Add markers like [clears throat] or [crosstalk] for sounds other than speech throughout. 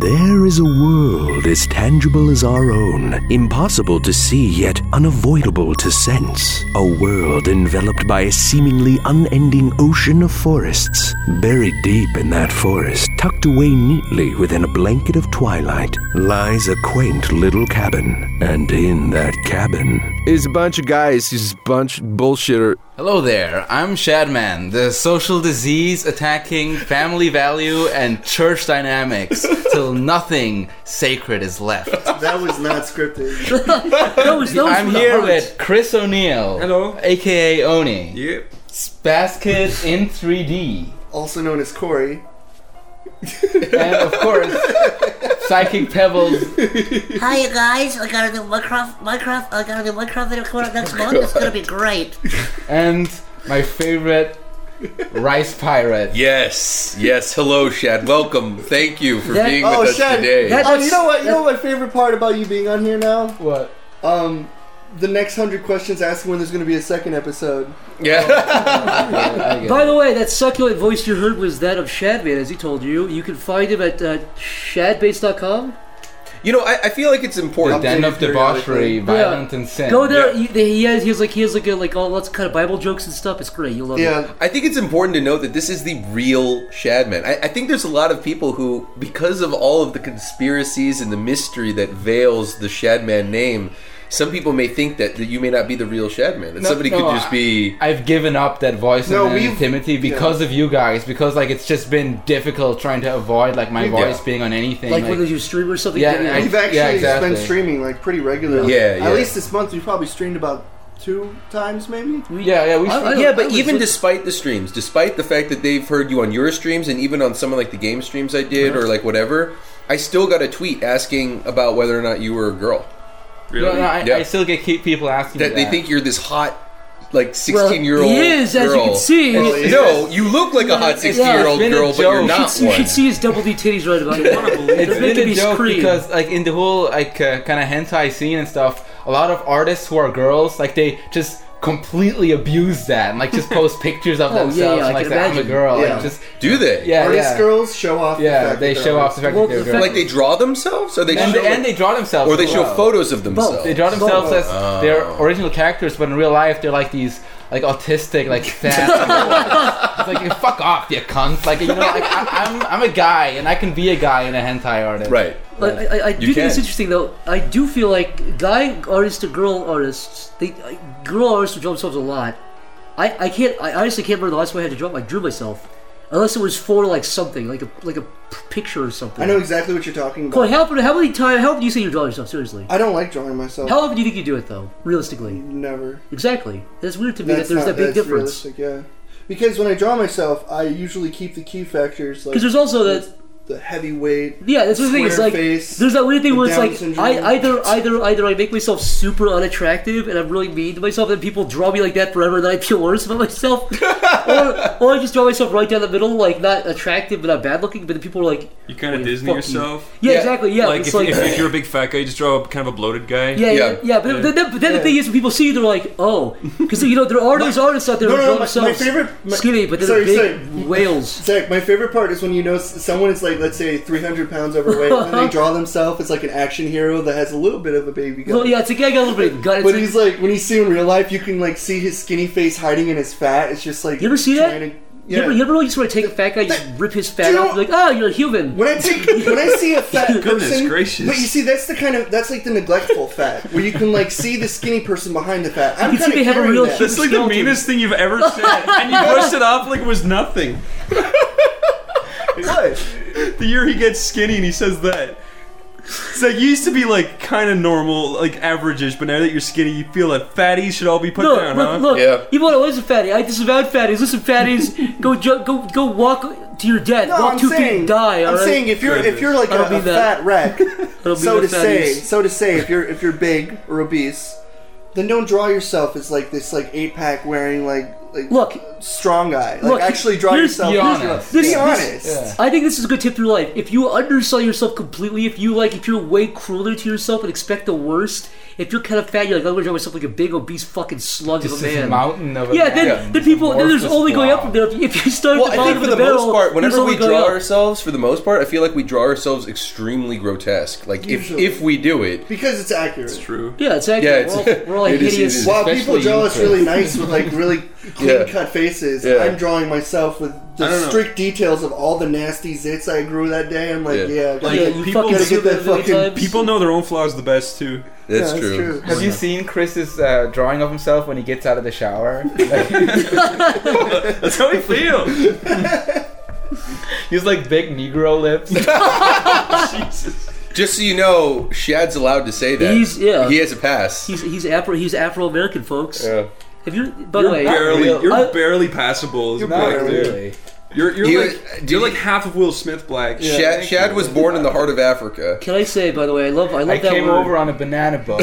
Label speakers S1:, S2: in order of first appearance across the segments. S1: There is a world as tangible as our own, impossible to see yet unavoidable to sense. A world enveloped by a seemingly unending ocean of forests. Buried deep in that forest, tucked away neatly within a blanket of twilight, lies a quaint little cabin. And in that cabin,
S2: is a bunch of guys, just bunch bullshitter.
S3: Hello there, I'm Shadman, the social disease attacking family value and church dynamics till nothing sacred is left.
S4: That was not scripted.
S3: I'm here with Chris O'Neill.
S5: Hello.
S3: AKA Oni.
S5: Yep.
S3: Spaz Kid in 3D.
S4: Also known as Corey.
S3: And of course, Psychic Pebbles.
S6: Hi, you guys. I gotta do Minecraft. Minecraft. I gotta do Minecraft video corner next month. It's gonna be
S7: [laughs]
S6: great.
S3: And my favorite, Rice Pirate.
S5: Yes, yes. Hello, Shad. Welcome. Thank you for being with
S4: Oh,
S5: us
S4: Shad,
S5: today.
S4: Oh, you know what? You know what? My favorite part about you being on here now.
S3: What?
S4: Um, the next hundred questions ask when there's going to be a second episode.
S5: yeah. [laughs]
S3: I get it.
S7: By the way, that succulent voice you heard was that of Shadman, as he told you. You can find him at uh, shadbase.com.
S5: You know, I, I feel like it's
S3: The
S5: important.
S3: Den of Debauchery, Violent and Sin.
S7: Go there. He, he has he has like he has like a, like all lots of kind of Bible jokes and stuff. It's great. You'll love it.
S4: Yeah,
S5: I think it's important to note that this is the real Shadman. I, I think there's a lot of people who, because of all of the conspiracies and the mystery that veils the Shadman name, some people may think that, that you may not be the real Shadman. That
S3: No,
S5: somebody
S3: no,
S5: could just
S3: I-
S5: be.
S3: I've given up that voice
S4: No,
S3: of
S4: we've-
S3: anonymity because of you guys. Because like it's just been difficult trying to avoid like my voice being on anything.
S7: Like,
S3: like-
S7: when you stream or something.
S3: Yeah,
S7: you know.
S3: I-
S4: we've actually
S3: yeah, exactly.
S4: been streaming like pretty regularly.
S5: Yeah, yeah.
S4: At least this month, we probably streamed about two times, maybe.
S3: yeah, yeah, we.
S7: I- I-
S5: yeah, but
S7: was
S5: even
S7: look-
S5: despite the streams, despite the fact that they've heard you on your streams and even on someone like the game streams I did or like whatever, I still got a tweet asking about whether or not you were a girl.
S3: No, no, I,
S5: Yeah.
S3: I still get keep people asking
S5: That
S3: me
S5: they
S3: that.
S5: think you're this hot, like
S7: Well,
S5: sixteen-year-old.
S7: He is, as you can see.
S5: No, you look like a hot sixteen-year-old
S3: been a
S5: girl, but
S3: joke.
S5: you're not
S7: [laughs] you
S5: one.
S7: should see his double D titties right about now.
S3: [laughs] it's
S7: They're making
S3: been
S7: me
S3: a joke
S7: scream.
S3: because like in the whole like uh, kind of hentai scene and stuff, a lot of artists who are girls like they just completely abuse that and like
S7: [laughs]
S3: just post pictures of
S7: Oh, yeah,
S3: themselves
S7: yeah, I
S3: and, like
S7: can
S3: say, I'm a
S7: imagine.
S3: girl
S4: Yeah.
S3: like just
S5: Do they?
S3: yeah
S4: Artist
S3: yeah
S4: girls show off. the
S3: yeah
S4: fact
S3: they show
S4: that they're
S3: off the fact
S7: Well,
S3: that
S7: the
S3: they're girls
S5: Like they draw themselves, or they
S3: and,
S5: show,
S3: they, and they draw themselves
S5: or they
S3: as
S5: show
S3: well.
S5: photos of themselves.
S3: They draw themselves as
S5: Oh.
S3: their original characters, but in real life, they're like these like autistic, [laughs] like sad. it's like you fuck off, you cunt. Like you know, like, I, I'm I'm a guy, and I can be a guy and a hentai artist.
S5: right.
S7: But I, I, I do think
S5: can.
S7: it's interesting though. I do feel like guy artists to girl artists, they uh, girl artists would draw themselves a lot. I, I can't. I honestly can't remember the last time I had to draw. I drew myself, unless it was for like something, like a like a p- picture or something.
S4: I know exactly what you're talking
S7: Come on,
S4: about.
S7: how, often- how many times? How often do you say you draw yourself? Seriously,
S4: I don't like drawing myself.
S7: how often do you think you do it though? Realistically,
S4: Never.
S7: exactly. That's weird to me that
S4: That's
S7: there's
S4: not-
S7: that big
S4: that's
S7: difference.
S4: realistic, yeah. Because when I draw myself, I usually keep the key factors. Like
S7: Because there's also that
S4: the heavy weight.
S7: Yeah, that's the thing. It's
S4: square
S7: like
S4: face,
S7: there's that weird thing
S4: the
S7: where it's
S4: Down
S7: like
S4: syndrome.
S7: I either either either I make myself super unattractive and I'm really mean to myself, and people draw me like that forever, and then I feel worse
S4: [laughs]
S7: about myself, or or I just draw myself right down the middle, like not attractive but not bad looking, but then people are like,
S8: You kind
S7: Oh,
S8: of
S7: you
S8: Disney
S7: fucking-
S8: yourself.
S7: yeah, exactly, yeah,
S8: like,
S7: it's
S8: if,
S7: like.
S8: if, if you're a big fat guy, you just draw a kind of a bloated guy.
S7: yeah,
S5: Yeah.
S7: yeah, yeah, but then, but then the thing is, when people see you, they're like,
S4: [laughs]
S7: "Oh," because you know there are those artists out there
S4: no,
S7: who
S4: no,
S7: draw
S4: my- my
S7: themselves
S4: favorite- my-
S7: skinny, but then
S4: sorry,
S7: big
S4: [laughs] sorry.
S7: whales.
S4: Zach, my favorite part is when you know s- someone is like, let's say, 300 pounds overweight, and
S7: [laughs]
S4: they draw themselves as like an action hero that has a little bit of a baby gut.
S7: Well, yeah, it's a guy got a little bit of gut. It's
S4: But
S7: like-
S4: he's like, when you see him in real life, you can like see his skinny face hiding in his fat. It's just like
S7: You ever see that?
S4: trying to-
S7: you, ever, you ever like, just want to take a fat guy, just rip his fat
S4: you
S7: off,
S4: know-
S7: like, "Oh, you're a human."
S4: When I take, when I
S7: [laughs]
S4: see a fat
S8: Goodness
S4: person,
S8: gracious.
S4: but you see, that's the kind of that's like the neglectful fat where you can like see the skinny person behind the fat. I'm
S7: You can
S4: kind
S7: see they
S4: of
S7: have a real
S4: that.
S8: That's like the
S7: Skeleton.
S8: meanest thing
S7: [laughs]
S8: you've ever said, and you brushed it off like it was nothing.
S4: What?
S8: The year he gets skinny and he says that. It's like you used to be like kind of normal, like averageish, but now that you're skinny, you feel that fatties should all be put
S7: Look,
S8: down,
S7: look,
S8: huh?
S7: look.
S5: Yeah.
S7: Even when I was a fatty, I disavowed fatties. Listen,
S5: [laughs]
S7: fatties, go ju- go go walk to your death.
S4: No,
S7: walk
S4: I'm
S7: two feet
S4: saying,
S7: and die.
S4: I'm
S7: all right?
S4: saying if you're if you're like
S7: I
S4: a,
S7: don't
S4: a
S7: mean that.
S4: fat wreck,
S7: [laughs] That'll be
S4: so to
S7: the
S4: say,
S7: fatties.
S4: so to say, if you're if you're big or obese, then don't draw yourself as like this like eight pack wearing like like
S7: Look,
S4: strong guy. Like
S7: Look,
S4: actually draw
S7: here's-
S4: yourself.
S3: Be
S4: into-
S3: honest.
S4: Be
S7: This-
S4: honest.
S3: Yeah.
S7: I think this is a good tip through life. If you undersell yourself completely, if you like, if you're way crueler to yourself and expect the worst, if you're kind of fat, you're like, I'm gonna drive myself like a big obese fucking slug
S3: Just
S7: of a
S3: this
S7: man.
S3: mountain of a
S7: yeah, then,
S3: man.
S7: then people, then there's
S3: Amorphous
S7: only going up
S3: blob.
S7: from there. If you start
S5: Well,
S7: at the
S5: I
S7: bottom
S5: think for
S7: of
S5: the
S7: the, barrel,
S5: most part,
S7: there's
S5: whenever
S7: only
S5: we
S7: going
S5: draw
S7: up.
S5: ourselves, for the most part, I feel like we draw ourselves extremely grotesque. Like if
S4: Usually.
S5: if we do it,
S4: Because it's accurate.
S8: True.
S7: yeah, it's accurate.
S5: Yeah, it's-
S7: we're, all, we're all
S5: [laughs]
S7: like
S5: it is- it
S7: hideous.
S5: is.
S4: While
S3: Especially
S4: people draw
S3: you,
S4: us
S3: Chris.
S4: really nice with like really clean
S5: [laughs] Yeah.
S4: cut faces,
S5: Yeah.
S4: I'm drawing myself with the
S8: don't know.
S4: strict details of all the nasty zits I grew that day. I'm like,
S5: Yeah.
S4: yeah, I gotta
S8: Like,
S7: yeah,
S4: get-
S7: you
S8: people
S7: fucking
S8: gotta
S7: do
S4: get that
S7: that many
S4: fucking
S7: times.
S8: People know their own flaws the best too.
S5: that's,
S4: yeah,
S5: true.
S3: Have you seen Chris's uh, drawing of himself when he gets out of the [laughs] shower?
S8: That's how we
S7: [laughs]
S8: feel.
S3: He's like big Negro lips. [laughs]
S8: Jesus.
S5: Just so you know, Shad's allowed to say that.
S7: He's- yeah.
S5: He has a pass.
S7: He's he's Afro he's Afro American, folks.
S5: Yeah.
S7: Have you? By the
S8: You're
S7: way,
S8: barely,
S3: real.
S8: you're
S7: I-
S8: barely passable. as a
S3: Not
S8: black dude.
S3: really.
S8: You're, you're
S5: You-
S8: like,
S5: do
S8: you're
S5: you-
S8: like half of Will Smith black.
S5: Shad, Shad was born in the heart of Africa,
S7: can I say? By the way, I love I love
S3: I
S7: that
S3: came
S7: word.
S3: over on a banana boat.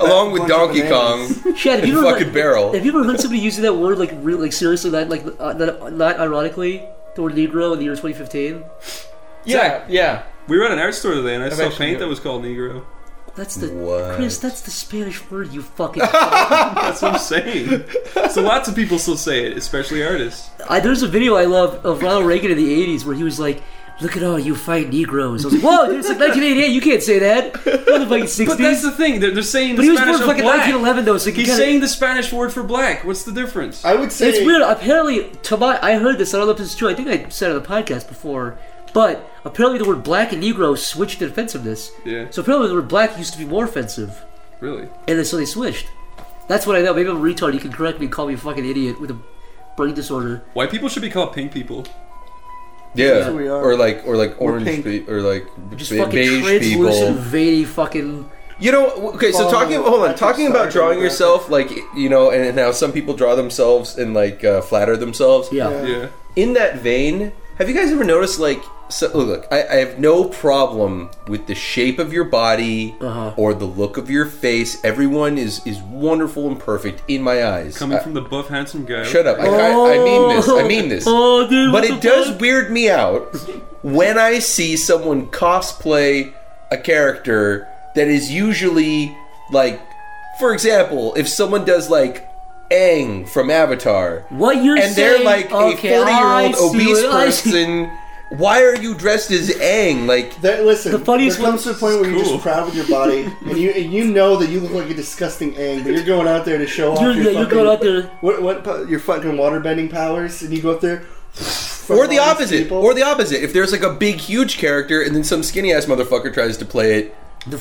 S5: along with
S4: bunch of
S5: Donkey
S4: bananas. [laughs]
S5: Kong.
S7: Chad, have
S5: and
S7: you ever
S5: fucking
S7: heard,
S5: barrel.
S7: Have you ever heard somebody using that word like really, like seriously, not like uh, not, not ironically, the word Negro in the year 2015?
S3: [laughs] yeah, yeah.
S8: We were at an art store today, and I saw
S3: actually
S8: paint that
S3: good.
S8: was called Negro.
S7: That's the
S5: What?
S7: Chris. That's the Spanish word you fucking. [laughs]
S8: That's what I'm saying. so lots of people still say it, especially artists.
S7: I, there's a video I love of Ronald Reagan in the 80s where he was like. Look at all you fine Negroes. I was like, whoa, dude, it's like 1988. You can't say that. Motherfucking 60s.
S8: But that's the thing. They're, they're saying
S7: But
S8: the
S7: he was
S8: Spanish
S7: born fucking
S8: of black.
S7: 1911 though, so you
S8: He's
S7: kinda-
S8: saying the Spanish word for black. What's the difference?
S4: I would say
S7: It's weird. Apparently, to my, I heard this. I don't know if this is true. I think I said it on the podcast before, but apparently the word black and Negro switched in offensiveness.
S8: Yeah.
S7: So apparently the word black used to be more offensive,
S8: really?
S7: and then so they switched. That's what I know. Maybe I'm a retard. You can correct me and call me a fucking idiot with a brain disorder.
S5: Oh,
S8: White people should be called pink people.
S5: Yeah,
S4: we are.
S5: or like or like orange
S4: pink.
S5: pe- or like
S7: Just
S5: be-
S7: fucking
S5: beige
S7: translucent,
S5: people.
S7: veiny fucking.
S5: You know, w- okay. So
S4: Follow
S5: talking, hold on,
S4: Patrick
S5: talking about
S4: Starr
S5: drawing
S4: demographic.
S5: yourself, like you know, and, and how some people draw themselves and like uh, flatter themselves.
S7: Yeah.
S8: Yeah.
S5: in that vein, have you guys ever noticed like so, look, look, I, I have no problem with the shape of your body
S7: Uh-huh.
S5: or the look of your face. Everyone is is wonderful and perfect in my eyes.
S8: Coming
S5: I-
S8: from the buff, handsome guy.
S5: shut up. I, I, I mean this. I mean this.
S7: [laughs] Oh, dude.
S5: but
S7: what
S5: it
S7: the
S5: does
S7: fuck?
S5: weird me out when I see someone cosplay a character that is usually like, for example, if someone does like Aang from Avatar,
S7: What you're
S5: and
S7: saying?
S5: they're like
S7: okay,
S5: a 40 year
S7: I
S5: old
S7: see
S5: obese
S7: what- I [laughs] see-
S5: person. Why are you dressed as Aang? Like,
S4: That, listen,
S7: The funniest
S4: there comes to a
S7: one-
S4: point where you're
S8: cool.
S4: just proud of your body,
S5: [laughs]
S4: and you and you know that you look like a disgusting ang, but you're going out there to show off.
S7: You're,
S4: your
S7: yeah, you're
S4: fucking,
S7: going out there.
S4: What, what po- your fucking water bending powers, and you go up there.
S5: or the opposite, or the opposite. If there's like a big, huge character, and then some skinny ass motherfucker tries to play it.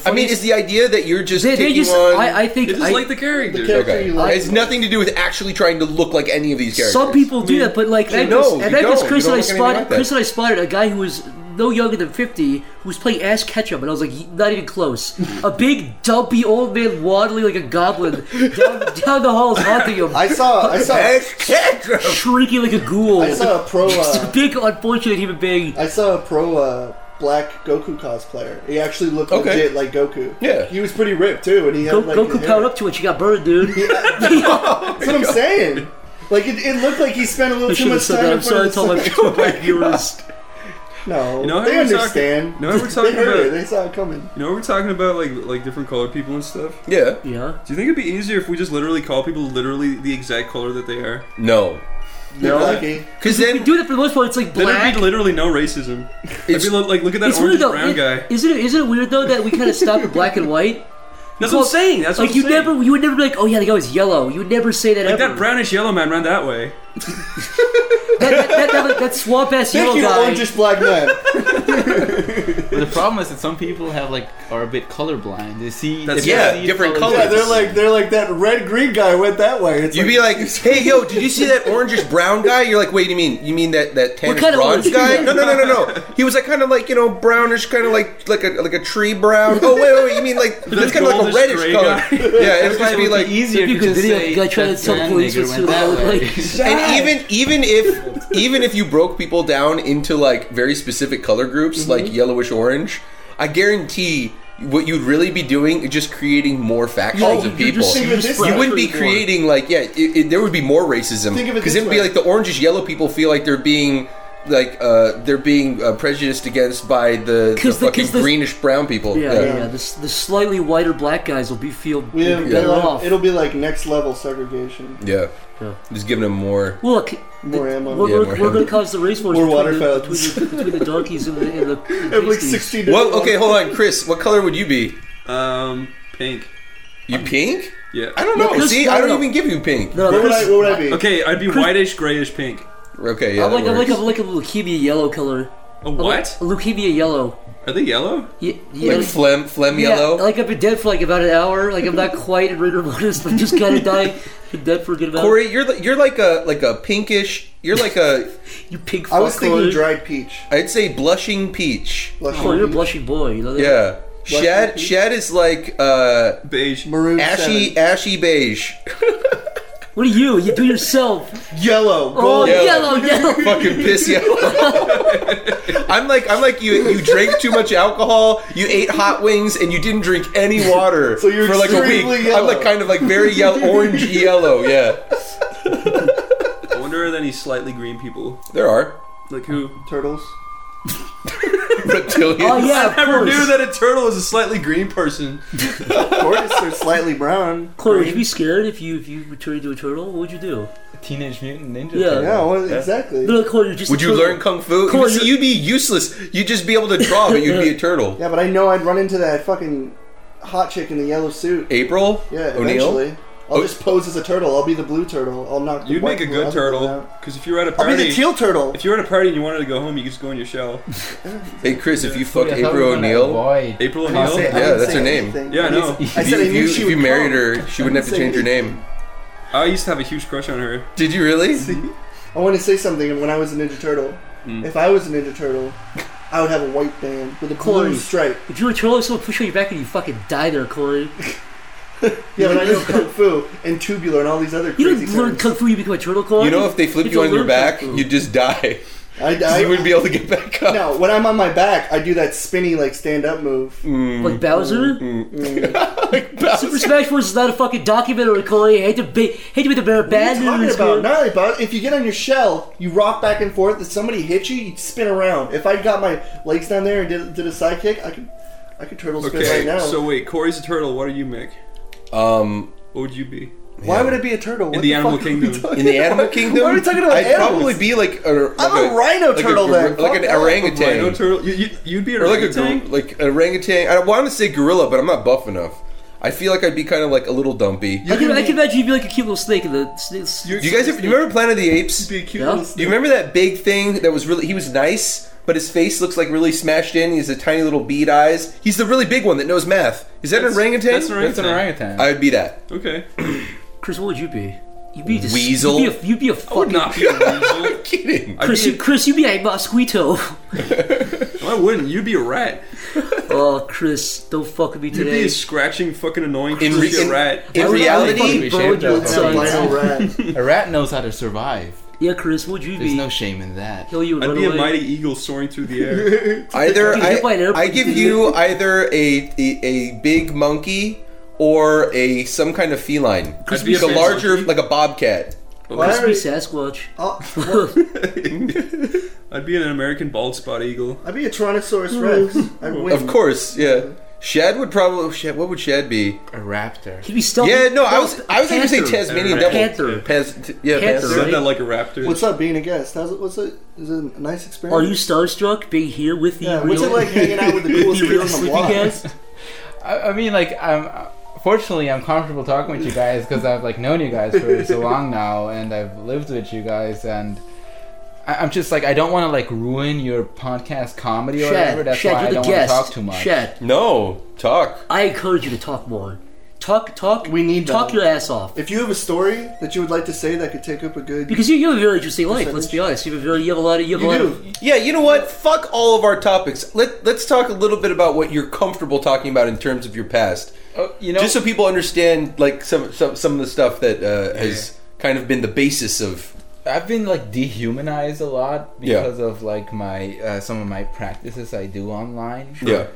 S5: I mean, is the idea that you're just
S7: They, they
S5: taking
S7: just.
S5: on?
S7: I, I think.
S8: They just
S7: I,
S8: like the character. [laughs]
S4: character.
S5: okay,
S4: you like-
S5: it's nothing to do with actually trying to look like any of these characters.
S7: Some people do that, but like
S5: You
S7: at
S5: know,
S7: Memphis, at
S5: you
S7: Memphis
S5: don't.
S7: Chris
S5: You
S7: and
S5: don't look
S7: I
S5: anything
S7: spotted
S5: like that.
S7: Chris and I spotted a guy who was no younger than fifty who was playing ass ketchup, and I was like, not even close. a big dumpy old man waddling like a goblin down, down the halls, haunting him,
S4: I saw,
S5: [laughs]
S4: I saw,
S5: Ash Ketchum.
S7: shrieking like a ghoul.
S4: I saw a pro,
S7: Just a
S4: uh,
S7: big unfortunate human being.
S4: I saw a pro uh, black Goku cosplayer. He actually looked
S5: Okay.
S4: legit like Goku.
S5: Yeah.
S4: he was pretty ripped too, and he had
S7: Go,
S4: like
S7: Goku
S4: hair.
S7: powered up to it. She got burned, dude.
S4: That's
S7: [laughs]
S4: what I'm saying. Like it, it looked like he spent a little
S7: I
S4: too
S7: should have
S4: much
S7: said
S4: time.
S7: that.
S4: in
S7: I'm
S4: front
S7: sorry. [laughs] I
S4: of the
S7: told my,
S4: sun.
S7: told my viewers.
S4: No,
S8: You know how
S4: they
S8: we're talking-
S4: understand.
S8: you know how
S4: [laughs]
S8: we're
S4: they
S8: talking
S4: heard
S8: about-
S4: it. They saw it coming.
S8: You know, we're talking about like like different colored people and stuff.
S5: Yeah.
S7: Yeah.
S8: Do you think it'd be easier if we just literally call people literally the exact color that they are?
S5: No.
S4: You're lucky.
S5: Because
S7: We
S5: then
S7: do that for the most part. It's like
S8: Then there'd
S7: black.
S8: be literally no racism. It'd
S5: It's-
S8: be lo- like, look at that
S7: It's
S8: orange
S7: weird though.
S8: and brown
S7: is
S8: guy.
S7: Isn't it? Isn't it weird though that we kind of stop at black and white?
S8: That's what I'm saying. That's what
S7: like
S8: I'm
S7: you
S8: saying.
S7: never, you would never be like, oh yeah, the guy was yellow. You would never say that
S8: Like
S7: ever.
S8: that brownish yellow man ran that way.
S7: that, that, that, that swamp ass
S4: [laughs]
S7: yellow
S4: Thank you,
S7: guy.
S4: orangish black
S8: [laughs]
S4: man.
S3: But the problem is that some people have like are a bit colorblind. They see
S8: That's-
S3: they
S5: yeah,
S3: see
S5: different
S4: Yeah,
S5: colors.
S4: they're like they're like that red green guy went that way. It's
S5: you'd be like, "Hey, yo, did you see that orangish brown guy?" You're like, "Wait, you mean you mean that that tannish
S7: kind of
S5: bronze
S7: orange?
S5: guy?" No, no, no, no, no. He was like kind of like you know brownish, kind of like like a like a tree brown. Oh wait, wait, wait you mean like that's kind of like a
S8: goldish
S5: reddish
S8: gray
S5: color?
S8: guy.
S5: Yeah, it would just
S3: It would
S5: be
S3: be
S5: like.
S3: easier
S7: If you
S3: to
S7: could
S3: just
S7: video
S3: say
S7: the guy trying to
S3: that
S7: tell
S3: that
S7: police
S3: nigger
S7: what's
S3: went
S7: going on,
S3: that way.
S7: [laughs] like-
S5: And even even if even if you broke people
S7: Mm-hmm.
S5: down into like very specific color groups, like yellowish orange, I guarantee what you'd really be doing is just creating more factions
S7: Yeah,
S5: of
S7: you're
S5: people.
S7: just-
S4: Think of it this
S5: You
S4: way.
S5: wouldn't be creating like yeah, it, it, there would be more racism
S4: Think of it
S5: because
S4: this
S5: it'd be
S4: way.
S5: like the orangish yellow people feel like they're being like uh, they're being uh, prejudiced against by the, the
S7: 'Cause the-
S5: fucking
S7: 'cause the-
S5: greenish brown people.
S7: Yeah, yeah,
S5: Yeah.
S7: yeah. The, s- the slightly whiter black guys will be feel
S4: We have,
S7: better
S4: it'll-
S7: off.
S4: It'll be like next level segregation.
S5: Yeah.
S7: Yeah.
S5: just giving them more.
S7: Look,
S4: More
S7: the-
S4: ammo.
S7: We're,
S5: Yeah,
S7: we're,
S5: more
S7: we're
S5: ammo.
S7: gonna cause the race wars
S4: More
S7: between,
S4: water
S7: the, between, the, between the donkeys and the,
S4: [laughs]
S7: and the, and the
S4: Have like
S7: pasties.
S4: 16
S5: Well,
S4: different
S5: okay,
S4: ones.
S5: hold on, Chris. What color would you be?
S8: Um, pink.
S5: You pink?
S8: Yeah.
S5: I don't know.
S7: Chris,
S5: See,
S7: no,
S5: I don't
S7: no.
S5: even give you pink.
S7: No,
S4: What would,
S7: Chris-
S4: I, what would I be?
S8: Okay, I'd be whitish, grayish, pink.
S5: Okay, yeah.
S7: I'm
S5: that
S7: like I'm like a,
S5: works.
S7: like a leukemia yellow color.
S8: A
S7: I'm like-
S8: what?
S7: leukemia yellow.
S8: Are they yellow?
S7: Ye-
S5: like
S7: yeah,
S5: phlegm, phlegm
S7: yeah,
S5: yellow.
S7: like I've been dead for like about an hour. Like I'm not quite in [laughs] rigor mortis, but just kind of dying. Been dead for a good amount.
S5: Corey, you're li- you're like a like a pinkish. You're like a
S7: you pink fuck.
S4: I was thinking
S7: Corey.
S4: dried peach.
S5: I'd say blushing peach.
S4: Blushing
S7: Oh, you're a
S4: peach.
S7: blushing boy. You know that?
S5: Yeah.
S4: Blushing
S5: Shad
S4: peach?
S5: Shad is like uh
S8: Beige.
S4: Maroon
S5: ashy
S4: seven.
S5: ashy beige.
S7: What are you? You do
S5: [laughs]
S7: yourself.
S4: Yellow.
S7: Oh,
S4: Gold.
S7: yellow, yellow.
S5: Fucking piss yellow. [laughs] I'm like I'm like you you drank too much alcohol, you ate hot wings and you didn't drink any water
S4: [laughs] So you're
S5: for like a week.
S4: extremely
S5: I'm
S4: yellow.
S5: like kind of like
S4: [laughs]
S5: very yellow orange yellow, yeah.
S8: I wonder are there any slightly green people?
S5: There are.
S8: Like who?
S4: Turtles.
S5: Reptilians.
S7: Oh yeah, of
S8: I never
S7: course.
S8: knew that a turtle was a slightly green person.
S4: Tortoise are slightly
S8: [laughs]
S4: brown.
S7: Corey, would you be scared if you if you turned into a turtle? What would you do?
S3: Teenage Mutant Ninja.
S7: Yeah.
S3: Turtles.
S4: Yeah, well, exactly.
S7: No, no, Corey, you're just. a
S5: Would you
S7: turtle.
S5: learn kung fu?
S7: Cool,
S5: See,
S7: you-
S5: you'd be useless. You'd just be able to draw, but you'd be a turtle.
S4: Yeah, but I know I'd run into that fucking hot chick in the yellow suit.
S5: April?
S4: Yeah,
S5: O'Neill?
S4: eventually. I'll
S5: Oh.
S4: just pose as a turtle. I'll be the blue turtle. I'll knock. The
S8: You'd
S4: white
S8: make a
S4: blue
S8: good
S4: other
S8: turtle.
S4: out.
S8: Because if you were at a
S4: I'll
S8: party,
S4: be the teal turtle.
S8: if you were at a party and you wanted to go home, you could just go in your shell.
S5: Hey Chris, if you
S3: Dude,
S5: fuck
S3: I thought we
S5: April
S3: were gonna
S5: O'Neill,
S3: avoid-
S8: April
S4: I didn't
S8: O'Neil.
S4: say- I
S5: Yeah,
S4: didn't
S5: that's
S4: say
S5: her name.
S4: anything.
S8: Yeah, I know.
S4: I
S5: if
S4: said
S5: you,
S4: I
S5: if
S4: knew
S5: you-
S4: she
S5: if you
S4: would
S5: married
S4: come.
S5: her, she
S4: [laughs]
S5: wouldn't have to
S4: Say
S5: change her
S4: anything.
S5: name.
S8: I used to have a huge crush on her.
S5: Did you really?
S4: I want to say something. When I was a Ninja Turtle,
S5: Hmm.
S4: if I was a Ninja Turtle, I would have a white band with a blue
S7: Corey.
S4: stripe.
S7: If you were a turtle, someone push on your back and you fucking die there, Corey.
S4: Yeah, but I know kung fu and tubular and all these other
S7: You
S4: crazy
S7: don't learn
S4: terms.
S7: kung fu, you become a turtle, Corey.
S5: You know, if they flip you
S7: don't
S5: on your
S7: learn kung
S5: back,
S7: fu.
S5: you'd
S4: [laughs]
S5: just die.
S4: I, I,
S5: You wouldn't be able to get back up.
S4: no, when I'm on my back, I do that spinny like stand up move.
S7: Like Bowser?
S5: [laughs] Mm. Like, Bowser.
S7: Super Smash Bros. is not a fucking documentary, Corey. I hate to be, hate to be the bear of
S4: What are
S7: bad
S4: you talking
S7: news,
S4: about?
S7: Corey.
S4: Not really about. If you get on your shell, you rock back and forth. If somebody hits you, you spin around. If I got my legs down there and did, did a side kick, I could, I could turtle spin
S8: Okay,
S4: right now.
S8: so wait, Corey's a turtle. What are you, Mick?
S5: Um,
S8: What would you be?
S4: Why would it be a turtle? What
S8: In the animal
S4: fuck are we
S8: kingdom.
S4: talking
S5: in the animal
S4: about? [laughs]
S5: kingdom,
S4: Why are we talking about
S5: I'd
S4: animals?
S5: probably be like a. Like
S4: I'm a rhino
S5: like
S4: turtle
S5: gor-
S4: then.
S5: Like
S4: Fuck
S5: an
S4: that.
S5: orangutan.
S8: Rhino turtle? You, you, you'd be a
S5: Or like a
S8: orangutan?
S5: gor- like an orangutan. I want to say gorilla, but I'm not buff enough. I feel like I'd be kind of like a little dumpy.
S7: I can, I can imagine you'd be like a cute little snake in the. Snake,
S5: Do you guys ever, you remember Planet of the Apes?
S8: be a cute
S7: Yeah.
S8: little
S5: Do you remember that big thing that was really? He was nice, but his face looks like really smashed in. He has a tiny little bead eyes. He's the really big one that knows math. Is that an orangutan?
S8: that's an
S3: That's an
S8: orangutan.
S3: orangutan.
S5: I would be that. [laughs]
S8: Okay.
S7: Chris, what would you be? You'd be just,
S5: Weasel?
S7: You'd be a, you'd be a
S8: I would
S7: fucking.
S8: not be
S5: [laughs]
S8: a weasel.
S5: Kidding.
S8: I'd
S7: Chris,
S8: be
S7: you, Chris, you'd be a mosquito. [laughs]
S8: a- I wouldn't. You'd be a rat.
S7: oh, Chris, don't fuck with me
S8: You'd be
S7: today.
S8: a scratching, fucking annoying,
S5: In, re-
S8: crunchy
S5: in,
S8: rat.
S5: in
S7: I would- I would
S5: reality,
S7: fucking burn
S3: Shame
S7: your
S3: job.
S4: Some
S7: insides.
S4: Albino rat.
S3: a rat knows how to survive.
S7: Yeah, Chris, what would you
S3: There's
S7: be?
S3: no shame in that.
S7: Kill you and
S8: I'd
S7: run
S8: be a
S7: away.
S8: mighty eagle soaring through the
S7: [laughs]
S8: air.
S5: either
S7: Dude, hit by an
S5: I,
S7: airplane.
S5: I give you either a, a a big monkey or a some kind of feline,
S8: I'd be
S5: like a
S8: a big
S5: larger,
S8: monkey.
S5: like a bobcat.
S4: Why
S7: Just
S4: are
S7: be
S4: we-
S7: Sasquatch.
S4: I'll-
S8: I'd be an American bald spot eagle.
S4: I'd be a Tyrannosaurus Rex. I'd win.
S5: Of course, yeah. Shad would probably. Shad, what would Shad be?
S3: A raptor.
S7: [laughs] He'd be stealthy.
S5: Yeah, no, I was
S7: Um, Panther.
S5: I was going to say Tasmanian devil.
S8: Right.
S7: Panther.
S5: Pas- t- yeah,
S7: Panther,
S5: panther.
S8: Said
S7: Right.
S8: that like a raptor.
S4: What's up being a guest? How's it, what's it? Is it a nice experience?
S7: Are you starstruck being here with the
S4: Yeah,
S7: real
S4: what's it like hanging out with
S7: [laughs]
S4: the coolest kid on the
S7: sleeping
S4: block?
S7: cats?
S3: I, I mean, like, I'm. Fortunately, I'm comfortable talking with you guys because I've like known you guys for so long now, and I've lived with you guys, and I, I'm just like I don't want to like ruin your podcast comedy or whatever.
S7: Shad,
S3: That's why
S7: Shad,
S3: I don't
S7: you're the
S3: want to
S7: guest.
S3: talk too much.
S7: Shad,
S5: No, talk.
S7: I encourage you to talk more. Talk, talk.
S4: We need
S7: talk
S4: that.
S7: your ass off
S4: If you have a story that you would like to say that could take up a good
S7: because you, you have a very interesting life. Let's be honest. You have a very, you have a lot of, you have a
S4: You
S7: lot
S4: do.
S7: of.
S5: Yeah, you know what? Fuck all of our topics. Let Let's talk a little bit about what you're comfortable talking about in terms of your past,
S3: Oh, you know,
S5: just so people understand like some some some of the stuff that uh, has kind of been the basis of.
S3: I've been like dehumanized a lot
S5: Yeah.
S3: because of like my uh, some of my practices I do online.
S5: Yeah.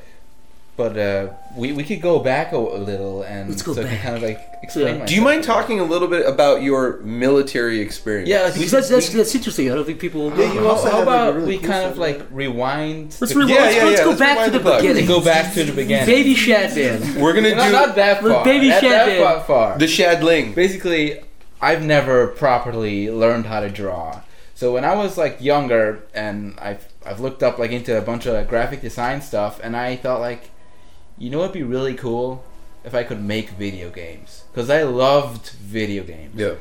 S3: But uh, we we could go back a, a little and
S7: Let's go
S3: so I can
S7: back.
S3: kind of like explain.
S7: Yeah.
S5: Do you mind
S3: myself.
S5: talking a little bit about your military experience?
S3: Yeah, like,
S7: Because
S3: we-
S7: that's, that's,
S3: we-
S7: that's interesting. I don't think people.
S4: Yeah, you
S3: how,
S4: also
S3: how
S4: have, like, a
S3: about
S4: really
S3: we
S4: cool
S3: kind of
S4: side.
S3: like rewind?
S7: let's
S3: to-
S7: rewind.
S5: Yeah,
S7: let's,
S5: yeah,
S7: let's
S5: yeah,
S7: go
S5: let's
S7: back to
S5: rewind
S7: the
S5: the clock.
S7: beginning.
S3: go back to the beginning.
S7: Baby Shadman.
S5: We're gonna
S3: not,
S5: do
S3: not that
S7: With
S3: far.
S7: baby
S3: not
S7: Shadman.
S3: that far.
S5: the Shadling.
S3: basically i've never properly learned how to draw so when i was like younger and i've, I've looked up like into a bunch of graphic design stuff and i thought like you know what'd be really cool if i could make video games because i loved video games
S5: Yeah.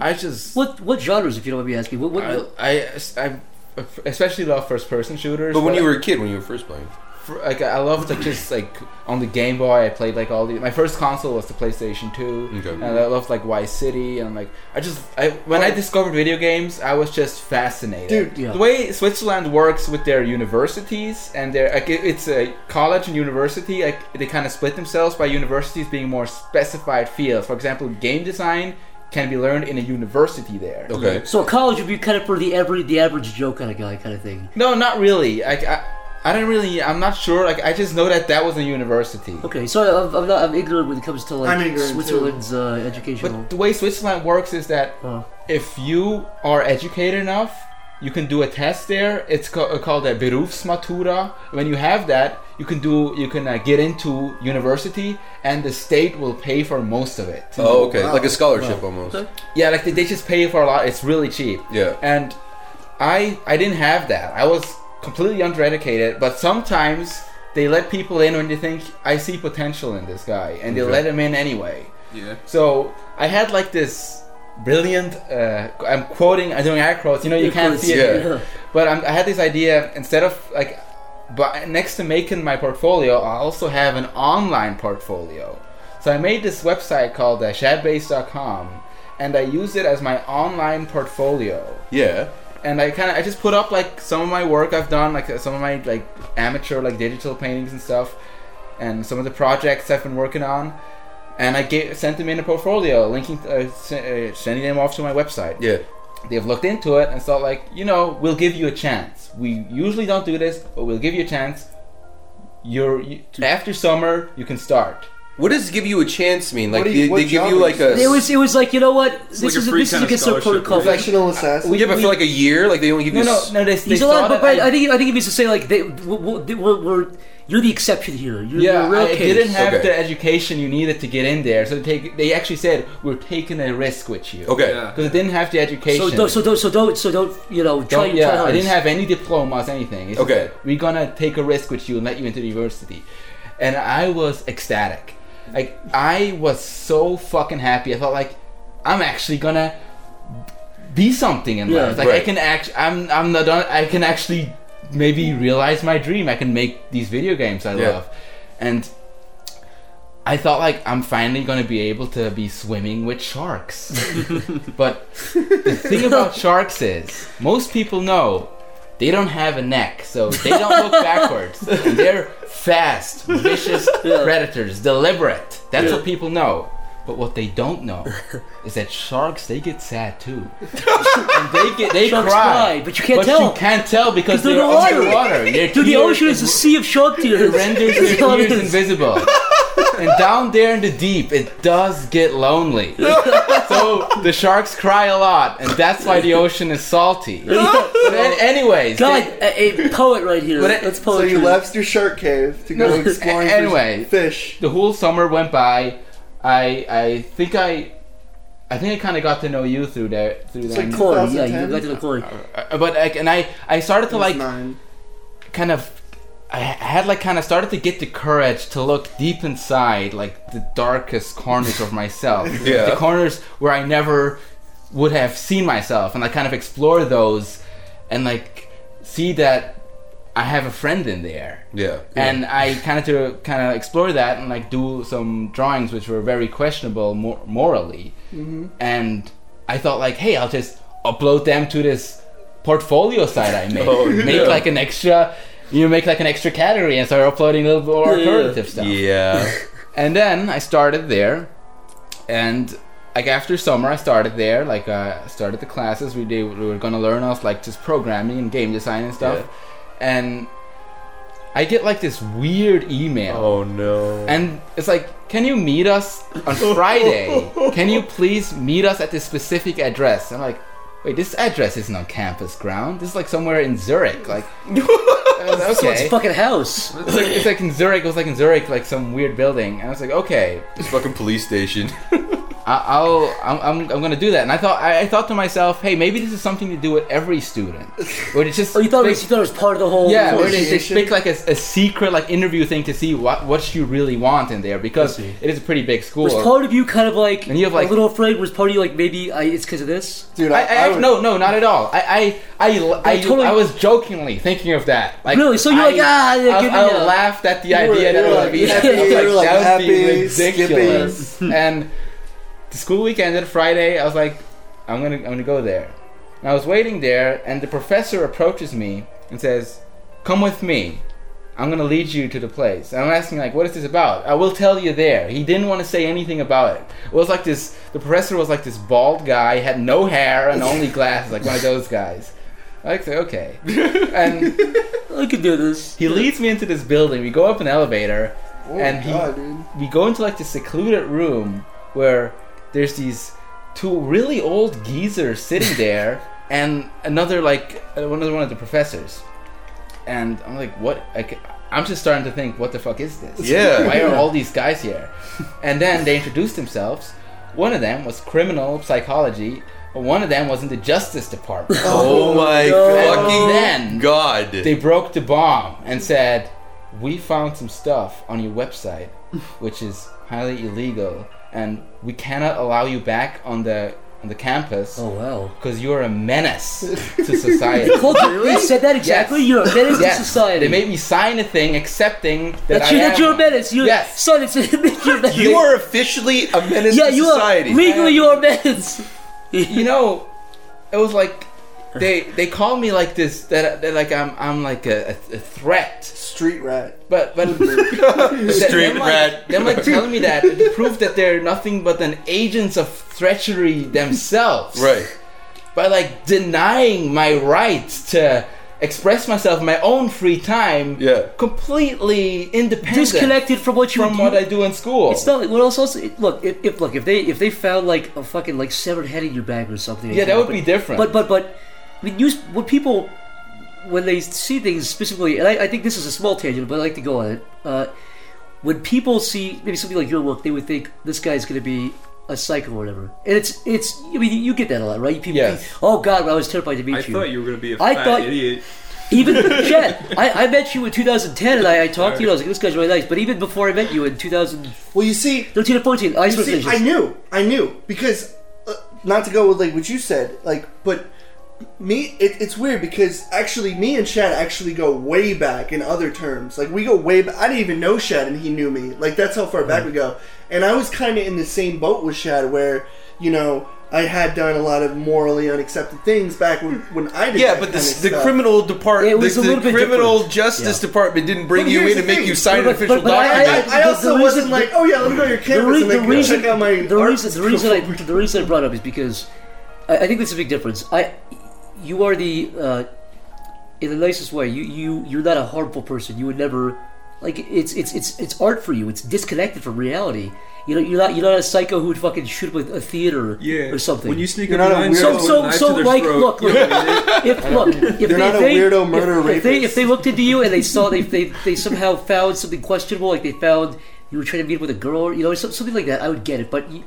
S3: i just
S7: What what genres, if you don't mind me asking? What, what,
S3: I, I, I especially love first person shooters
S5: But when you were a kid, when you were first playing,
S3: fr- like I loved like just like on the Game Boy I played like all the my first console was the PlayStation 2
S5: Okay.
S3: and I loved like Vice City and like I just I when I discovered video games I was just fascinated
S4: Dude,
S7: yeah.
S3: the way Switzerland works with their universities and their like it- it's a college and university like they kind of split themselves by universities being more specified fields for example game design can be learned in a university there
S5: okay.
S7: so college would be kind of for the average the average Joe kind of guy kind of thing.
S3: no not really like I I don't really I'm not sure like I just know that that was a university
S7: Okay, so I'm, I'm, not, I'm ignorant when it comes to like
S4: I'm ignorant,
S7: Switzerland's uh, educational.
S3: But the way Switzerland works is that
S7: Huh.
S3: if you are educated enough, you can do a test there. It's ca- uh, called a Berufsmatura. When you have that, you can do you can uh, get into university, and the state will pay for most of it.
S5: Oh, okay.
S4: Wow.
S5: Like a scholarship almost.
S7: Okay.
S3: Yeah, like they, they just pay for a lot. It's really cheap.
S5: Yeah.
S3: And I I didn't have that. I was completely undereducated. But sometimes they let people in when they think I see potential in this guy, and they
S5: Okay.
S3: let him in anyway.
S8: Yeah.
S3: So I had like this brilliant. Uh, I'm quoting. I'm doing air quotes. You know you can't see it,
S7: Yeah.
S3: but I'm, I had this idea instead of like, but next to making my portfolio, I also have an online portfolio. So I made this website called uh, shadbase.com, and I used it as my online portfolio
S5: Yeah.
S3: and I kind of I just put up like some of my work I've done, like uh, some of my like amateur like digital paintings and stuff, and some of the projects I've been working on, and I gave, sent them in a portfolio, linking uh, s- uh, sending them off to my website.
S5: Yeah.
S3: They've looked into it and thought like, you know, we'll give you a chance. We usually don't do this, but we'll give you a chance. You're you, after summer, you can start.
S5: What does give you a chance mean? Like
S4: do you-
S5: they,
S4: what
S5: they give
S4: job
S5: you
S4: are
S5: like
S4: you
S5: a
S7: It was it was like you know what this
S8: like a
S7: is
S8: free
S7: this is
S8: kind of
S7: against our
S8: scholarship.
S7: protocol.
S4: Professional assassin.
S5: yeah, but for like a year, like they only give
S3: No,
S5: you
S3: no,
S5: s-
S3: no. They, they
S7: He's
S3: saw
S7: allowed,
S3: that
S7: but, but I, think I think if he's to say like they, we're, we're, we're you're the exception here. You're
S3: Yeah,
S7: the real
S3: I
S7: case.
S3: didn't have
S5: Okay.
S3: the education you needed to get in there. So they, take, they actually said we're taking a risk with you.
S5: Okay.
S8: Yeah.
S3: Because I didn't have the education.
S7: so don't, so don't so don't so don't you know try
S3: Don't-
S7: try
S3: yeah,
S7: hard.
S3: I didn't have any diplomas, anything. It's just
S5: Okay.
S3: that we're gonna take a risk with you and let you into the university, and I was ecstatic. Like I was so fucking happy. I felt like I'm actually gonna be something in
S7: Yeah,
S3: life. Like I
S5: right.
S3: can act. I'm I'm not done. I can actually maybe realize my dream. I can make these video games I
S5: Yeah.
S3: love, and. I thought like I'm finally gonna be able to be swimming with
S7: [laughs]
S3: sharks, but the thing about sharks is most people know they don't have a neck, so they don't look
S7: [laughs]
S3: backwards. And they're fast, vicious predators, deliberate. That's what people know. But what they don't know is that sharks they get sad
S7: [laughs]
S3: too, and they get they
S7: Sharks
S3: cry,
S7: cry, but you can't
S3: but
S7: tell.
S3: you can't tell because
S7: they're
S3: they're
S7: underwater.
S3: underwater. Their
S7: Dude, the
S3: tears-
S7: ocean is a sea of shark
S3: [laughs]
S7: tears.
S3: it
S7: [laughs]
S3: renders your ears invisible. And down there in the deep, it does get lonely. so the sharks cry a lot, and that's why the ocean is salty. But an- anyways,
S7: God,
S3: they-
S7: a, a poet right here.
S3: But it-
S7: That's
S4: so
S7: poetry.
S4: you left your shark cave to go
S3: No,
S4: [laughs] exploring
S3: a-
S4: for
S3: anyway.
S4: fish.
S3: the whole summer went by. I I think I I think I kind of got to know you through that through
S4: like
S3: that.
S4: cool.
S7: Corey, yeah, you
S4: 2010?
S7: got to the Corey.
S3: Uh, but like, and I I started to like
S4: nine.
S3: kind of I had like kind of started to get the courage to look deep inside, like the darkest corners of myself,
S5: [laughs] Yeah.
S3: the corners where I never would have seen myself, and I kind of explore those, and like see that I have a friend in there,
S5: Yeah.
S3: and I kind of to kind of explore that and like do some drawings which were very questionable mor- morally,
S5: Mm-hmm.
S3: and I thought like, hey, I'll just upload them to this portfolio site I made,
S5: [laughs] Oh,
S3: make
S5: no.
S3: like an extra, you make like an extra category and start uploading a little more alternative stuff.
S5: Yeah.
S4: [laughs]
S3: And then I started there, and like after summer, I started there. Like uh, I started the classes. We did. We were gonna learn off like just programming and game design and stuff. And I get like this weird email.
S5: Oh no.
S3: And it's like, can you meet us on
S5: [laughs]
S3: Friday? can you please meet us at this specific address? I'm like, wait, this address isn't on campus ground. This is like somewhere in Zurich.
S5: [laughs]
S3: Like, I was,
S7: Someone's
S3: okay.
S7: fucking house.
S3: It's like, it's like in Zurich. It was like in Zurich, like some weird building. And I was like, okay,
S5: This fucking police
S4: [laughs]
S5: station.
S3: I- I'll I'm, I'm, I'm gonna do that. And I thought I, I thought to myself, hey, maybe this is something to do with every student. Where it's just
S7: [laughs] Oh, you thought it was,
S3: they-
S7: you thought it was part of the whole.
S3: yeah, where
S7: whole-
S3: they, they
S4: Association?
S3: pick like a, a secret like interview thing to see what what you really want in there because it is a pretty big school.
S7: was part of you kind of like,
S3: And you have, like-
S7: a little afraid? Was part of you like maybe I, it's because of this?
S4: dude.
S3: I,
S4: I,
S3: I, act-
S4: would-
S3: no, no, not at all. I, I, I, I, I,
S7: totally-
S3: was jokingly thinking of that. Like,
S7: Really? So you're
S3: I-
S7: like, ah,
S3: I,
S7: yeah, good
S3: I,
S7: idea.
S3: laughed at the
S4: were-
S3: idea that
S4: you
S3: it
S4: were
S3: would be
S4: like
S3: happy. I was
S4: happy, you were
S3: like,
S4: like
S3: that would be
S4: happy,
S3: ridiculous. and the school weekend ended Friday. I was like, I'm gonna, I'm gonna go there. And I was waiting there, and the professor approaches me and says, "Come with me." I'm gonna lead you to the place. And I'm asking like, what is this about? I will tell you there. He didn't want to say anything about it. It was like this. The professor was like this bald guy, had no hair and only glasses, like one of those guys. I like say
S7: [laughs]
S3: okay, and
S7: I could do this.
S3: he leads me into this building. We go up an elevator,
S4: Oh
S3: and
S4: my
S3: he,
S4: God, dude.
S3: we go into like this secluded room where there's these two really old geezers sitting
S4: [laughs]
S3: there and another like another one of the professors and i'm like what like i'm just starting to think what the fuck is this
S5: Yeah.
S3: why are all these guys here and then they introduced themselves one of them was criminal psychology one of them was in the justice department
S5: Oh my fucking
S3: Then-
S5: god.
S3: they broke the bomb and said, "We found some stuff on your website, which is highly illegal, and we cannot allow you back on the on the campus
S7: Oh wow.
S3: because you are a menace
S5: [laughs]
S3: to society."
S7: They said that exactly.
S3: Yes.
S7: You're a menace
S3: Yes,
S7: to society.
S3: They made me sign a thing accepting that,
S7: that,
S3: I
S7: you,
S3: am.
S7: that you're a menace. You,
S3: Yes.
S7: son, it's that you're a [laughs] menace.
S5: you are officially a menace
S7: Yeah,
S5: to
S7: you
S5: society.
S7: are legally you're a menace.
S3: you know, it was like. They they call me like this that, that like I'm I'm like a, a, a threat
S4: Street rat.
S3: But but
S7: [laughs]
S5: Straight
S3: them,
S5: rat.
S3: Like, them like telling me that to prove that they're nothing but an agents of treachery themselves.
S5: Right.
S3: By like denying my right to express myself in my own free time.
S5: Yeah.
S3: Completely independent.
S7: Disconnected from what you
S3: from
S7: do.
S3: what I do in school.
S7: It's not. What else? Also, it- look. If, if look, if they if they found like a fucking like severed head in your bag or something.
S3: Yeah, that would be different.
S7: But but but, I mean, you when people when they see things specifically, and I, I think this is a small tangent, but I like to go on it. Uh, when people see maybe something like your work, they would think this guy's going to be a psycho or whatever. And it's it's. I mean, you get that a lot, right? People
S3: Yes.
S7: think, oh God, I was terrified to meet
S8: I
S7: you.
S8: thought you were gonna be a
S7: I
S8: fat
S7: thought-
S8: idiot.
S7: [laughs] Even
S8: [laughs]
S7: Chad, I, I met you in 2010, and I, I talked to you. and I was like, this guy's really nice. But even before I met you in 2013
S4: Well, you see,
S7: or 14, I
S4: You
S7: was
S4: see, I knew, I knew, because uh, not to go with like what you said, like, but me, it, it's weird because actually, me and Shad actually go way back in other terms. Like, we go way back. I didn't even know Shad, and he knew me. Like, that's how far back
S3: Mm.
S4: we go. And I was kind of in the same boat with Shad, where you know I had done a lot of morally unaccepted things back when, when I did.
S5: Yeah,
S4: that
S5: but
S4: kinda
S5: the, the
S4: stuff.
S5: criminal department,
S7: It was
S5: the,
S7: a
S5: the
S7: little bit
S5: criminal
S7: different.
S5: justice department didn't bring
S4: But
S5: you
S4: here's
S5: in and
S4: the
S5: make
S4: thing.
S5: you sign
S7: But-
S5: an official
S7: but- but I-
S5: document.
S4: I, I
S7: the-
S4: also
S7: the
S4: wasn't
S7: reason-
S4: like, oh yeah, let me go to your
S7: the,
S4: campus
S7: re-
S4: and
S7: the
S4: like,
S7: reason,
S4: check out my
S7: the
S4: art
S7: reason, the reason, I, the reason I brought up is because I, I think that's a big difference. I, you are the, uh, in the nicest way. You, you, you're not a harmful person. You would never, like, it's, it's, it's, it's art for you. It's disconnected from reality. You know, you're not, you're not a psycho who would fucking shoot up a, a theater
S8: Yeah.
S7: or something.
S8: When you sneak
S4: You're
S8: up
S4: not a
S8: behind
S4: weirdo.
S8: someone
S7: so,
S8: with a
S7: so,
S8: knife to
S7: so,
S8: their
S7: like,
S8: throat,
S7: look,
S8: you
S7: look.
S8: know what I mean?
S7: if look, if they,
S4: not
S7: if
S4: a
S7: they,
S4: weirdo
S7: if-
S4: murder
S7: if, they
S4: rapist.
S7: if they looked into you and they saw they they, they somehow found something questionable, like they found you were trying to meet up with a girl, or, you know, some- something like that, I would get it. But you,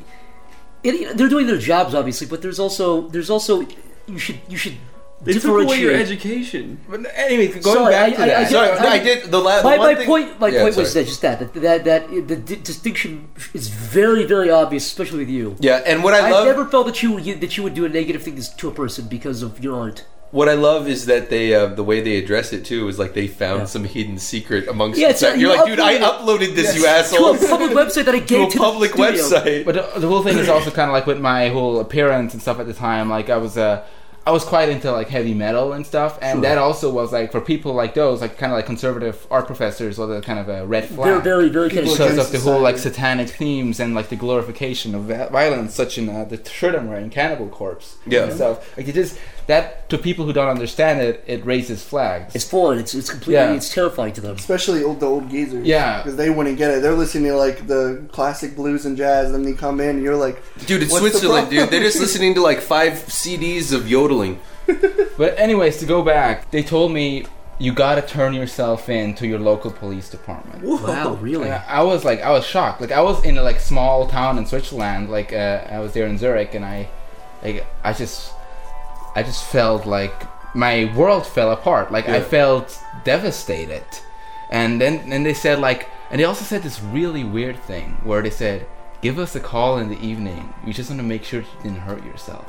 S7: it, you know, they're doing their jobs, obviously. But there's also there's also you should you should
S8: They took away your
S7: differentiate.
S8: education.
S3: but anyway, going
S7: Sorry,
S3: back to
S7: I- I-
S3: that.
S7: I
S5: Sorry,
S7: I-
S5: no, I did the last.
S7: My,
S5: one
S7: my
S5: thing,
S7: point my
S5: Yeah,
S7: point was
S5: sorry.
S7: that just that that that, that the di- distinction is very very obvious, especially with you.
S5: Yeah, and what I
S7: I've
S5: love,
S7: never felt that you, you that you would do a negative thing to a person because of your art.
S5: what I love is that they, uh, the way they address it too, is like they found some hidden secret amongst.
S7: Yeah,
S5: Yeah,
S7: it's- you
S5: you're like, dude, I
S7: uploaded
S5: uploaded this, [laughs] you
S7: to
S5: asshole,
S7: a public website that I
S5: to
S7: gave
S5: a
S7: to
S5: public
S7: the studio.
S5: website.
S3: But the, the whole thing is also kind of like with my whole appearance and stuff at the time. Like I was Uh, I was quite into like heavy metal and stuff, and that also was like for people like those, like kind of like conservative art professors, was a kind of a red flag.
S7: Very, very, very kind of
S4: People
S3: because
S4: against
S3: of the whole like
S4: society.
S3: satanic themes and like the glorification of vi- violence, such in uh, the shirt I'm wearing, Cannibal Corpse,
S5: Yeah.
S3: and stuff. Like it just that to people who don't understand it, it raises flags.
S7: It's foreign. It's it's completely
S3: Yeah.
S7: it's terrifying to them.
S4: especially old, the old geezers.
S3: Yeah.
S4: because they wouldn't get it. They're listening to like the classic blues and jazz, and they come in, and you're like,
S5: Dude,
S4: What's
S5: it's
S4: the
S5: Switzerland,
S4: problem?
S5: dude. They're
S4: [laughs]
S5: just listening to like five CDs of yodeling.
S3: But anyways, to go back, they told me you gotta turn yourself in to your local police department.
S7: Wow, really?
S3: And I was like, I was shocked. Like I was in a like small town in Switzerland. Like uh, I was there in Zurich, and I, like I just, I just felt like my world fell apart. Like I felt devastated. And then and they said like, and they also said this really weird thing where they said, give us a call in the evening. We just want to make sure you didn't hurt yourself.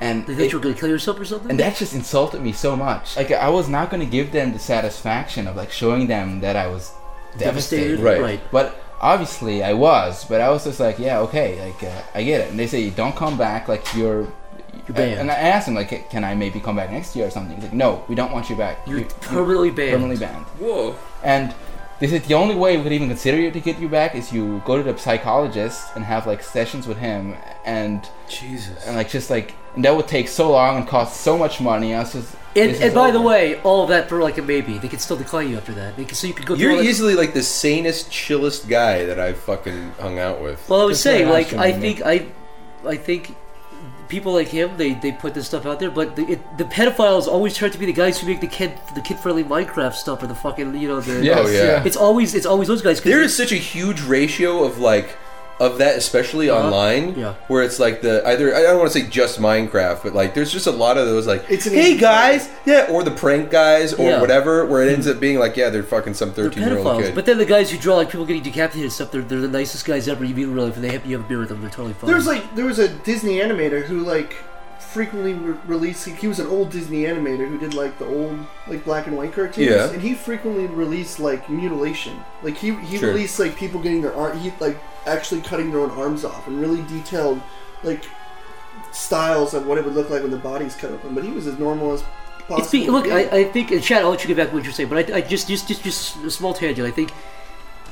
S3: And
S7: They think
S3: it-
S7: you're gonna kill yourself or something?
S3: and that just insulted me so much. Like I was not going to give them the satisfaction of like showing them that I was devastated.
S5: Right.
S7: right.
S3: But obviously I was. But I was just like, yeah, okay, like uh, I get it. And they say, don't come back. Like you're.
S7: You're banned.
S3: And I asked him, like, can I maybe come back next year or something? He's like, no, we don't want you back.
S7: You're permanently banned.
S3: Permanently banned.
S5: Whoa.
S3: And they said the only way we could even consider you to get you back is you go to the psychologist and have like sessions with him and
S5: Jesus.
S3: and like just like and that would take so long and cost so much money. I was just
S7: And,
S3: this
S7: and
S3: is
S7: by the
S3: over.
S7: way, all of that for like a maybe. They could still decline you after that. They could, so you could go.
S5: You're
S7: through all that-
S5: easily like the sanest, chillest guy that I've fucking hung out with.
S7: Well, I was
S3: That's what
S7: saying,
S3: I
S7: like,
S3: asked
S7: I
S3: him,
S7: think I, I think people like him, they, they put this stuff out there, but the, it, the pedophiles always try to be the guys who make the kid the kid friendly Minecraft stuff or the fucking you know the
S3: Yes,
S5: Oh, yeah.
S3: yeah.
S7: It's always it's always those guys. 'cause
S5: There
S7: they-
S5: is such a huge ratio of like of that, especially online,
S7: Uh-huh. Yeah.
S5: where it's like the either I don't want to say just Minecraft, but like there's just a lot of those like,
S4: It's an
S5: hey
S4: easy-
S5: guys, yeah, or the prank guys or
S7: Yeah. Hmm.
S5: whatever, where it ends up being like, yeah, they're fucking some
S7: they're
S5: thirteen year old
S7: pedophiles,
S5: kid.
S7: but then the guys who draw like people getting decapitated and stuff, they're, they're the nicest guys ever. You meet in real life, and they have you have a beer with them. They're totally fine.
S4: there's like there was a Disney animator who like frequently re- released. He was an old Disney animator who did like the old like black and white cartoons,
S5: Yeah.
S4: and he frequently released like mutilation. Like he he
S5: Sure.
S4: released like people getting their arm, he like actually cutting their own arms off, and really detailed like styles of what it would look like when the body's cut open. But he was as normal as possible.
S7: It's be, look,
S4: Yeah.
S7: I, I think, and Chad, I'll let you get back to what you're saying, but I, I just, just, just, just a small tangent. I think,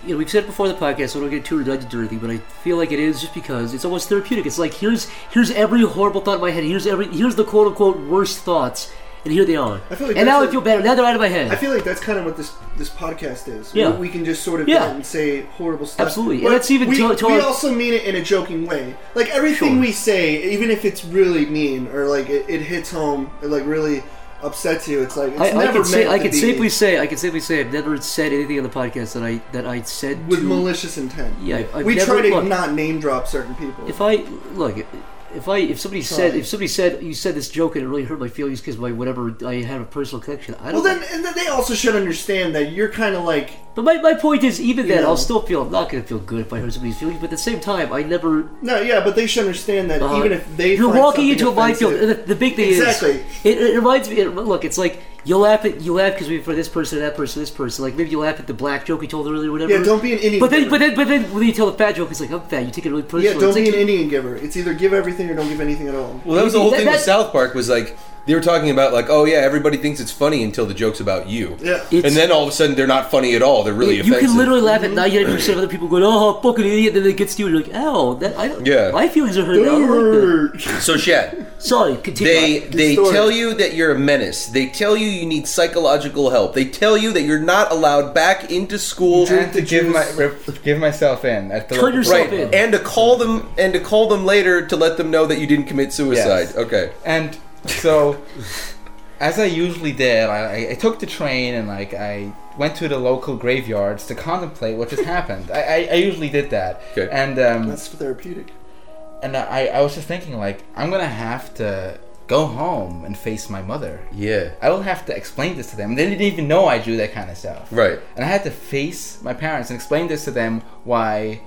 S7: you know, we've said it before the podcast, so I don't get too redundant or anything, but I feel like it is just because it's almost therapeutic. It's like here's here's every horrible thought in my head. Here's every here's the quote unquote worst thoughts, and here they are.
S4: I feel like that's
S7: and now I
S4: like-
S7: feel better. Now they're out of my head.
S4: I feel like that's kind of what this this podcast is.
S7: Yeah.
S4: we, we can just sort of
S7: Yeah.
S4: get and say horrible stuff.
S7: Absolutely. And
S4: But
S7: that's even
S4: we,
S7: to- to
S4: we
S7: our-
S4: also mean it in a joking way. Like everything
S7: Sure.
S4: we say, even if it's really mean or like it, it hits home, it like really upsets you. It's like it's
S7: I,
S4: never
S7: I can
S4: meant
S7: say, I
S4: to
S7: can
S4: be
S7: safely say, I can safely say, I've never said anything on the podcast that I that I said
S4: with
S7: to-
S4: malicious intent.
S7: Yeah, I've- I've
S4: we
S7: never-
S4: try to
S7: look.
S4: not name drop certain people.
S7: If I look, if I if somebody said if somebody said you said this joke and it really hurt my feelings because my whatever I had a personal connection. I
S4: well,
S7: don't.
S4: then and then they also should understand that you're kind of like
S7: But my, my point is, even then,
S4: Yeah.
S7: I'll still feel I'm not going to feel good if I hurt somebody's feelings. But at the same time, I never.
S4: no, yeah, but they should understand that
S7: uh,
S4: even if they
S7: you're
S4: find
S7: walking into a
S4: something
S7: minefield.
S4: offensive-
S7: and The, the big thing
S4: Exactly.
S7: is, it, it reminds me. It, look, it's like you laugh at you laugh because we for this person, that person, this person. Like maybe you laugh at the black joke we told earlier, or whatever.
S4: yeah, don't be an Indian.
S7: But then,
S4: giver.
S7: but then, but then, when you tell the fat joke, it's like I'm fat. You take it really personally.
S4: yeah, don't
S7: it's
S4: be
S7: like,
S4: an Indian giver. It's either give everything or don't give anything at all.
S5: Well, that was the whole
S7: That-
S5: thing with
S7: that-
S5: South Park was like they were talking about like, oh yeah, everybody thinks it's funny until the joke's about you.
S4: Yeah.
S7: It's-
S5: and then all of a sudden they're not funny at all. They're really
S7: you
S5: offensive. Mm-hmm.
S7: can literally laugh at 99 percent of other people going, "Oh, fucking idiot!" Then it gets to you, and you're like, "Oh, that I don't."
S5: Yeah.
S7: My feelings are hurt. now. I don't like
S5: so Shad,
S7: that." Sorry, continue.
S5: they they
S4: distort.
S5: tell you that you're a menace. They tell you you need psychological help. They tell you that you're not allowed back into school.
S3: and to give my rip, give myself in at the
S7: Turn
S3: local-
S7: yourself-
S5: right,
S7: in.
S5: and to call them and to call them later to let them know that you didn't commit suicide.
S3: Yes.
S5: Okay,
S3: and so as I usually did, I, I- I took the train and like I went to the local graveyards to contemplate what just happened. I, I, I usually did that,
S5: Okay.
S3: and um,
S4: That's therapeutic.
S3: and I, I was just thinking like I'm gonna have to go home and face my mother.
S5: yeah,
S3: I will have to explain this to them. They didn't even know I do that kind of stuff.
S5: right.
S3: and I had to face my parents and explain this to them why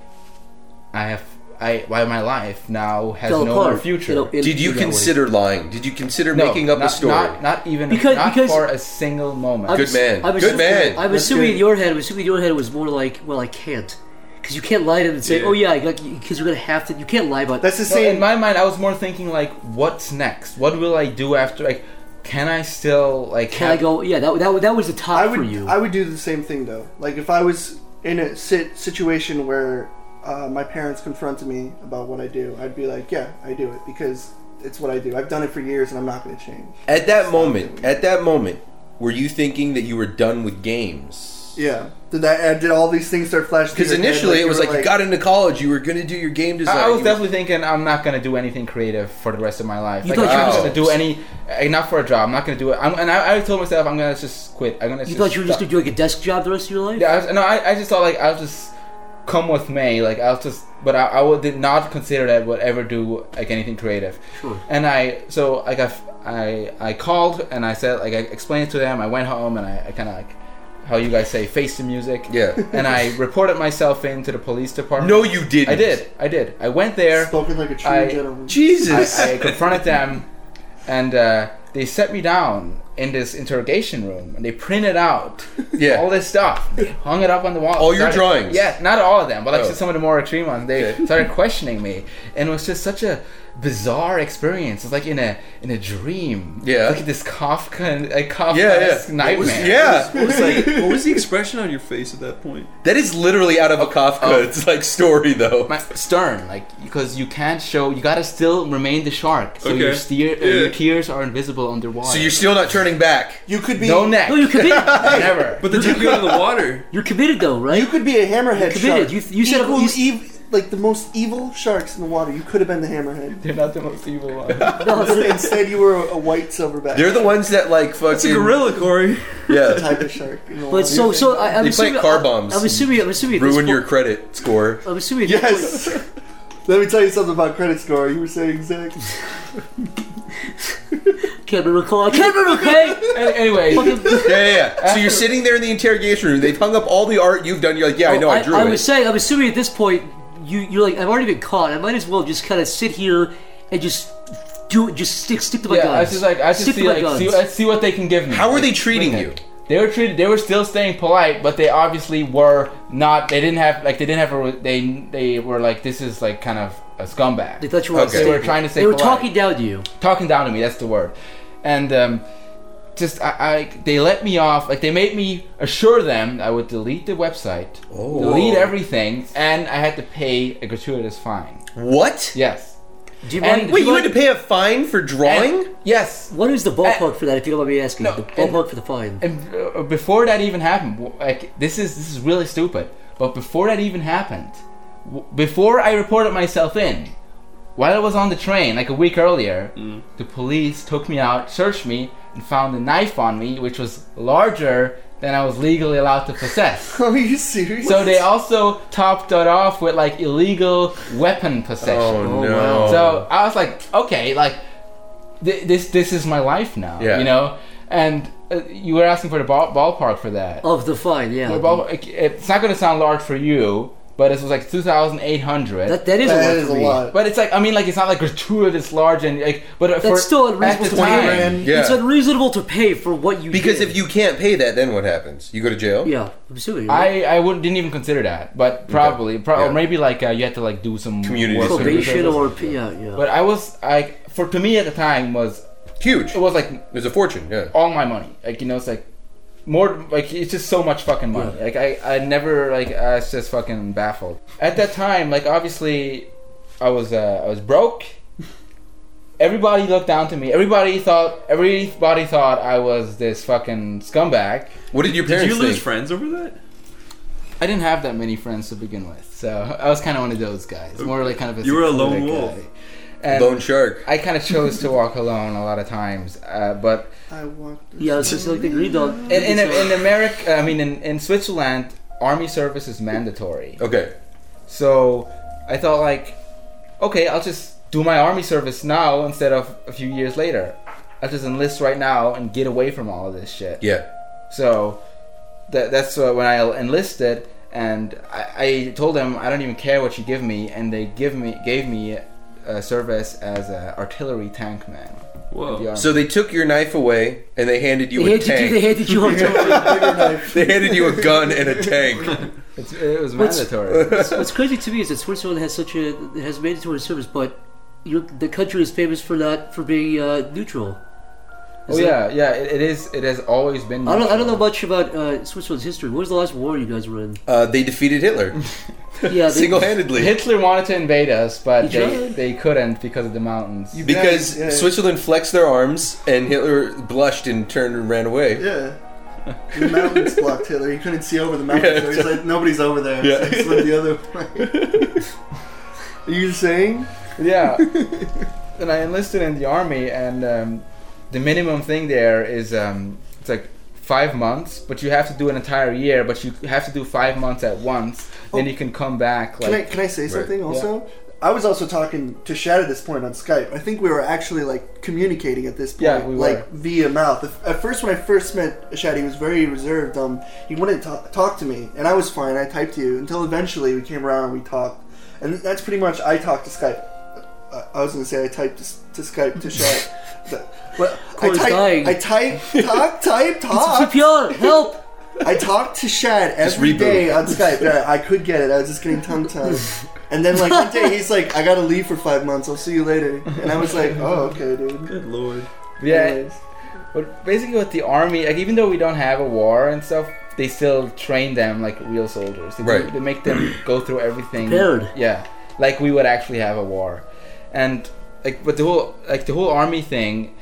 S3: I have I why my life now has
S7: Fell
S3: no
S7: apart,
S3: more future.
S7: you know, in-
S5: Did you
S7: in that way.
S5: consider lying? Did you consider
S3: No,
S5: making up
S3: not,
S5: a story?
S3: Not, not even
S7: Because-
S3: not
S7: because-
S3: for a single moment.
S7: I'm
S5: Good
S7: ass-
S5: man.
S7: I'm
S5: Good
S7: assuming-
S5: man.
S7: I'm
S4: That's
S7: assuming
S4: good.
S7: in your head. I'm assuming in your head it was more like, well, I can't, because you can't lie to them and say,
S5: Yeah.
S7: oh yeah, because you're gonna have to. You can't lie about.
S4: That's the
S3: So in
S4: same.
S3: my mind, I was more thinking like, what's next? What will I do after? Like, can I still like?
S7: can I go? Yeah, that, that, that was the top
S4: I
S7: for
S4: would.
S7: you.
S4: I would do the same thing though. Like if I was in a sit situation where uh, my parents confronted me about what I do, I'd be like, "Yeah, I do it because it's what I do. I've done it for years, and I'm not going to change.
S5: At that moment, at that moment, were you thinking that you were done with games?
S4: Yeah. Did that? uh, Did all these things start flashing?
S5: Because initially it was like, you got into college, you were going to do your game design.
S3: I, I was
S5: you were-
S3: definitely thinking I'm not gonna do anything creative for the rest of my life.
S7: You
S3: like,
S7: thought you
S3: I'm
S7: were
S3: not gonna
S5: just-
S3: do any uh, not for a job. I'm not gonna do it. I'm, and I, I told myself I'm gonna just quit. I'm gonna.
S7: You thought you were just gonna do like a desk job the rest of your life?
S3: Yeah, I was, no, I, I just thought like I'll just come with me, like I'll just. But I, I would- did not consider that I would ever do like anything creative.
S7: Sure.
S3: And I so like I f- I I called and I said like I explained to them. I went home and I, I kind of like how you guys say face the music.
S5: Yeah.
S3: And I reported myself into the police department.
S5: No, you didn't.
S3: I did. I did. I went there.
S4: spoken like a true
S3: I-
S4: gentleman.
S3: [laughs]
S5: Jesus.
S3: I, I confronted them, and uh, they set me down in this interrogation room, and they printed out
S5: Yeah.
S3: all this stuff, They hung it up on the wall.
S5: All your
S3: Started-
S5: drawings?
S3: Yeah, not all of them, but like
S5: Oh.
S3: just some of the more extreme ones. They
S5: Okay.
S3: started questioning me, and it was just such a bizarre experience. It's like in a in a dream.
S5: Yeah.
S3: like this Kafka, a Kafka
S5: yeah, yeah.
S3: nightmare.
S5: yeah.
S8: What was, like, what was the expression on your face at
S7: [laughs]
S8: that point?
S5: That is literally out of a Kafka it's like story though.
S3: My, stern, like because you can't show, you gotta still remain the shark. So
S8: Okay.
S3: your, steer, uh,
S8: Yeah.
S3: your tears are invisible underwater.
S5: so you're still not turning back.
S4: You could be.
S3: no neck.
S7: No, you're committed.
S3: [laughs] Never.
S8: But then you go to the water.
S7: you're committed though, right?
S4: You could be a hammerhead
S7: committed.
S4: shark.
S7: You- you said-
S4: Equal-
S7: you s-
S4: ev- like the most evil sharks in the water. You could have been the hammerhead.
S3: They're not the most evil ones.
S4: Instead, you were a, a white silverback.
S5: They're the ones that like fucking
S8: It's a gorilla, Corey.
S5: Yeah.
S4: type of shark. in the water.
S7: [laughs] but so so I, I'm
S5: They
S7: assuming
S5: plant car bombs.
S7: I'm assuming I'm assuming at this
S5: Ruin your
S7: point-
S5: credit score.
S7: I'm assuming at this point-
S4: Yes. [laughs] Let me tell you something about credit score. You were saying Zach.
S7: Can't be recall. Can't
S5: [laughs]
S7: be okay.
S3: An- anyway,
S5: Yeah, yeah, yeah. So you're sitting there in the interrogation room. They've hung up all the art you've done. You're like, yeah, I know, I, drew
S7: Oh, I,
S5: it.
S7: was saying. I'm assuming at this point you you're like I've already been caught. I might as well just kind of sit here and just do just stick stick to my
S3: yeah,
S7: guns.
S3: I was just like I just
S7: stick to
S3: see
S7: my
S3: like
S7: guns.
S3: see, I see what they can give me.
S5: How were
S3: Like,
S5: they treating
S3: wing
S5: you?
S3: it. They were treated. They were still staying polite, but they obviously were not. They didn't have like they didn't have a. They they were like this is like kind of a scumbag.
S7: they thought you were
S5: Okay.
S7: on
S3: They were
S7: stage.
S3: trying to stay
S7: They were
S3: polite.
S7: talking down to you.
S3: talking down to me. That's the word. And um, just I, I they let me off. Like they made me assure them I would delete the website,
S5: Oh.
S3: delete everything, and I had to pay a gratuitous fine.
S5: what?
S3: Yes.
S7: Do you
S3: And-
S7: mind?
S5: Wait,
S7: do
S5: you
S7: you
S5: had to
S7: mind-
S5: pay a fine for drawing?
S3: And- yes.
S7: What is the ballpark for that? If you don't mind me asking,
S3: No,
S7: the
S3: and-
S7: ballpark for the fine.
S3: and uh, before that even happened, w- like this is this is really stupid. But before that even happened, w- before I reported myself in, while I was on the train like a week earlier, the police took me out, searched me, and found a knife on me, which was larger than I was legally allowed to
S4: [laughs]
S3: possess.
S4: Are you serious?
S3: so they also topped that off with like illegal weapon possession.
S5: Oh, no.
S3: So I was like, okay, like th- this this is my life now,
S5: Yeah.
S3: you know. And uh, you were asking for the ball- ballpark for that.
S7: Of the fine, yeah.
S3: The ball- it- it's not going to sound large for you, but it was like two thousand eight hundred.
S7: that, that is a lot.
S4: [laughs] that is
S7: for
S4: a
S7: me.
S4: lot.
S3: but it's like I mean, like it's not like gratuitous large and like, but uh, for
S7: That's still
S3: at the
S7: unreasonable.
S3: time,
S7: to pay.
S5: Yeah.
S7: It's unreasonable to pay for what you
S5: Because
S7: did.
S5: if you can't pay that, then what happens? You go to jail?
S7: yeah, I'm assuming. Right?
S3: I I wouldn't didn't even consider that, but probably pro-
S5: Yeah.
S3: or maybe like uh, you had to like do some
S5: Community
S3: work or
S7: probation
S3: service.
S7: or yeah, yeah.
S3: But I was like, for to me at the time was
S5: Huge.
S3: it was like
S5: There's a fortune, yeah.
S3: all my money. Like you know, it's like more like it's just so much fucking money. Like I, I never like I was just fucking baffled at that time. Like obviously, I was uh, I was broke.
S8: [laughs]
S3: Everybody looked down to me. Everybody thought everybody thought I was this fucking scumbag.
S5: What did your
S8: Did
S5: parents
S8: you lose
S5: think?
S8: friends over that?
S3: I didn't have that many friends to begin with, so I was kind of one of those guys, more like kind of a
S8: You were a lone
S3: secluded
S8: wolf.
S3: guy. And
S5: Lone shark.
S3: I kind of chose to walk alone a lot of times, uh, but
S4: I want.
S7: [laughs]
S4: this
S7: yeah, it's just like the green dog.
S3: in in, in America, I mean, in, in Switzerland, army service is mandatory.
S5: Okay.
S3: So I thought like, okay, I'll just do my army service now instead of a few years later. I'll just enlist right now and get away from all of this shit.
S5: Yeah.
S3: So that, that's uh, when I enlisted, and I, I told them I don't even care what you give me, and they give me gave me a service as an artillery tank man.
S8: Whoa.
S3: Yeah.
S5: So they took your knife away and they handed you
S7: They
S5: a
S7: hated you. They
S5: tank.
S3: [laughs]
S7: hated you. on-
S4: bigger knife.
S5: They handed you a gun and
S4: [laughs]
S5: a tank.
S3: It's, it was
S7: [laughs]
S3: mandatory.
S7: What's crazy to me is that Switzerland has such a it has mandatory service, but you the country is famous for not for being uh, neutral.
S3: oh
S7: Is it-
S3: yeah, yeah. It, it is. It has always been.
S7: I don't, I don't
S3: neutral. [laughs]
S7: know much about uh, Switzerland's history. What was the last war you guys were in?
S5: Uh, they defeated Hitler.
S7: Yeah, they- [laughs]
S5: single-handedly
S3: Hitler wanted to invade us, but
S7: He
S3: they,
S7: tried.
S3: they couldn't because of the mountains.
S5: because
S4: Yeah, yeah.
S5: Switzerland flexed their arms and Hitler blushed and turned and ran away.
S4: Yeah. The mountains blocked Hitler. He couldn't see over the mountains.
S5: Yeah,
S4: so he's like, nobody's over there.
S5: Yeah.
S4: So he slid the other way. Are you saying?
S3: yeah. [laughs] and I enlisted in the army, and um, the minimum thing there is um, it's like five months, but you have to do an entire year, but you have to do five months at once. Then
S4: Oh.
S3: you can come back.
S4: Can I
S3: Like,
S4: can I say something also? I was also talking to Shad at this point on Skype. I think we were actually like communicating at this point,
S3: Yeah, we were.
S4: like via mouth. At- At first, when I first met Shad, he was very reserved. Um, he wouldn't talk, talk to me, and I was fine. I typed to you until eventually we came around and we talked, and that's pretty much I talked to Skype. Uh, I was gonna say I typed to, s- to Skype to
S3: [laughs]
S4: Shad, but, but I
S7: Corey's
S4: type,
S7: dying.
S4: I type,
S3: [laughs]
S4: talk, type, talk.
S7: CPR, help!
S4: I talked to Shad every
S5: reboot.
S4: day on Skype. Yeah, I could get it. I was just getting tongue tied. And then like one day he's like, "I gotta leave for five months. I'll see you later." And I was like, "Oh, okay, dude."
S8: Good lord.
S3: yeah. But basically, with the army, like even though we don't have a war and stuff, they still train them like real soldiers. They, do-
S5: Right.
S3: they make them go through everything.
S7: Prepared.
S3: Yeah, like we would actually have a war, and like but the whole like the whole army thing,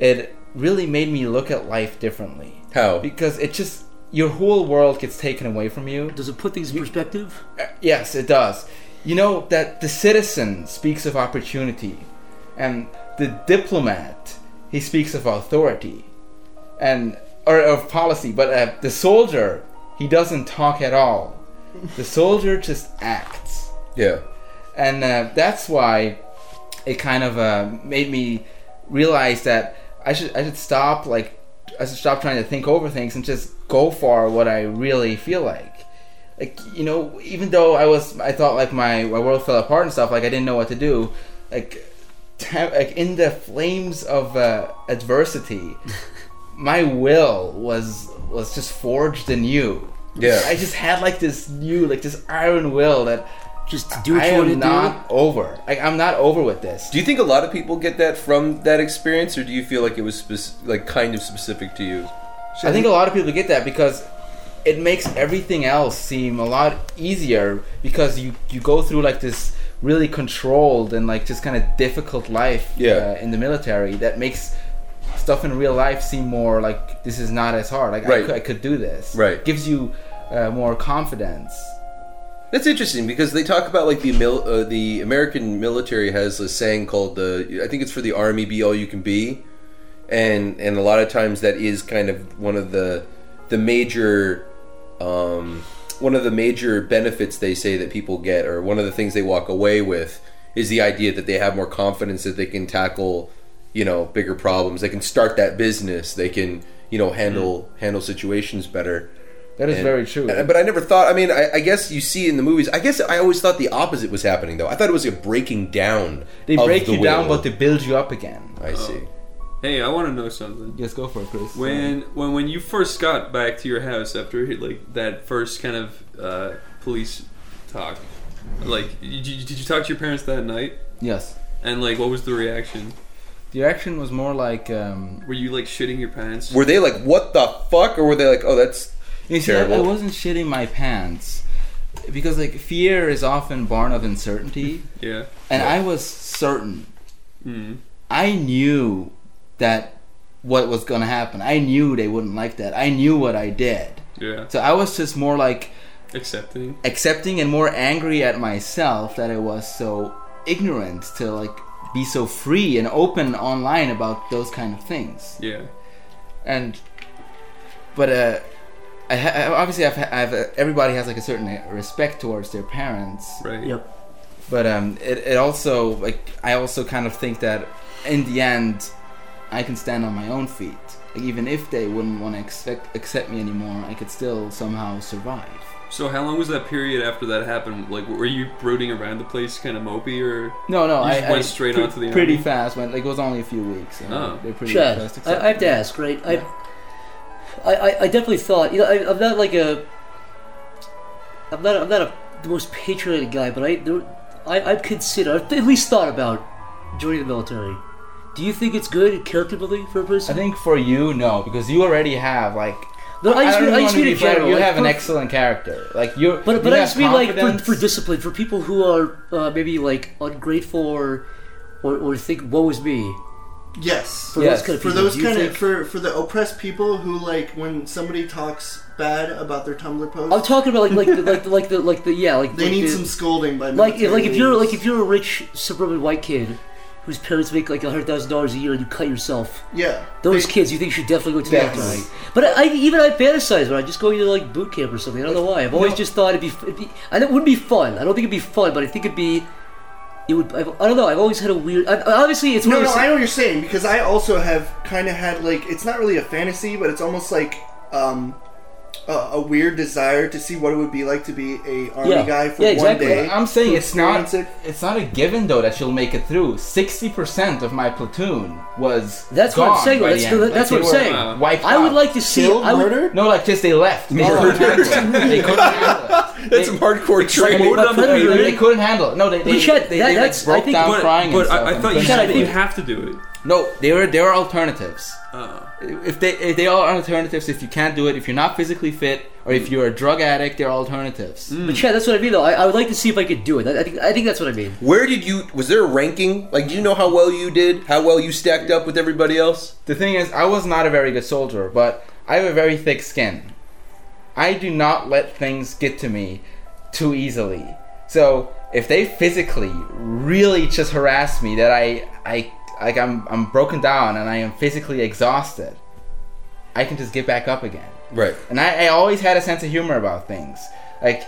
S3: it really made me look at life differently
S5: How?
S3: because it just your whole world gets taken away from you.
S7: Does it put things in perspective?
S3: Uh, Yes, it does. You know that the citizen speaks of opportunity, and the diplomat he speaks of authority, and or of policy. But uh, the soldier he doesn't talk at all. The soldier just acts,
S5: Yeah.
S3: and uh, that's why it kind of uh, made me realize that I should I should stop like I should stop trying to think over things and just go for what I really feel like. Like you know, even though I was I thought like my, my world fell apart and stuff, like I didn't know what to do. Like, to have- like in the flames of uh, adversity, my will was was just forged anew.
S5: Yeah.
S3: I just had like this new like this iron will that
S7: Just do what
S3: I
S7: you want to
S3: am
S7: do.
S3: not over. Like I'm not over with this.
S5: Do you think a lot of people get that from that experience, or do you feel like it was spec- like kind of specific to you?
S3: I think a lot of people get that because it makes everything else seem a lot easier because you you go through like this really controlled and like just kind of difficult life
S5: Yeah.
S3: uh, in the military that makes stuff in real life seem more like this is not as hard like I,
S5: Right.
S3: could, I could do this
S5: Right.
S3: gives you uh, more confidence
S5: That's interesting because they talk about like the mil- uh, the American military has a saying called the I think it's for the army be all you can be, and and a lot of times that is kind of one of the the major um, one of the major benefits they say that people get or one of the things they walk away with is the idea that they have more confidence that they can tackle you know bigger problems they can start that business they can you know handle handle situations better
S3: that is
S5: and-
S3: very true
S5: and- but I never thought. I mean, I, I guess you see in the movies. I guess I always thought the opposite was happening, though. I thought it was a breaking down.
S3: they
S5: of
S3: break
S5: the
S3: you down
S5: will.
S3: but they build you up again
S5: I see.
S8: Hey, I want to know something.
S3: yes go for it Chris
S8: When when when you first got back to your house after like that first kind of uh, police talk, like did you, did you talk to your parents that night?
S3: yes
S8: And like, what was the reaction?
S3: the action was more like um,
S8: Were you like shitting your pants?
S5: Were they like, "What the fuck," or were they like, "Oh, that's
S3: You see, I,
S5: terrible"?
S3: I wasn't shitting my pants because like fear is often born of uncertainty,
S8: yeah.
S3: and I was certain.
S8: Mm.
S3: I knew that what was gonna happen. I knew they wouldn't like that. I knew what I did.
S8: Yeah.
S3: So I was just more like
S8: Accepting.
S3: accepting and more angry at myself that I was so ignorant to like be so free and open online about those kind of things.
S8: Yeah.
S3: and but uh I ha- I- obviously I've, I've uh, everybody has like a certain uh, respect towards their parents
S8: Right.
S7: Yep.
S3: but um it, it also like I also kind of think that in the end I can stand on my own feet like even if they wouldn't want to expect, accept me anymore I could still somehow survive
S8: So how long was that period after that happened? Like, were you brooding around the place, kind of mopey, or
S3: no no
S8: You
S3: I
S8: just went
S3: I
S8: straight
S3: pre-
S8: onto the
S3: pretty
S8: army?
S3: fast went like it was only a few weeks you know,
S8: Oh.
S3: they're pretty
S7: Chad,
S3: fast
S7: I, I have to
S3: accepting.
S7: ask, right? I, I, I, I definitely thought, you know, I, I'm not like a, I'm not, I'm not a, the most patriotic guy, but I, there, I, I consider, I've at least thought about joining the military. Do you think it's good and character building for a person?
S3: I think for you no because you already have like
S7: No, I
S3: I
S7: just
S3: don't
S7: mean, I
S3: really
S7: just
S3: want
S7: mean
S3: to
S7: in
S3: be flattering.
S7: general.
S3: You
S7: like,
S3: have an
S7: for-
S3: excellent character. Like you,
S7: But,
S3: you
S7: but I
S3: have
S7: just mean like for,
S3: confidence.
S7: for discipline, for people who are uh, maybe like ungrateful or, or or think woe is me.
S4: Yes.
S7: For
S3: Yes.
S7: those kind of
S4: for
S7: people,
S4: those
S7: do you
S4: kind
S7: think,
S4: of for for the oppressed people who like when somebody talks bad about their Tumblr post,
S7: I'm talking about like like the, like the, like the like the yeah like
S4: they
S7: like
S4: need
S7: the-
S4: some scolding by
S7: like if, like if you're like
S4: military
S7: if you're a rich suburban white kid whose parents make like hundred thousand dollars a year and you cut yourself.
S4: leaders. yeah
S7: Those
S4: They-
S7: kids, you think should definitely go to the
S3: Definitely.
S7: afterlife. But I, I even I fantasize about it. just going to like boot camp or something. I don't know why. I've always just thought it'd be, it'd be. I don't- it wouldn't be fun. I don't think it'd be fun, but I think it'd be. It would. I've, I don't know. I've always had a weird. I, I- obviously, it's
S4: No,
S7: weird
S4: no,
S7: to say-
S4: I know what you're saying because I also have kind of had like it's not really a fantasy, but it's almost like um, a, a weird desire to see what it would be like to be a army
S7: Yeah.
S4: guy for
S7: Yeah, exactly.
S4: one day.
S3: I'm saying
S4: to
S3: it's not.
S4: experience
S3: It's not a given though that you'll make it through. Sixty percent of my platoon was
S7: That's what
S3: gone
S7: I'm saying,
S3: by
S7: that's
S3: the end.
S7: the-
S3: Like,
S7: that's
S3: they
S7: what
S3: were
S7: I'm
S3: uh,
S7: saying.
S3: Wiped
S7: I would
S3: out.
S7: like to see.
S4: Killed,
S7: I would,
S4: murder?
S3: No, like just they left. [laughs] Oh, They, couldn't handle it. they couldn't handle it.
S5: That's
S3: They-
S5: some hardcore
S3: Like,
S5: training.
S7: But
S8: on the
S3: they,
S7: predator,
S8: pavement.
S3: they couldn't handle it. No, they, they,
S7: Chad,
S3: they, they, like,
S7: that- that's- I
S3: broke
S7: think-
S3: down
S8: But,
S3: crying
S8: but
S3: and stuff.
S8: I, I
S3: and
S8: thought you
S3: couldn't
S8: said
S3: handle
S8: you
S3: it.
S8: have to do it.
S3: No, there are there are alternatives.
S8: Uh,
S3: If they if they are alternatives, if you can't do it, if you're not physically fit, or if you're a drug addict, there are alternatives.
S7: But Chad, that's what I mean though. I, I would like to see if I could do it. I, I think I think that's what I mean.
S5: Where did you? Was there a ranking? Like, do you know how well you did? How well you stacked up with everybody else?
S3: The thing is, I was not a very good soldier, but I have a very thick skin. I do not let things get to me too easily. So if they physically really just harass me, that I I like I'm I'm broken down and I am physically exhausted, I can just get back up again.
S5: Right.
S3: And I, I always had a sense of humor about things. Like,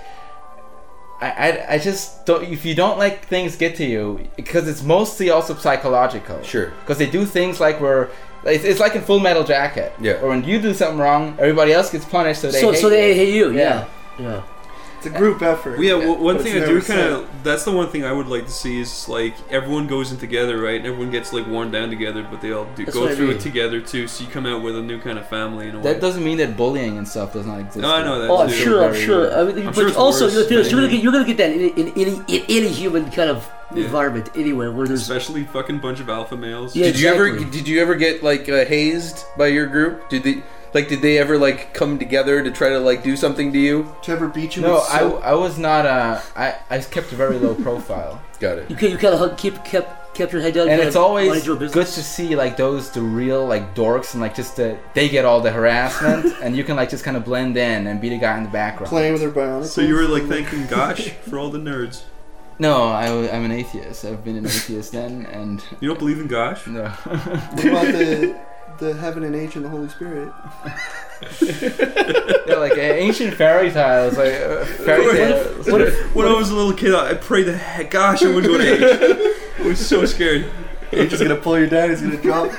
S3: I, I, I just don't. If you don't let things get to you, because it's mostly also psychological.
S5: Sure.
S3: Because they do things like where. It's, it's like in Full Metal Jacket.
S5: Yeah.
S3: Or when you do something wrong, everybody else gets punished, so they
S7: so
S3: hate
S7: so they
S3: you.
S7: hate you.
S3: Yeah.
S7: Yeah. Yeah.
S4: It's a group effort.
S8: Well, yeah, well, one
S4: But it's
S8: thing I do
S4: never
S8: kind of that's the one thing I would like to see is like everyone goes in together, right? And everyone gets like worn down together, but they all do,
S7: That's
S8: go
S7: what I
S8: through
S7: mean.
S8: it together too. So you come out with a new kind of family in a way.
S3: That doesn't mean that bullying and stuff does not exist.
S8: No, I know that.
S7: Oh, I'm
S8: too.
S7: sure. I'm
S3: very
S7: sure.
S3: weird.
S7: I mean,
S8: I'm
S7: but
S8: sure it's
S7: also,
S8: worse
S7: you know, you're,
S8: than
S7: gonna
S8: any-
S7: get, you're gonna get that in, in, any in any human kind of
S8: Yeah.
S7: environment anywhere where there's
S8: especially fucking bunch of alpha males.
S7: Yeah.
S5: Did you ever?
S7: Exactly.
S5: Did you ever get like uh, hazed by your group? Did they? Like, did they ever like come together to try to like do something to you?
S4: Trevor Beecham.
S3: No,
S4: is
S3: I,
S4: so-
S3: I was not. Uh, I, I kept a very low profile.
S5: Got it.
S7: you can, you kind of keep kept kept your head down. you
S3: and
S7: kinda
S3: it's always
S7: mind your
S3: good to
S7: business.
S3: see like those the real like dorks and like just the they get all the harassment and you can like just kind of blend in and be the guy in the background
S4: playing with her bionicles.
S8: [laughs] So you were like
S7: [laughs]
S8: thanking gosh for all the nerds.
S3: no I, am an atheist i've been an atheist then and
S8: You don't believe in gosh?
S3: no [laughs]
S4: What about [laughs] the the heaven and age and the Holy [laughs] Spirit?
S3: they're like uh, ancient fairy tales like uh, fairy
S8: What
S3: tales
S8: What if, when I was a little kid, I I prayed the heck gosh I wouldn't go to H. I was so scared.
S4: Age is gonna pull you down. He's gonna [laughs] drop.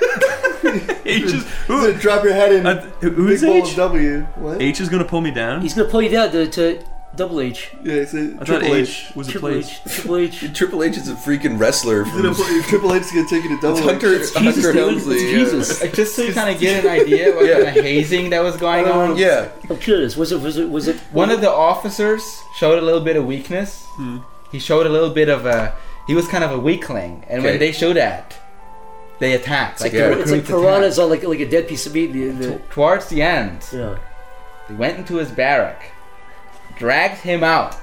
S8: H
S4: [laughs]
S8: is
S4: he's
S8: who?
S4: gonna drop your head in.
S8: I- who
S4: big
S8: is
S4: bowl of
S8: H?
S4: W. What?
S8: H is gonna pull me down.
S7: He's gonna pull you down to, to double H,
S4: Yeah, it's a
S8: I thought
S4: triple
S8: H
S4: H.
S8: was a
S7: triple
S8: place.
S7: H, triple
S5: [laughs]
S7: H.
S5: Triple H is a freaking wrestler.
S4: He's gonna
S5: From,
S4: pull- [laughs] Triple H is gonna take you to double H.
S5: Hunter,
S7: Jesus,
S5: Hunter
S7: dude,
S5: Helmsley.
S7: it's
S5: yeah.
S7: Jesus.
S3: Like, just to kind of get an idea what kind of hazing that was going on
S5: Um, Yeah.
S7: I'm curious. Was it was it was it
S3: one of the officers showed a little bit of weakness he showed a little bit of a he was kind of a weakling and
S5: Okay.
S3: when they showed that they attacked like
S5: Yeah.
S3: the
S7: It's like
S3: recruits
S7: piranhas
S3: attacked.
S7: on like like a dead piece of meat. In the, in
S3: towards the end
S7: the, yeah.
S3: They went into his barrack, dragged him out,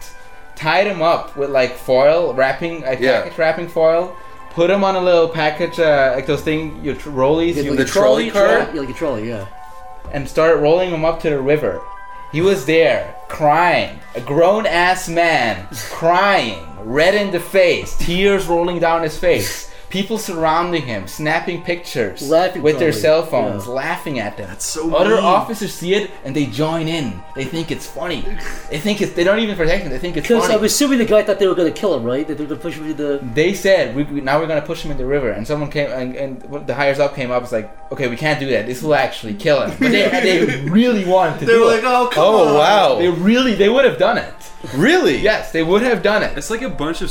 S3: tied him up with like foil wrapping, like
S5: Yeah.
S3: package wrapping foil, put him on a little package, uh, like those thing, your tr- rollies,
S7: Like
S3: you,
S7: a
S5: the trolley
S7: trolley,
S5: car?
S7: Yeah, like a trolley. Yeah.
S3: and started rolling him up to the river. He was there, crying, a grown ass man, crying, red in the face, tears rolling down his face. People surrounding him, snapping pictures
S7: Laughing
S3: with their
S7: probably,
S3: cell phones,
S7: yeah.
S3: laughing at them.
S8: so
S3: Other
S8: mean.
S3: officers see it and they join in. They think it's funny. They think it's. They don't even protect him. They think it's
S7: Because
S3: funny. Mm.
S7: I'm assuming the guy thought they were gonna kill him, right? That they were gonna push him to [laughs] the.
S3: they said we, we- now we're gonna push him in the river, and someone came and, and one of the hires up came up. It's like, okay, we can't do that. This will actually kill him. But they, they really wanted to.
S4: They
S3: do
S4: were
S3: it.
S4: like, oh come on.
S5: Oh
S3: They
S5: wow!
S3: really, they would have done it.
S5: Really?
S3: Yes, they would have done it.
S8: It's like a bunch of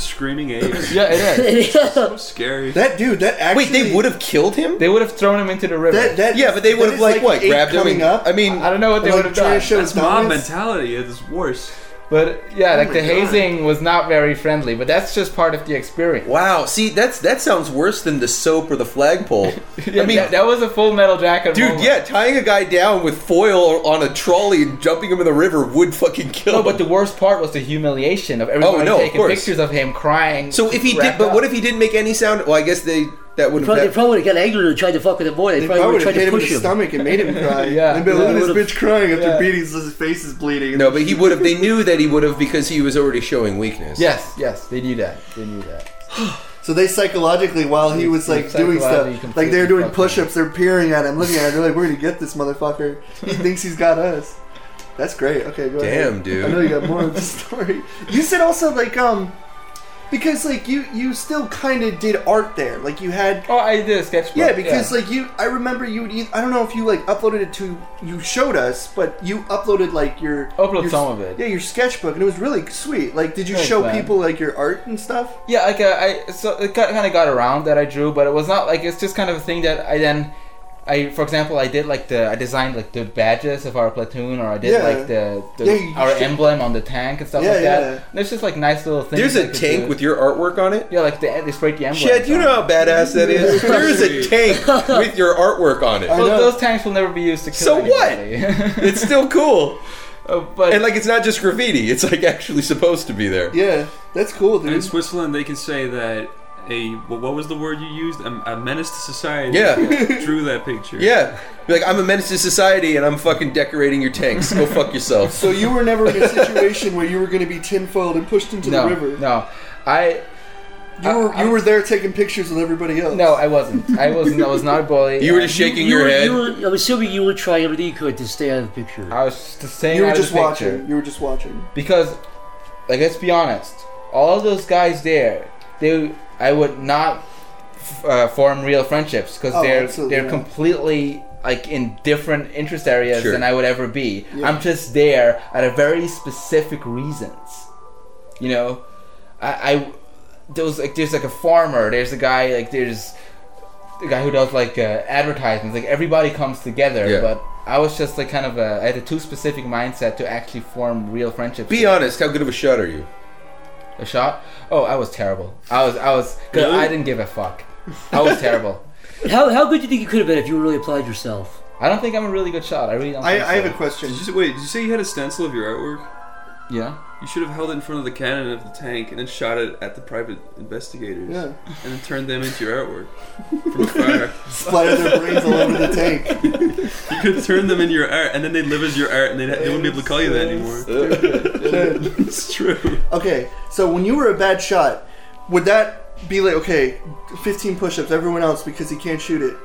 S7: [laughs]
S8: screaming [laughs] apes.
S3: Yeah, it is.
S8: So scary.
S4: That dude, that actually.
S5: Wait, they would have killed him?
S3: They would have thrown him into the river.
S4: That, that
S5: yeah, but they
S4: that
S5: would have
S4: is
S5: like, what?
S4: ape
S5: Grabbed him?
S4: coming
S5: and-
S4: up.
S5: I mean,
S3: I don't know what they
S4: like,
S3: would have
S4: trying
S3: done.
S4: to show
S8: That's
S4: his
S8: mob
S4: dominance.
S8: mentality. It is worse.
S3: But yeah, like the
S4: Oh my God.
S3: hazing was not very friendly, but that's just part of the experience.
S5: Wow. See, that's that sounds worse than the soap or the
S3: [laughs]
S5: flagpole.
S3: I mean, that, that was a full metal jacket.
S5: Dude,
S3: moment.
S5: yeah, tying a guy down with foil on a trolley and jumping him in the river would fucking kill
S3: No,
S5: him.
S3: but the worst part was the humiliation of everybody
S5: no, of
S3: taking
S5: course.
S3: pictures of him crying.
S5: so if he did,
S3: wrapped
S5: but
S3: up.
S5: what if he didn't make any sound? Well, I guess they that would
S7: Probably, they
S5: have.
S7: probably would have got angry and tried to fuck with him more. They,
S4: They
S7: probably
S4: probably
S7: would have
S4: would
S7: tried
S4: hit
S7: to
S4: him in
S7: push
S4: the
S7: him.
S4: stomach and made him cry.
S3: Yeah.
S4: And they'd be
S7: Yeah,
S4: like, look at
S7: would've-
S4: this bitch crying after
S3: Yeah.
S4: beating, his face is bleeding.
S5: No, but he would have. They knew that he would have because he was already showing weakness.
S3: Yes, yes, they knew that. They knew that.
S4: So they psychologically, while he was like doing
S3: Psychologically
S4: stuff, like they
S3: completely
S4: were doing
S3: fucked
S4: push-ups, they're peering at him, looking at him. They're like, "We're gonna get this motherfucker. He thinks he's got us." That's great. Okay, go ahead.
S5: Damn, dude.
S4: I know you got more of the [laughs] story. You said also like um, because like you you still kind of did art there. Like you had
S3: Oh, I did a sketchbook.
S4: yeah, because like you, I remember you. would eith- I don't know if you like uploaded it to you showed us, but you uploaded like your
S3: Upload
S4: your-
S3: some of it.
S4: Yeah, your sketchbook, and it was really sweet. Like, did you
S3: Thanks,
S4: show
S3: man.
S4: people like your art and stuff?
S3: yeah, like uh, I so it kind of got around that I drew, but it was not like it's just kind of a thing that I then. I, for example, I did like the I designed like the badges of our platoon, or I did
S4: Yeah.
S3: like the, the
S4: Yeah, you
S3: our
S4: should-
S3: emblem on the tank and stuff
S4: Yeah,
S3: like
S4: yeah.
S3: that. And it's just like nice little things.
S5: There's
S3: I
S5: a
S3: could
S5: tank
S3: do.
S5: with your artwork on it.
S3: yeah, like the, they sprayed the emblem.
S5: Shit, you know how badass
S3: [laughs]
S5: that is. There's a tank with your artwork on it.
S4: I
S3: Well,
S4: know.
S3: those tanks will never be used to kill
S5: So what?
S3: anybody. [laughs]
S5: It's still cool,
S3: Uh, but
S5: and like it's not just graffiti. It's like actually supposed to be there.
S4: Yeah, that's cool,
S8: And
S4: dude.
S8: in Switzerland, they can say that a what what was the word you used? A, a menace to society.
S5: Yeah.
S4: [laughs]
S8: drew that picture.
S5: Yeah. Be like, I'm a menace to society and I'm fucking decorating your tanks. Go fuck
S4: [laughs]
S5: yourself.
S4: So you were never
S3: [laughs]
S4: in a situation where you were going to be tinfoiled and pushed into
S3: no,
S4: the river.
S3: no, I
S4: You were you were there taking pictures with everybody else.
S3: no, I wasn't. I wasn't. I was not a bully.
S5: You were just shaking
S7: You
S5: your
S7: were-
S5: head.
S7: you were- I'm assuming you were trying everything you could to stay out of the picture.
S3: I was just staying
S4: you were
S3: out
S4: just
S3: of the picture.
S4: watching. You were just watching.
S3: because like let's be honest all those guys there they i would not f- uh, form real friendships because
S4: Oh,
S3: they're
S4: absolutely
S3: they're
S4: not.
S3: completely like in different interest areas
S5: Sure.
S3: than i would ever be
S4: Yeah.
S3: i'm just there at a very specific reasons you know i i there was like there's like a farmer there's a guy like there's the guy who does like uh, advertisements like everybody comes together
S5: Yeah.
S3: but i was just like kind of a i had a too specific mindset to actually form real friendships
S5: Be honest, how good of a shot are you?
S3: a shot? Oh, I was terrible. I was, I was, cause I didn't give a fuck. I was terrible.
S7: How, how good do you think you could have been if you really applied yourself?
S3: I don't think I'm a really good shot. I really don't.
S4: I,
S3: think
S4: I
S3: so.
S4: have a question.
S8: Did you, say- wait, did you say you had a stencil of your artwork?
S3: Yeah.
S8: You should have held it in front of the cannon of the tank and then shot it at the private investigators.
S4: Yeah,
S8: And then turned them into your artwork
S4: [laughs]
S8: from afar.
S4: splatter their brains all over
S3: [laughs]
S4: the tank.
S8: you could have turned them into your art, and then they'd live as your art, and they'd, they wouldn't be able to call you that anymore. [laughs] it's true.
S4: Okay, so when you were a bad shot, would that be like okay, 15 push-ups, everyone else because he can't shoot it?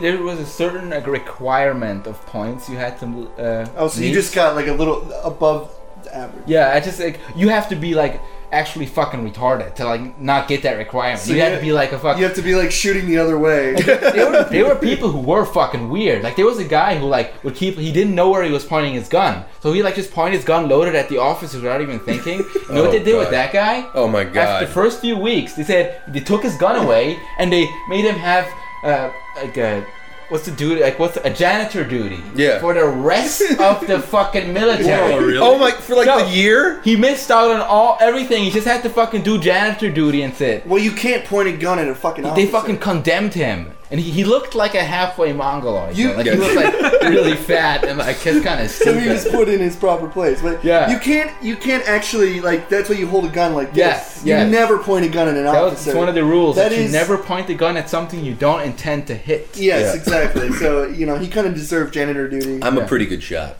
S3: There was a certain like, requirement of points you had to. Uh,
S4: Oh, so you
S3: meet.
S4: just got like a little above the average.
S3: Yeah, I just like you have to be like actually fucking retarded to like not get that requirement.
S4: So
S3: you
S4: you-
S3: had to be like a fucking.
S4: You have to be like shooting the
S3: [laughs]
S4: other way.
S3: there, were, there were people who were fucking weird. Like there was a guy who like would keep he didn't know where he was pointing his gun, so he like just pointed his gun loaded at the officers without even thinking. You know what
S5: [laughs] Oh,
S3: they did with
S5: God.
S3: that guy?
S5: Oh my
S3: After the
S5: god.
S3: first few weeks, they said they took his gun away and they made him have uh, like a what's the duty like what's a janitor duty
S5: Yeah.
S3: for the rest of
S5: [laughs]
S3: the fucking military.
S8: Oh, really?
S5: Oh my, for like
S3: No.
S5: a year?
S3: He missed out on all everything. He just had to fucking do janitor duty and sit.
S4: well, you can't point a gun at a fucking.
S3: They
S4: officer. [laughs]
S3: fucking condemned him, and he, he looked like a halfway mongoloid.
S4: You-
S3: You, like he was like really fat and like just kind of
S4: [laughs] So he was
S3: stupid.
S4: put in his proper place. But
S3: Yeah.
S4: you can't you can't actually like that's why you hold a gun like this.
S3: Yes,
S4: you
S3: yes.
S4: never point a gun at an
S3: That was
S4: officer.
S3: it's one of the rules
S4: That
S3: that, you
S4: is-
S3: never point the gun at something you don't intend to hit.
S4: Yes,
S5: Yeah.
S4: exactly. So you know he kind of deserved janitor duty. I'm,
S5: I'm a pretty good shot.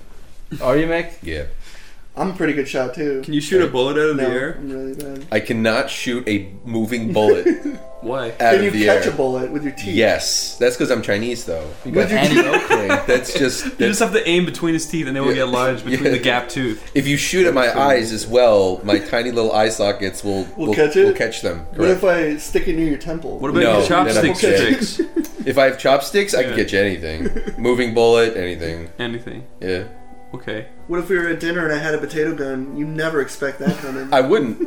S3: Are you Mick?
S5: Yeah.
S4: a pretty good shot too.
S8: Can you shoot a bullet out of
S4: no,
S8: the air?
S4: I'm really bad.
S5: I cannot shoot a moving bullet
S8: Why?
S5: out
S4: Can
S5: of
S4: you
S5: the
S4: catch
S5: air.
S4: a bullet with your teeth?
S5: Yes. That's because I'm Chinese, though.
S3: You got [laughs]
S4: you-
S3: Andy Oakley.
S5: That's just.
S8: You
S5: that-
S8: just have to aim between his teeth, and they will
S5: Yeah.
S8: get lodged between
S5: Yeah.
S8: the gap tooth.
S5: if you shoot at my eyes as well, my tiny little eye sockets will,
S4: Will catch it?
S5: will catch them.
S4: What
S5: Correct.
S4: if I stick it near your temple?
S8: What about
S5: No,
S8: your
S5: then I'm
S8: chopsticks?
S5: okay.
S8: Sticks?
S5: If, I have chopsticks, I can
S8: Yeah.
S5: catch
S4: [laughs]
S5: anything. moving bullet, anything.
S8: [laughs] Anything?
S5: Yeah.
S8: Okay.
S4: What if we were at dinner and I had a potato gun? You never expect
S3: [laughs]
S4: that coming.
S5: I wouldn't.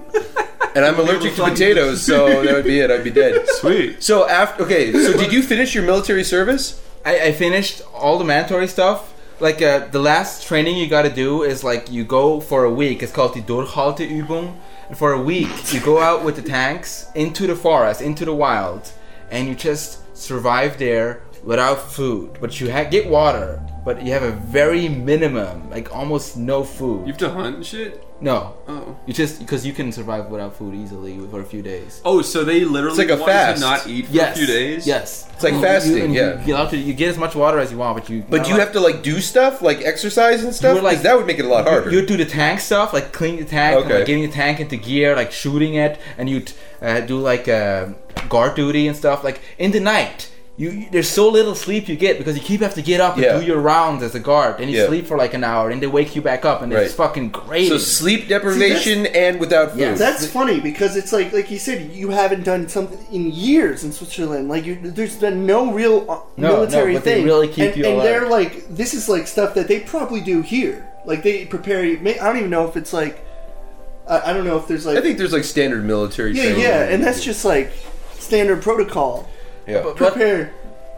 S5: And I'm allergic to potatoes, so that would be it. I'd be dead.
S8: Sweet.
S5: So after okay, so did you finish your military service?
S3: I, I finished all the mandatory stuff. like uh, the last training you got to do is like you go for a week. It's called the Durchhalteübung. And for a week, you go out with the tanks into the forest, into the wild, and you just survive there without food. But you ha- get water, but you have a very minimum, like almost no food.
S8: You have to hunt and shit.
S3: no,
S8: Oh.
S3: you just because you can survive without food easily for a few days.
S8: Oh, so they literally
S5: like a
S8: want you
S5: fast.
S8: to not eat for
S3: yes.
S8: a few days.
S3: Yes. It's
S5: like fasting,
S3: You,
S5: yeah.
S3: You, get out to- you get as much water as you want, but you.
S5: But you have to like do stuff like exercise and stuff.
S3: We're like-
S5: 'Cause that would make it a lot harder.
S3: You do the tank stuff, like clean the tank, and, like,
S5: Okay.
S3: getting the tank into gear, like shooting it, and you uh, do like uh, guard duty and stuff. Like in the night, you, you- there's so little sleep you get because you keep have to get up and
S5: Yeah.
S3: do your rounds as a guard, and you
S5: Yeah.
S3: sleep for like an hour, and they wake you back up, and
S5: Right.
S3: it's fucking great.
S5: so sleep deprivation and without food.
S3: Yeah,
S4: That's funny because it's like like you said, you haven't done something in years in Switzerland. Like you, there's been no real uh,
S3: No,
S4: military
S3: no, but they
S4: thing.
S3: really keep
S4: and,
S3: you
S4: and
S3: alive.
S4: they're like, this is like stuff that they probably do here. Like they prepare you. may- I don't even know if it's like, I, I don't know if there's like,
S5: I think there's like standard military.
S4: yeah,
S5: training.
S4: yeah, and that's just like standard protocol.
S5: yeah.
S3: But-
S4: Prepare.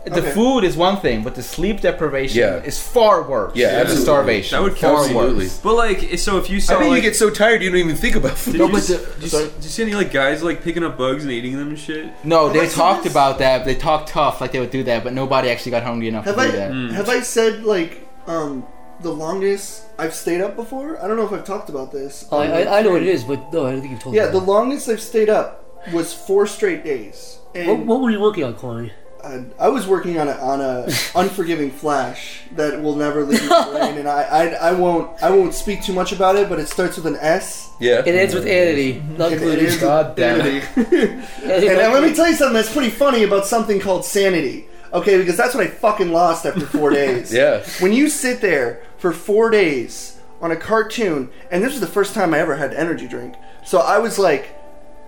S3: the
S4: okay.
S3: food is one thing, but the sleep deprivation
S5: Yeah.
S3: is far worse.
S5: Yeah,
S3: than the
S5: absolutely.
S3: starvation.
S8: That would
S3: far
S5: absolutely.
S3: worse.
S8: But like, so if you saw,
S5: I bet you
S8: like,
S5: get so tired you don't even think about food.
S8: did
S3: No,
S8: you,
S3: but
S8: s-
S3: the-
S8: did you s-
S3: sorry.
S8: did you see any like guys like picking up bugs and eating them and shit?
S3: No, they
S4: seen
S3: talked
S4: this?
S3: about that. They talked tough, like they would do that, but nobody actually got hungry enough
S4: Have
S3: to
S4: I
S3: do that.
S4: have I said like um the longest I've stayed up before? I don't know if I've talked about this.
S7: Oh,
S4: Um,
S7: I, I, I know what it is, but no, I don't think you've told
S4: Yeah,
S7: me.
S4: the longest I've stayed up was four straight days. And
S7: what, what were you working on, Corey?
S4: I, I was working on a on
S7: [laughs]
S4: a unforgiving flash that will never leave my brain, and I, I I won't I won't speak too much about it, but it starts with an S.
S5: Yeah.
S7: It ends with Anity,
S4: Uh, It-
S7: not
S4: it
S7: included.
S4: is-
S3: God damn it.
S4: [laughs] And then let me tell you something that's pretty funny about something called sanity. Okay, because that's what I fucking lost after [laughs] four days.
S5: Yeah.
S4: When you sit there for four days on a cartoon, and this was the first time I ever had energy drink, so I was like,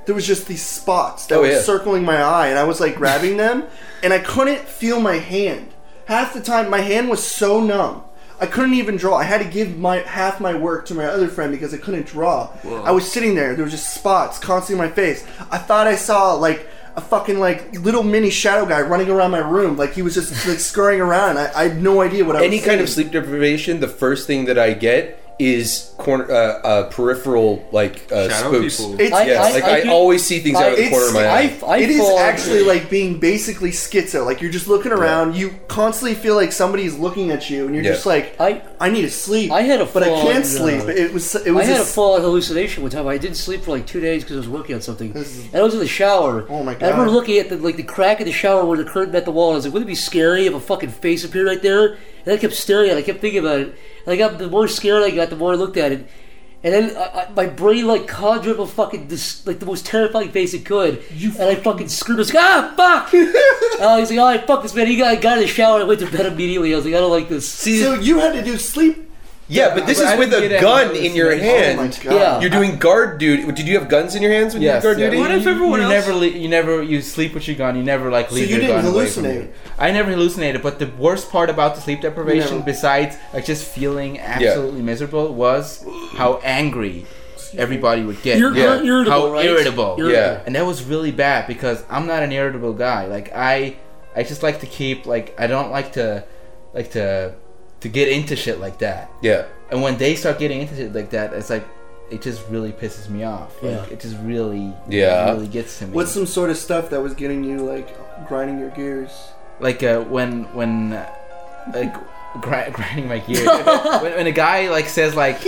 S4: there was just these spots that
S5: Oh,
S4: were
S5: yeah.
S4: circling my eye, and I was like grabbing them, and I couldn't feel my hand. Half the time, my hand was so numb. I couldn't even draw. I had to give my half my work to my other friend because I couldn't draw. I was sitting there. There was just spots constantly in my face. I thought I saw like a fucking like little mini shadow guy running around my room. Like he was just like scurrying around. I, I had no idea what I
S5: Any
S4: was
S5: kind of
S4: seeing.
S5: sleep deprivation, the first thing that I get is corner uh, uh, peripheral like uh,
S8: Shadow
S5: spooks.
S8: people.
S4: It's,
S7: I-
S5: Yeah,
S7: I-
S5: like I,
S7: do-
S5: always see things out of the
S4: it's-
S5: corner of my
S7: I-
S5: eye.
S4: it is
S7: fall-
S4: actually like being basically schizo. Like you're just looking around, you constantly feel like somebody's looking at you, and you're
S5: Yeah.
S4: just like, I,
S7: I-
S4: need to sleep.
S7: I had a
S4: but I
S7: fall
S4: can't
S7: in,
S4: sleep.
S7: uh,
S4: It was it
S7: I
S4: was
S7: had a
S4: just-
S7: full hallucination one time. I didn't sleep for like two days because I was working on something.
S4: is-
S7: And I was in the shower.
S4: Oh my
S7: And I remember
S4: God.
S7: looking at the like the crack in the shower where the curtain met the wall. And I was like, wouldn't it be scary if a fucking face appeared right there? And I kept staring at it. I kept thinking about it. And I got the more scared I got, the more I looked at it. And then I, I, my brain like conjured up a fucking dis- like the most terrifying face it could. and I fucking screamed. I was like, ah,
S4: [laughs]
S7: fuck! and I was like, all right, fuck this man. He got, got in the shower. and I went to bed immediately. I was like, I don't like this.
S5: See,
S4: so you had to do sleep.
S5: yeah, but this
S3: But I
S5: is with
S3: didn't
S5: a
S3: get
S5: gun
S3: any
S5: in your
S4: Oh my
S5: hand.
S4: god!
S7: Yeah.
S5: You're doing guard duty. Did you have guns in your hands when
S3: Yes.
S5: you did guard
S3: yeah.
S5: duty?
S8: What if
S3: You-
S8: everyone
S3: you
S8: else-
S3: never le- you never you sleep with your gun. You never like leave
S4: you
S3: your
S4: didn't
S3: gun away from
S4: hallucinate?
S3: you. I never hallucinated, but the worst part about the sleep deprivation,
S4: Never.
S3: besides like just feeling absolutely miserable, was how angry everybody would get.
S7: You're,
S5: Yeah.
S7: you're irritable,
S3: how
S7: right?
S3: irritable.
S7: Irritable.
S5: Yeah.
S3: and that was really bad because I'm not an irritable guy. Like I, I just like to keep like I don't like to, like to, to get into shit like that.
S5: Yeah.
S3: And when they start getting into shit like that, it's like it just really pisses me off. Like
S7: Yeah.
S3: it just really
S5: Yeah.
S3: really gets to me.
S4: What's some sort of stuff that was getting you like grinding your gears?
S3: like uh, when when uh, like [laughs] gri- grinding my gear when, when a guy like says like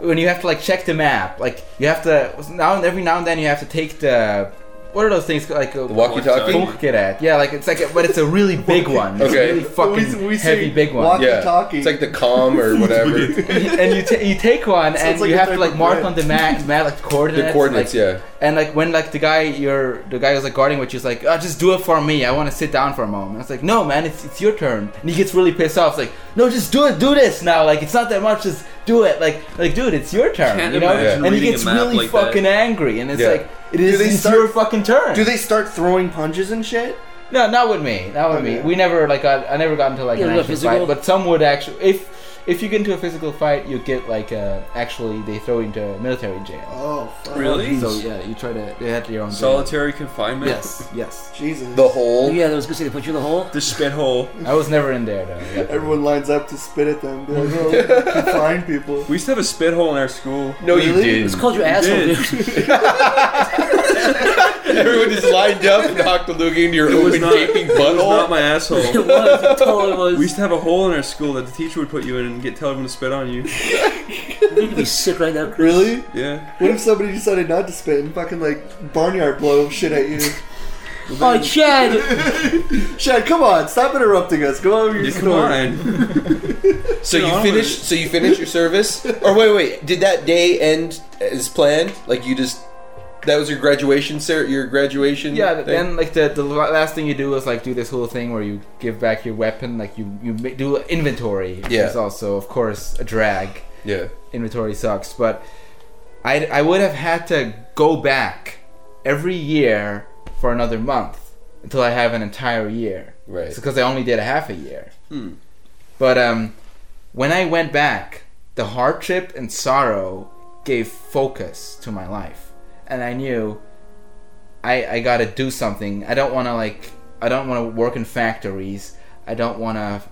S3: when you have to like check the map like you have to now every now and then you have to take the what are those things called? like uh,
S5: Walkie-talkie.
S3: Funkgerät. Yeah, like it's like, a, but it's a really big one. It's
S5: Okay.
S3: a really fucking
S4: We- we say
S3: heavy big one.
S4: walkie-
S5: Yeah.
S4: Talkie.
S5: It's like the calm or [laughs]
S3: [laughs]
S5: whatever.
S3: and you, ta you take one, and
S4: Sounds like
S3: you
S4: a
S3: have to
S4: type
S3: like
S4: of
S3: mark
S4: bread.
S3: on the map, map like the coordinates.
S5: the coordinates.
S3: like-
S5: yeah.
S3: And like when like the guy you're the guy who's like guarding with you's like, oh, just do it for me. I want to sit down for a moment. I was like, no man, it's, it's your turn. And he gets really pissed off. It's like, no, just do it, do this now. Like it's not that much. Just do it. Like like dude, it's your turn.
S8: Can't
S3: you know?
S8: imagine
S3: And he
S8: reading
S3: gets
S8: a map
S3: really
S8: like that.
S3: fucking angry. And it's
S5: Yeah.
S3: like it is
S4: they
S3: it's
S4: start-
S3: your fucking turn.
S4: Do they start throwing punches and shit?
S3: No, not with me. Not with me.
S4: Okay.
S3: We never like got, I never got into like
S7: Yeah,
S3: an
S7: no
S3: actual
S7: physical.
S3: fight, but some would actually if if you get into a physical fight, you get like uh, actually they throw you into military jail.
S4: Oh, fuck.
S8: Really?
S3: So yeah, you try to they had your own jail.
S8: Solitary confinement.
S3: Yes, yes.
S4: Jesus.
S5: The hole.
S7: Yeah, that was good. They put you in the hole.
S8: The spit hole.
S3: I was never in there though.
S4: [laughs]
S3: Yeah.
S4: Everyone lines up to spit at them. Be like, oh, we
S5: [laughs]
S4: can find people.
S8: We used to have a spit hole in our
S3: [laughs]
S8: school.
S5: No, you
S4: Really?
S7: It's
S5: didn't.
S7: called your asshole,
S8: did.
S7: dude. [laughs]
S5: Everyone just lined up and knocked a look into your
S8: It was
S5: open
S8: not-
S5: gaping
S8: It was not
S5: butthole.
S8: my
S7: it
S3: [laughs]
S8: asshole.
S7: was. It totally
S8: We
S7: was.
S8: used to have a hole in our school that the teacher would put you in and get tell everyone to spit on
S3: [laughs]
S8: you.
S7: You'd be sick right now.
S4: Really?
S8: Yeah.
S4: What if somebody decided not to spit and fucking like barnyard blow shit at you?
S7: Oh, Chad!
S4: Shad, come on, stop interrupting us. Go over your
S8: Yeah, come
S4: story.
S8: on.
S5: So you
S8: No,
S5: finish. So you finish
S3: [laughs]
S5: your service. Or wait, wait. Did that day end as planned? Like you just. That was your graduation, sir. Your graduation.
S3: Yeah,
S5: thing?
S3: then like the, the la- last thing you do is like do this whole thing where you give back your weapon, like you you ma- do inventory. which
S5: Yeah.
S3: is also of course a drag.
S5: Yeah.
S3: Inventory sucks, but I I would have had to go back every year for another month until I have an entire year.
S5: Right.
S3: because I only did a half a year. But um, when I went back, the hardship and sorrow gave focus to my life, and I knew I I gotta do something. I don't want to like I don't want to work in factories. I don't want to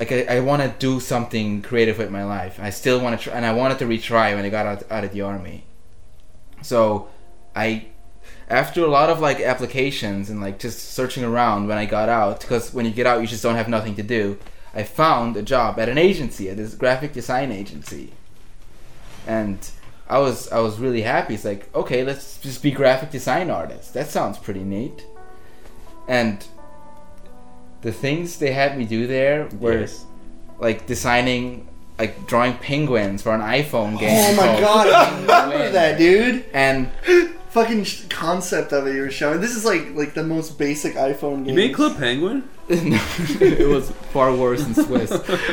S3: like I, I want to do something creative with my life. I still want to try, and I wanted to retry when I got out, out of the army. So I after a lot of like applications and like just searching around when I got out because when you get out you just don't have nothing to do. I found a job at an agency at this graphic design agency, and I was I was really happy. It's like okay, let's just be graphic design artists. That sounds pretty neat, and the things they had me do there were like designing like drawing penguins for an iPhone game.
S4: Oh my
S3: [laughs] called-
S4: god, I remember that, dude.
S3: And
S4: Fucking sh- concept of it you were showing. This is like like the most basic iPhone
S8: You
S4: game.
S8: made Club Penguin?
S3: [laughs] it was far worse in Swiss.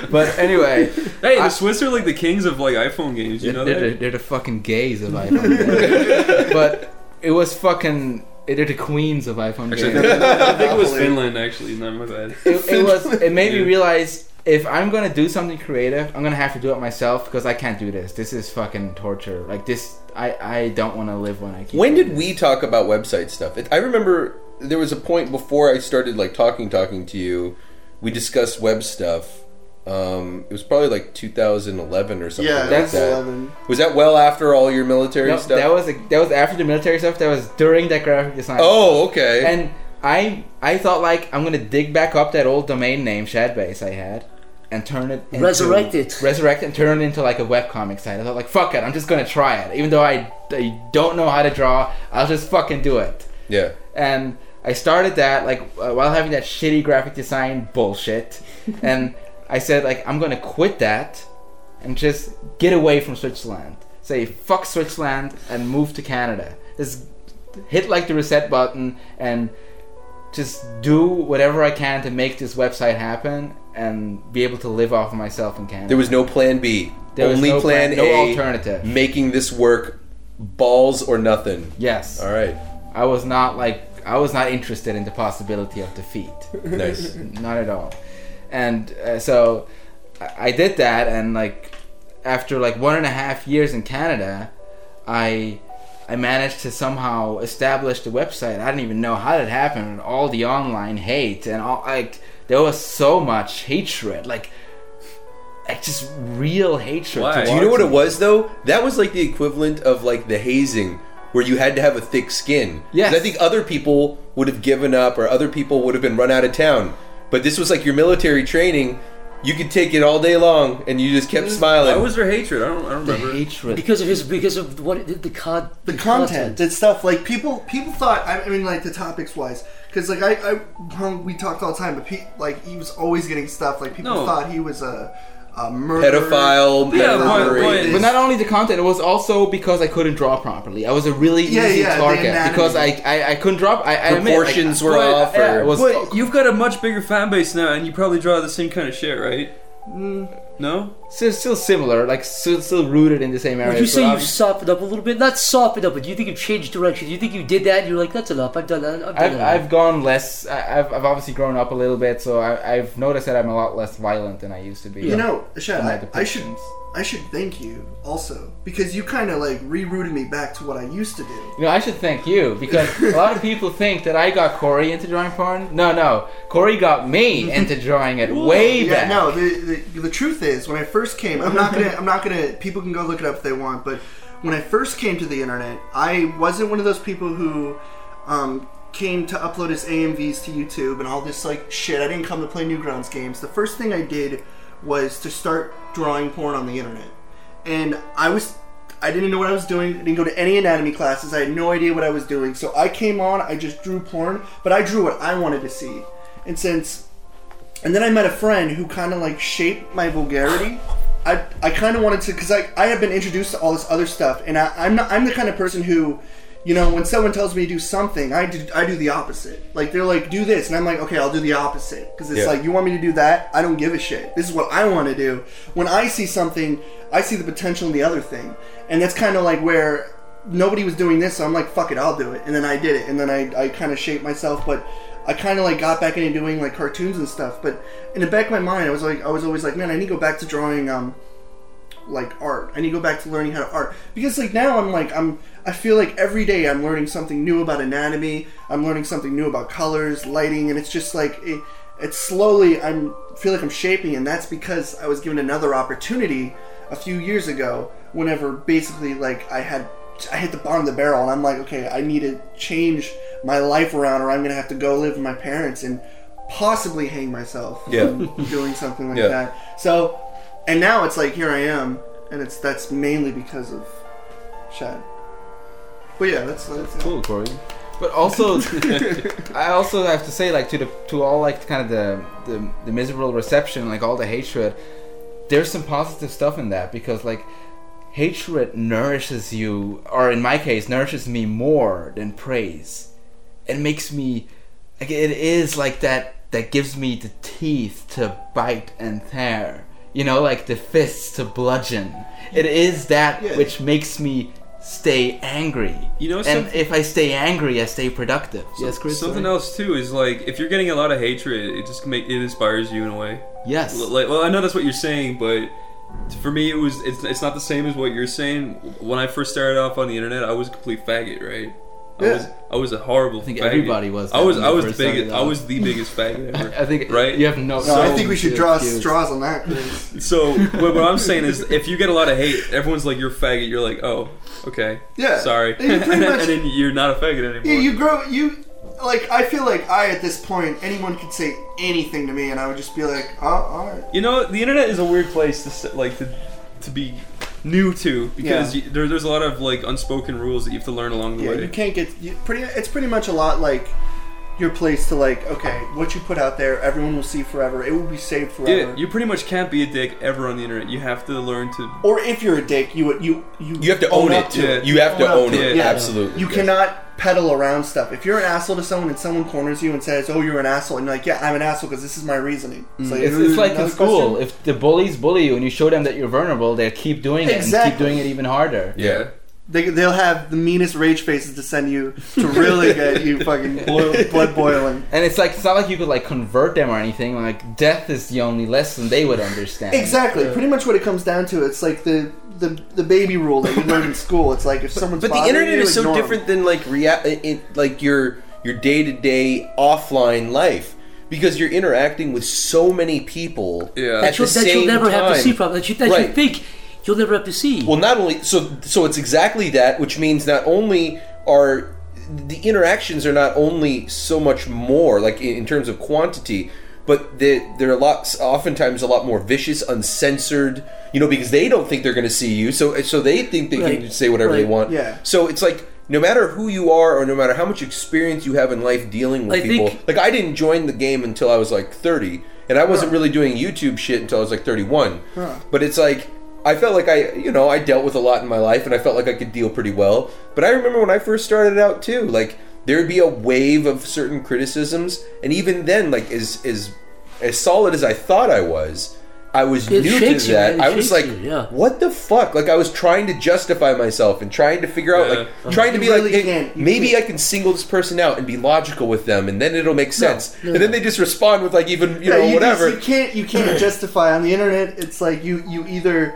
S3: But anyway,
S8: Hey, the
S3: I-
S8: Swiss are like the kings of like iPhone games. You
S3: they're,
S8: know
S3: they're,
S8: that?
S3: the, they're the fucking gays of iPhone. games. but it was fucking. They're the queens of iPhone
S8: Actually,
S3: games. It,
S8: [laughs] I think it was Finland. Actually, not my bad.
S3: it was. It made me
S8: Yeah.
S3: realize if I'm gonna do something creative, I'm gonna have to do it myself because I can't do this. This is fucking torture. Like this, I I don't want to live when I. Keep
S5: When
S3: doing
S5: did
S3: this.
S5: we talk about website stuff? It, I remember there was a point before I started like talking, talking to you. We discussed web stuff. Um, it was probably like 2011 or something.
S4: Yeah,
S5: like
S3: that's
S4: that's
S5: that.
S4: eleven.
S5: Was that well after all your military
S3: No,
S5: stuff?
S3: that was a, that was after the military stuff. That was during that graphic design.
S5: oh, okay.
S3: and I I thought like I'm gonna dig back up that old domain name Shadbase I had and turn it into,
S7: Resurrect it.
S3: resurrect it and turn it into like a webcomic site. I thought like fuck it, I'm just gonna try it, even though I, I don't know how to draw, I'll just fucking do it.
S5: yeah,
S3: And I started that like uh, while having that shitty graphic design bullshit, and I said like I'm gonna quit that and just get away from Switzerland. Say fuck Switzerland and move to Canada. Just hit like the reset button and just do whatever I can to make this website happen and be able to live off of myself in Canada.
S5: there was no plan B.
S3: There was
S5: Only
S3: no
S5: plan,
S3: plan- no
S5: A.
S3: alternative.
S5: Making this work, balls or nothing.
S3: yes,
S5: All right,
S3: I was not like I was not interested in the possibility of defeat.
S5: nice.
S3: not at all and uh, so I, I did that and like after like one and a half years in canada i i managed to somehow establish the website i didn't even know how that happened and all the online hate and all like there was so much hatred like like just real hatred
S8: Why?
S5: Do you know what it was though? That was like the equivalent of like the hazing, where you had to have a thick skin. 'Cause
S3: Yes.
S5: I think other people would have given up, or other people would have been run out of town. But this was like your military training. You could take it all day long, and you just kept smiling.
S8: Why was there hatred? I don't. I don't
S3: the
S8: remember.
S3: hatred
S7: Because of his, because of what the, the con,
S4: the content and stuff like people people thought i, I mean like the topics wise because like I, I hung- we talked all the time but pe- like he was always getting stuff like people
S8: No.
S4: thought he was a, a murderer
S5: pedophile,
S8: Yeah,
S5: pedophile.
S8: boy, boy.
S3: But not only the content, it was also because I couldn't draw properly. I was a really
S4: Yeah,
S3: easy
S4: yeah, the
S3: target
S4: anatomy.
S3: because I, I, I couldn't draw. I, I admit, like,
S5: Proportions were
S3: but-
S5: off,
S3: yeah,
S5: or-
S3: it was
S8: But you've got a much bigger fan base now, and you probably draw the same kind of shit, right?
S3: Mm.
S8: No?
S3: Still, still similar, like still, still rooted in the same area.
S7: Would you
S3: so
S7: say you
S3: I'm-
S7: softened up a little bit? Not softened up, but do you think you changed direction? Do you think you did that and you're like, that's enough, I've done that. I've done
S3: I've,
S7: that.
S3: I've gone less. I- I've, I've obviously grown up a little bit, so I, I've noticed that I'm a lot less violent than I used to be.
S4: You know, Shad,
S3: in my
S4: I, I should
S3: depictions.
S4: I should thank you also because you kind of like rerouted me back to what I used to do.
S3: You know, I should thank you because a lot of people think that I got Corey into drawing porn. No, no, Corey got
S7: [laughs]
S3: me into drawing it way
S4: Yeah,
S3: back.
S4: no. The, the the truth is, when I first came, I'm not gonna I'm not gonna. People can go look it up if they want, but when I first came to the internet, I wasn't one of those people who um, came to upload his AMVs to YouTube and all this like shit. I didn't come to play Newgrounds games. The first thing I did was to start drawing porn on the internet, and I was. I didn't know what I was doing. I didn't go to any anatomy classes. I had no idea what I was doing. So I came on, I just drew porn, but I drew what I wanted to see. And since and then I met a friend who kind of like shaped my vulgarity. I, I kind of wanted to because I, I have been introduced to all this other stuff and I, I'm not I'm the kind of person who, you know, when someone tells me to do something, I do I do the opposite. Like they're like do this and I'm like okay I'll do the opposite because it's
S5: Yeah.
S4: like you want me to do that I don't give a shit. This is what I want to do. When I see something, I see the potential in the other thing, and that's kind of like where nobody was doing this, so I'm like fuck it I'll do it, and then I did it, and then I I kind of shaped myself, but. I kind of like got back into doing like cartoons and stuff, but in the back of my mind, I was like, I was always like, man, I need to go back to drawing, um, like art. I need to go back to learning how to art because like now I'm like I'm I feel like every day I'm learning something new about anatomy. I'm learning something new about colors, lighting, and it's just like it, it's slowly I'm feel like I'm shaping, and that's because I was given another opportunity a few years ago. Whenever basically like I had I hit the bottom of the barrel, and I'm like, okay, I need to change my life around, or I'm gonna have to go live with my parents and possibly hang myself. [laughs]
S5: Yeah.
S4: from doing something like
S5: Yeah.
S4: that. So and now it's like here I am, and it's that's mainly because of Shad. But yeah, that's that's
S3: cool, Corey. But also, I also have to say, like to the to all like kind of the, the the miserable reception, like all the hatred. There's some positive stuff in that because like hatred nourishes you, or in my case, nourishes me more than praise. It makes me like it is like that that gives me the teeth to bite and tear. You know, like the fists to bludgeon. It is that
S4: Yeah.
S3: which makes me stay angry.
S8: You know
S3: and
S8: something-
S3: if I stay angry, I stay productive. yes, Chris.
S8: Something
S3: sorry.
S8: else too is like if you're getting a lot of hatred, it just make it inspires you in a way.
S3: Yes.
S8: L- Like, well, I know that's what you're saying, but for me, it was it's, it's not the same as what you're saying. When I first started off on the internet, I was a complete faggot, right? I was I was a horrible. I
S3: think everybody was
S8: I
S3: that
S8: was
S3: when they
S8: I was the
S3: first started
S8: biggest. I
S3: out.
S8: was the
S3: [laughs]
S8: biggest faggot ever.
S3: I think
S8: right.
S3: you have no.
S4: No, I think we
S3: Yeah,
S4: should draw
S3: excuse.
S4: straws on [laughs] that.
S3: [laughs]
S8: So what, what I'm saying is, if you get a lot of hate, everyone's like you're a faggot. You're like, oh, okay,
S4: Yeah.
S8: sorry,
S4: And you
S8: and,
S4: pretty
S8: then-
S4: much-
S8: [laughs] and then you're not a faggot anymore.
S4: yeah, you grow you like I feel like I at this point anyone could say anything to me, and I would just be like, oh, all right.
S8: You know, the internet is a weird place to s- like to, to be new to because
S4: Yeah.
S8: you, there, there's a lot of like unspoken rules that you have to learn along the
S4: Yeah,
S8: way.
S4: you can't get you, pretty. It's pretty much a lot like your place to like. Okay, what you put out there, everyone will see forever. It will be saved forever.
S8: Yeah, you pretty much can't be a dick ever on the internet. You have to learn to.
S4: or if you're a dick, you you you
S5: You have to own
S4: up
S5: it.
S4: to
S8: it.
S5: You have to
S4: Own up
S5: own
S8: to
S5: it.
S8: it. Yeah.
S5: Absolutely.
S4: You cannot peddle around stuff. If you're an asshole to someone and someone corners you and says, "Oh, you're an asshole," and you're like, "Yeah, I'm an asshole because this is my reasoning."
S5: Mm.
S4: like,
S3: It's, it's like in
S4: another
S3: school.
S4: question?
S3: If the bullies bully you and you show them that you're vulnerable, they keep doing it and keep
S4: Exactly.
S3: doing it even harder.
S5: Yeah.
S4: They, they'll have the meanest rage faces to send you to
S5: [laughs]
S4: really get you fucking boil, blood boiling.
S3: And it's like it's not like you could like convert them or anything. Like death is the only lesson they would understand.
S4: Exactly. Pretty much what it comes down to. It's like the the, the baby rule that you learn in school. It's like if someone's
S5: But the
S4: bothering
S5: internet
S4: you,
S5: is so
S4: ignore 'em.
S5: different than like rea- in, like your your day to day offline life because you're interacting with so many people
S8: Yeah.
S5: at the
S8: That
S7: You'll- that
S5: same
S7: you'll never have to
S5: time.
S7: see, probably. That you, that you
S5: Right.
S7: think you'll never have to see.
S5: Well, not only so so it's exactly that, which means not only are the interactions are not only so much more like in, in terms of quantity, but they, they're a lot oftentimes a lot more vicious, uncensored. You know, because they don't think they're going to see you, so so they think they can
S7: Right.
S5: say whatever they
S7: Right.
S5: want.
S4: Yeah.
S5: So it's like. No matter who you are, or no matter how much experience you have in life dealing with
S7: I
S5: people,
S7: think-
S5: like I didn't join the game until I was like 30, and I wasn't really doing YouTube shit until I was like 31. But it's like I felt like I, you know, I dealt with a lot in my life, and I felt like I could deal pretty well. But I remember when I first started out too, like there'd be a wave of certain criticisms, and even then, like as as as solid as I thought I was, I was
S7: It
S5: new
S7: shakes
S5: to
S7: you,
S5: that.
S7: man. It
S5: I was like,
S7: shakes you, yeah.
S5: "What the fuck?" Like I was trying to justify myself and trying to figure out,
S8: Yeah.
S5: like, trying to
S4: You
S5: be
S4: really
S5: like, hey,
S4: can't. You
S5: maybe
S4: can't.
S5: I can single this person out and be logical with them, and then it'll make sense. and then they just respond with like even
S4: Yeah,
S5: you know
S4: you just-
S5: whatever.
S4: you can't you
S5: [clears throat]
S4: can't justify on the internet. It's like you you either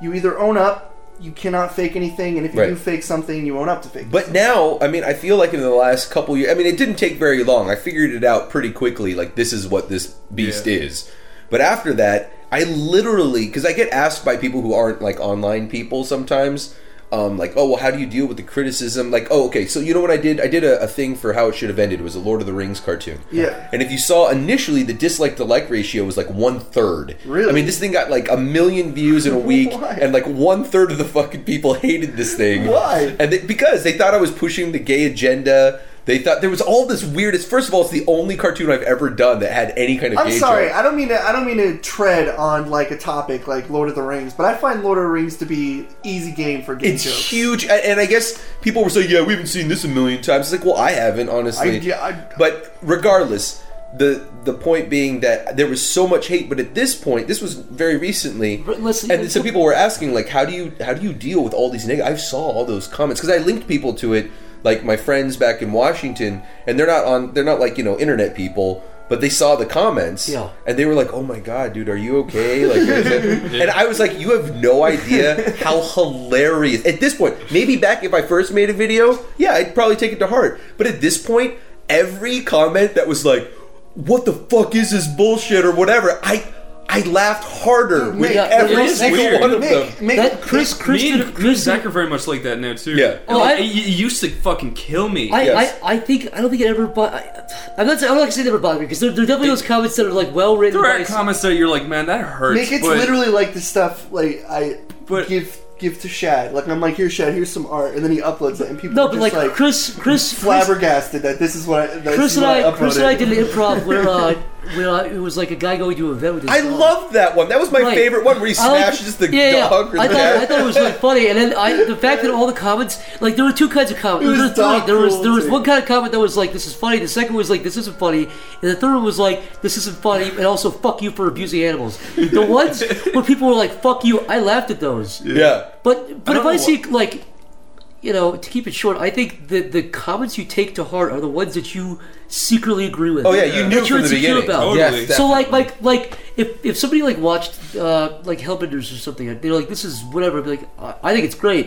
S4: you either own up. You cannot fake anything, and if you
S5: Right.
S4: do fake something, you own up to fake.
S5: But now, I mean, I feel like in the last couple years, I mean, it didn't take very long. I figured it out pretty quickly. Like this is what this beast
S8: Yeah.
S5: is. But after that, I literally because I get asked by people who aren't like online people sometimes. Um, like, oh well, how do you deal with the criticism? Like, oh, okay, so you know what I did? I did a, a thing for how it should have ended. It was a Lord of the Rings cartoon.
S4: Yeah.
S5: And if you saw initially, the dislike to like ratio was like one third.
S4: Really?
S5: I mean, this thing got like a million views in
S4: [laughs]
S5: a week,
S4: Why?
S5: and like one third of the fucking people hated this thing.
S4: Why?
S5: And they, because they thought I was pushing the gay agenda. They thought there was all this weirdest. First of all, it's the only cartoon I've ever done that had any kind of.
S4: I'm
S5: gay
S4: sorry,
S5: joke.
S4: I don't mean to. I don't mean to tread on like a topic like Lord of the Rings, but I find Lord of the Rings to be easy game for gay
S5: It's
S4: jokes.
S5: huge, and, and I guess people were saying, "Yeah, we haven't seen this a million times." It's like, well, I haven't, honestly.
S4: I- yeah, I-
S5: but regardless, the the point being that there was so much hate. But at this point, this was very recently,
S7: But listen-
S5: and so people were asking, like, "How do you how do you deal with all these negative?" I saw all those comments because I linked people to it, like my friends back in Washington, and they're not on, they're not like you know internet people. But they saw the comments,
S7: Yeah.
S5: and they were like, "Oh my god, dude, are you okay?" Like, is it- and I was like, "You have no idea how hilarious." At this point, maybe back if I first made a video, yeah, I'd probably take it to heart. But at this point, every comment that was like, "What the fuck is this bullshit?" or whatever, I I laughed harder with
S7: yeah, it
S5: every
S7: is
S5: single
S8: weird.
S5: one of them.
S4: Mick, Mick,
S7: That Chris Chris
S8: Me
S7: did
S8: and, me and
S7: Chris did-
S8: Zach are very much like that now too.
S5: Yeah.
S8: Oh,
S7: Oh, I-
S8: you you used to fucking kill me.
S7: I,
S5: Yes.
S7: I, I think I don't think it ever. Bo- I, I'm not. I'm not saying it never bothered me because there, there are definitely those comments that are like well written.
S8: there are comments that you're like, man, that hurts.
S4: Nick, it's
S8: but-
S4: literally like the stuff like I
S8: But-
S4: give give to Shad. Like I'm like, here, Shad, here's some art, and then he uploads it, and people
S7: No,
S4: are
S7: but
S4: just
S7: like,
S4: like,
S7: Chris, Chris, Chris,
S4: flabbergasted that this is what I, this
S7: Chris
S4: is
S7: and
S4: what
S7: I,
S4: uploaded.
S7: Chris and I did an improv where uh, where uh, it was like a guy going to an event with his.
S5: I
S7: dog.
S5: love that one. That was my
S7: Right.
S5: favorite one where he
S7: I like-
S5: smashes the
S7: yeah, yeah.
S5: dog or
S7: I
S5: the
S7: thought,
S5: cat.
S7: I thought it was really funny, and then I, the fact that all the comments, like there were two kinds of comments.
S4: It was
S7: there, were three.
S4: dog
S7: there was there was
S4: cruelty.
S7: one kind of comment that was like, "This is funny." The second was like, "This isn't funny," and the third one was like, "This isn't funny," and also "Fuck you for abusing animals." The ones where people were like, "Fuck you," I laughed at those.
S5: [laughs] yeah.
S7: But but
S8: I
S7: if
S8: don't
S7: I
S8: know
S7: see like, you know, to keep it short, I think the the comments you take to heart are the ones that you secretly agree with.
S5: Oh, yeah, you knew
S7: that you're
S5: from the
S7: insecure
S5: beginning.
S7: About.
S8: Totally.
S9: Yes,
S7: So like
S9: definitely.
S7: like like if if somebody like watched uh like Hellbenders or something, and they're like this is whatever. I'd be like I, I think it's great.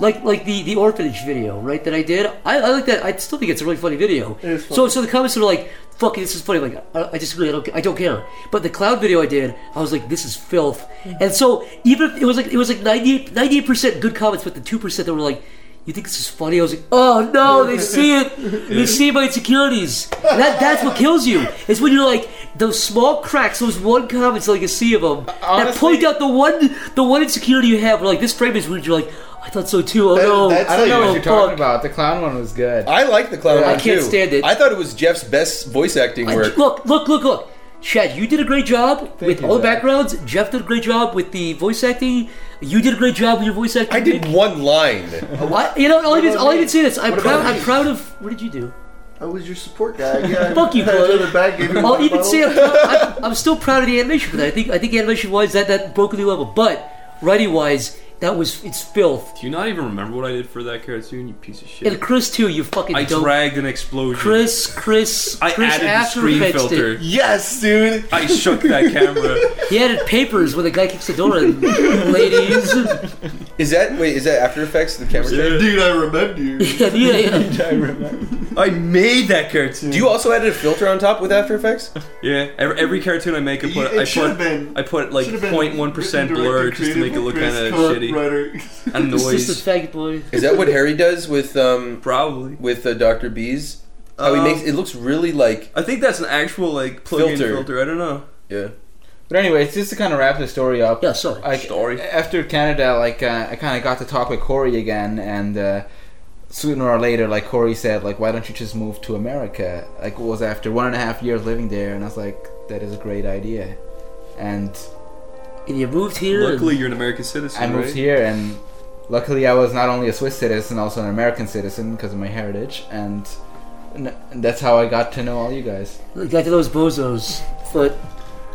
S7: Like like the the orphanage video right that I did. I, I like that. I still think it's a really funny video.
S4: is
S7: So so the comments are like. Fuck it, this is funny. Like I, I disagree. I don't. I don't care. But the cloud video I did, I was like, this is filth. And so even if it was like it was like 98 percent good comments, but the two percent that were like, you think this is funny? I was like, oh no, they see it. They see my insecurities. And That that's what kills you. It's when you're like those small cracks, those one comments, like a sea of them, that
S9: honestly-
S7: point out the one the one insecurity you have. Where like this frame is weird. You're like, I thought so too. Oh
S4: That-
S7: no,
S4: that's
S3: I don't know
S7: oh,
S3: what you're talking
S7: fuck.
S3: about. The clown one was good.
S5: I like the clown.
S7: I
S5: one,
S7: can't
S5: too.
S7: stand it.
S5: I thought it was Jeff's best voice acting
S7: I-
S5: work.
S7: look, look, look, look. Chad, you did a great job with
S3: you,
S7: all the
S3: Zach.
S7: backgrounds. Jeff did a great job with the voice acting. You did a great job with your voice acting.
S5: I did one line.
S7: What? You know, all I did, all I did say this. I'm
S4: What
S7: proud.
S4: about
S7: I'm
S4: me?
S7: proud of. What did you do?
S4: I was your support guy. Yeah,
S7: Fuck
S4: [laughs]
S7: you,
S4: I had
S7: Chloe.
S4: another bag, gave you
S7: I'll
S4: one
S7: even
S4: bottle.
S7: say I'm, proud- I'm, I'm still proud of the animation for that. I think I think animation wise that that broke a new level, but writing wise that was it's filth.
S8: Do you not even remember what I did for that cartoon? You piece of shit.
S7: And Chris too, you fucking
S8: I
S7: dope.
S8: dragged an explosion.
S7: Chris, Chris,
S8: I
S7: Chris
S8: added the
S7: After
S8: screen
S7: Effects did.
S8: filter.
S4: yes, dude.
S8: I shook
S7: [laughs]
S8: that camera.
S7: He added papers when the guy kicks the door in. Ladies,
S3: [laughs]
S5: Is that wait? Is that After Effects the camera? shake?
S4: Dude, I remember you.
S7: yeah, yeah, yeah.
S8: [laughs] I made that cartoon.
S5: Do you also added a filter on top with After Effects?
S8: Yeah. Every, every cartoon I make, I put.
S4: It
S8: I
S4: should've
S8: put.
S4: been-
S8: I put like
S4: Should've been
S8: 0.1 percent
S4: written,
S8: blur
S4: directed,
S8: just to make it
S4: created,
S8: look kind
S4: Chris
S8: of
S4: Cook,
S8: shitty
S4: writer.
S8: and
S7: It's
S8: noise.
S7: just a faggot boy.
S5: Is that what Harry does with um
S8: Probably.
S5: with uh, Doctor Bees? How he
S8: Um,
S5: makes it looks really like
S8: I think that's an actual like plug-in
S5: Filter.
S8: filter. I don't know.
S5: yeah.
S9: But anyways, just to kind of wrap the story up.
S7: Yeah, sorry.
S9: Like
S8: Story.
S9: after Canada, like uh, I kind of got to talk with Corey again, and uh, sooner or later, like Corey said, like why don't you just move to America? Like it was after one and a half years living there, and I was like, that is a great idea. And
S7: And you moved here. and-
S8: Luckily, you're an American citizen.
S9: I moved
S8: right?
S9: here, and luckily I was not only a Swiss citizen, also an American citizen because of my heritage, and, and that's how I got to know all you guys.
S7: got to those bozos. But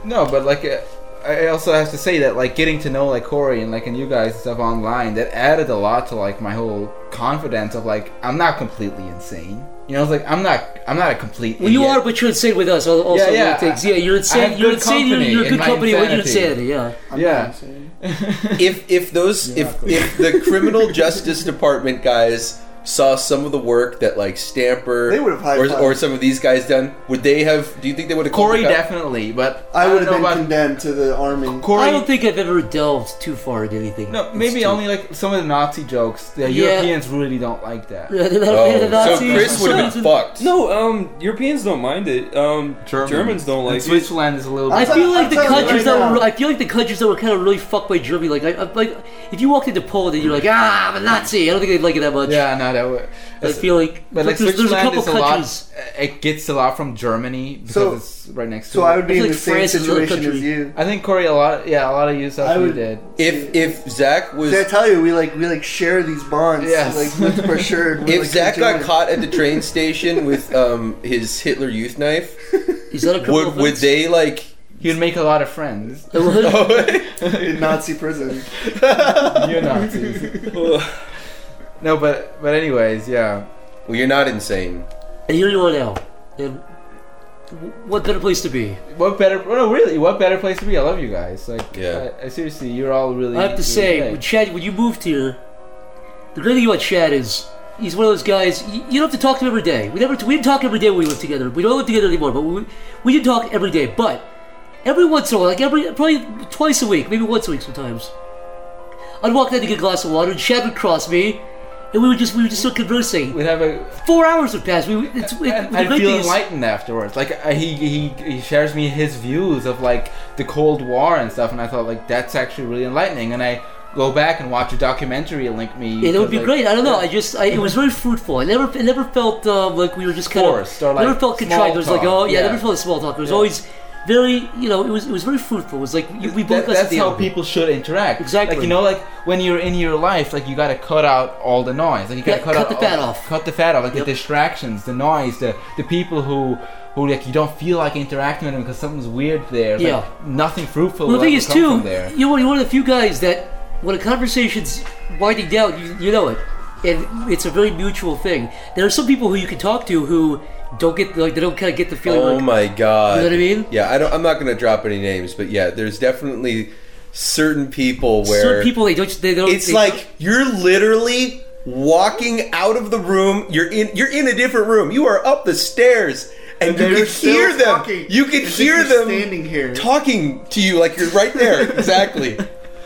S9: No, but like uh, I
S3: I also have to say that like getting to know like Corey and like and you guys and stuff online that added a lot to like my whole confidence of like I'm not completely insane. You know, it's like I'm not I'm not a complete.
S7: Well, you
S3: idiot.
S7: are, but you're insane with us. al- Also,
S3: Yeah, yeah.
S7: little things. yeah you're
S3: have
S7: insane. You're
S3: good
S7: insane. You're,
S3: company
S7: you're
S3: in
S7: good
S3: my
S7: company with your insanity.
S3: insanity.
S7: Yeah.
S3: yeah.
S5: if if those if if the criminal justice department guys saw some of the work that like Stamper
S4: They would've
S5: or,
S4: high-fived.
S5: or some of these guys done, would they have? Do you think they would have?
S3: Corey definitely, but
S4: I
S3: don't
S4: would have
S3: know
S4: been
S3: about-
S4: condemned to the army.
S3: Corey.
S7: I don't think I've ever delved too far into anything.
S3: no,
S7: It's
S3: maybe
S7: too-
S3: only like some of the Nazi jokes. The
S7: Yeah.
S3: Europeans really don't like that.
S7: Yeah, [laughs] they're not a fan of the
S5: Oh, so
S7: Nazis.
S5: Chris would
S7: [laughs]
S5: have been fucked.
S8: No, um, Europeans don't mind it. Um, Germans, don't
S3: And
S8: like it.
S3: Switzerland is a little.
S7: I
S3: bit...
S7: feel like
S4: I'm
S7: the
S4: telling you
S7: countries
S4: right
S7: that were,
S4: now.
S7: I feel like the countries that were kind of really fucked by Germany. Like, I, I, like if you walked into Poland and you're like, ah, I'm a Nazi. I don't think they'd like it that much.
S3: Yeah, no, that would.
S7: I feel like,
S3: But like
S7: there's, there's a
S3: Switzerland
S7: couple
S3: is a lot. uh,
S7: countries.
S3: It gets a lot from Germany because
S4: So-
S3: it's right next to.
S4: So
S3: it.
S4: I would be
S7: I
S4: in
S7: feel
S4: the
S7: like
S4: same
S7: France is another
S4: situation as
S7: country.
S4: you.
S3: I think Corey a lot. Yeah, a lot of you stuff
S4: I
S3: you
S4: would-
S3: did.
S5: If if Zach was
S4: Did I tell you we like we like share these bonds?
S3: Yes.
S4: Like with Bashir. and we're,
S5: if
S4: like,
S5: Zach got
S4: conjoined.
S5: caught at the train station
S4: [laughs]
S5: with um his Hitler youth knife,
S7: [laughs] Is that a couple
S5: would
S7: of
S5: would
S7: things?
S5: they like? [laughs]
S3: He would make a lot of friends.
S7: [laughs] It would.
S4: in Nazi prison,
S3: You're
S7: [laughs]
S3: Nazis. no, but but anyways, yeah.
S5: well, you're not insane.
S7: And here you are now. And wh- what better place to be?
S3: What better? oh, No, really. What better place to be? I love you guys. Like,
S5: Yeah.
S3: I, I seriously, you're all really.
S7: I have to
S3: really
S7: say,
S3: great.
S7: when Chad, when you moved here, the great thing about Chad is he's one of those guys. You, you don't have to talk to him every day. We never we didn't talk every day when we lived together. We don't live together anymore, but we we did talk every day. But every once in a while, like every probably twice a week, maybe once a week sometimes, I'd walk down to get a glass of water, and Chad would cross me, and we would just we would just start conversing.
S3: we'd have a.
S7: Four hours would pass. We would- it's, it,
S3: and
S7: the
S3: I'd
S7: great
S3: feel
S7: thing is-
S3: enlightened afterwards. Like I, he, he he shares me his views of like the Cold War and stuff, and I thought like that's actually really enlightening. And I go back and watch a documentary and link me.
S7: Yeah, that would
S3: to,
S7: be
S3: like-
S7: great. I don't know. I just, I, it was very fruitful. I never, it never felt um, like we were just kind
S3: Forced or,
S7: of,
S3: like,
S7: never felt
S3: small
S7: contrived. It was like,
S3: talk.
S7: oh yeah, I
S3: Yeah.
S7: never felt small talk. It was always very, you know, it was, it was very fruitful. It was like you- we
S3: That-
S7: both got
S3: that's
S7: something
S3: how
S7: out of it.
S3: people should interact.
S7: Exactly.
S3: Like you know, like when you're in your life, like you gotta cut out all the noise. Like you gotta
S7: Yeah,
S3: cut,
S7: cut
S3: out
S7: the
S3: all-
S7: fat off.
S3: Cut the fat off. Like
S7: Yep.
S3: the distractions, the noise, the the people who who like you don't feel like interacting with them because something's weird there. It's
S7: Yeah.
S3: Like, nothing fruitful.
S7: Well,
S3: will
S7: the thing
S3: ever
S7: is
S3: uh, come
S7: too,
S3: from there.
S7: you know, you're one of the few guys that when a conversation's winding down, you, you know it, and it's a very mutual thing. There are some people who you can talk to who don't get like they don't kind of get the feeling.
S5: Oh
S7: like,
S5: my god!
S7: You know what I mean?
S5: Yeah, I don't. I'm not going to drop any names, but yeah, there's definitely certain people where
S7: certain people they don't they don't.
S5: it's
S7: they-
S5: like you're literally walking out of the room. You're in. You're in a different room. You are up the stairs, and, you
S4: they're
S5: can
S4: still
S5: hear them.
S4: talking.
S5: You can
S4: As if
S5: hear
S4: you're
S5: them
S4: standing here.
S5: talking to you like you're
S4: [laughs]
S5: right there. exactly.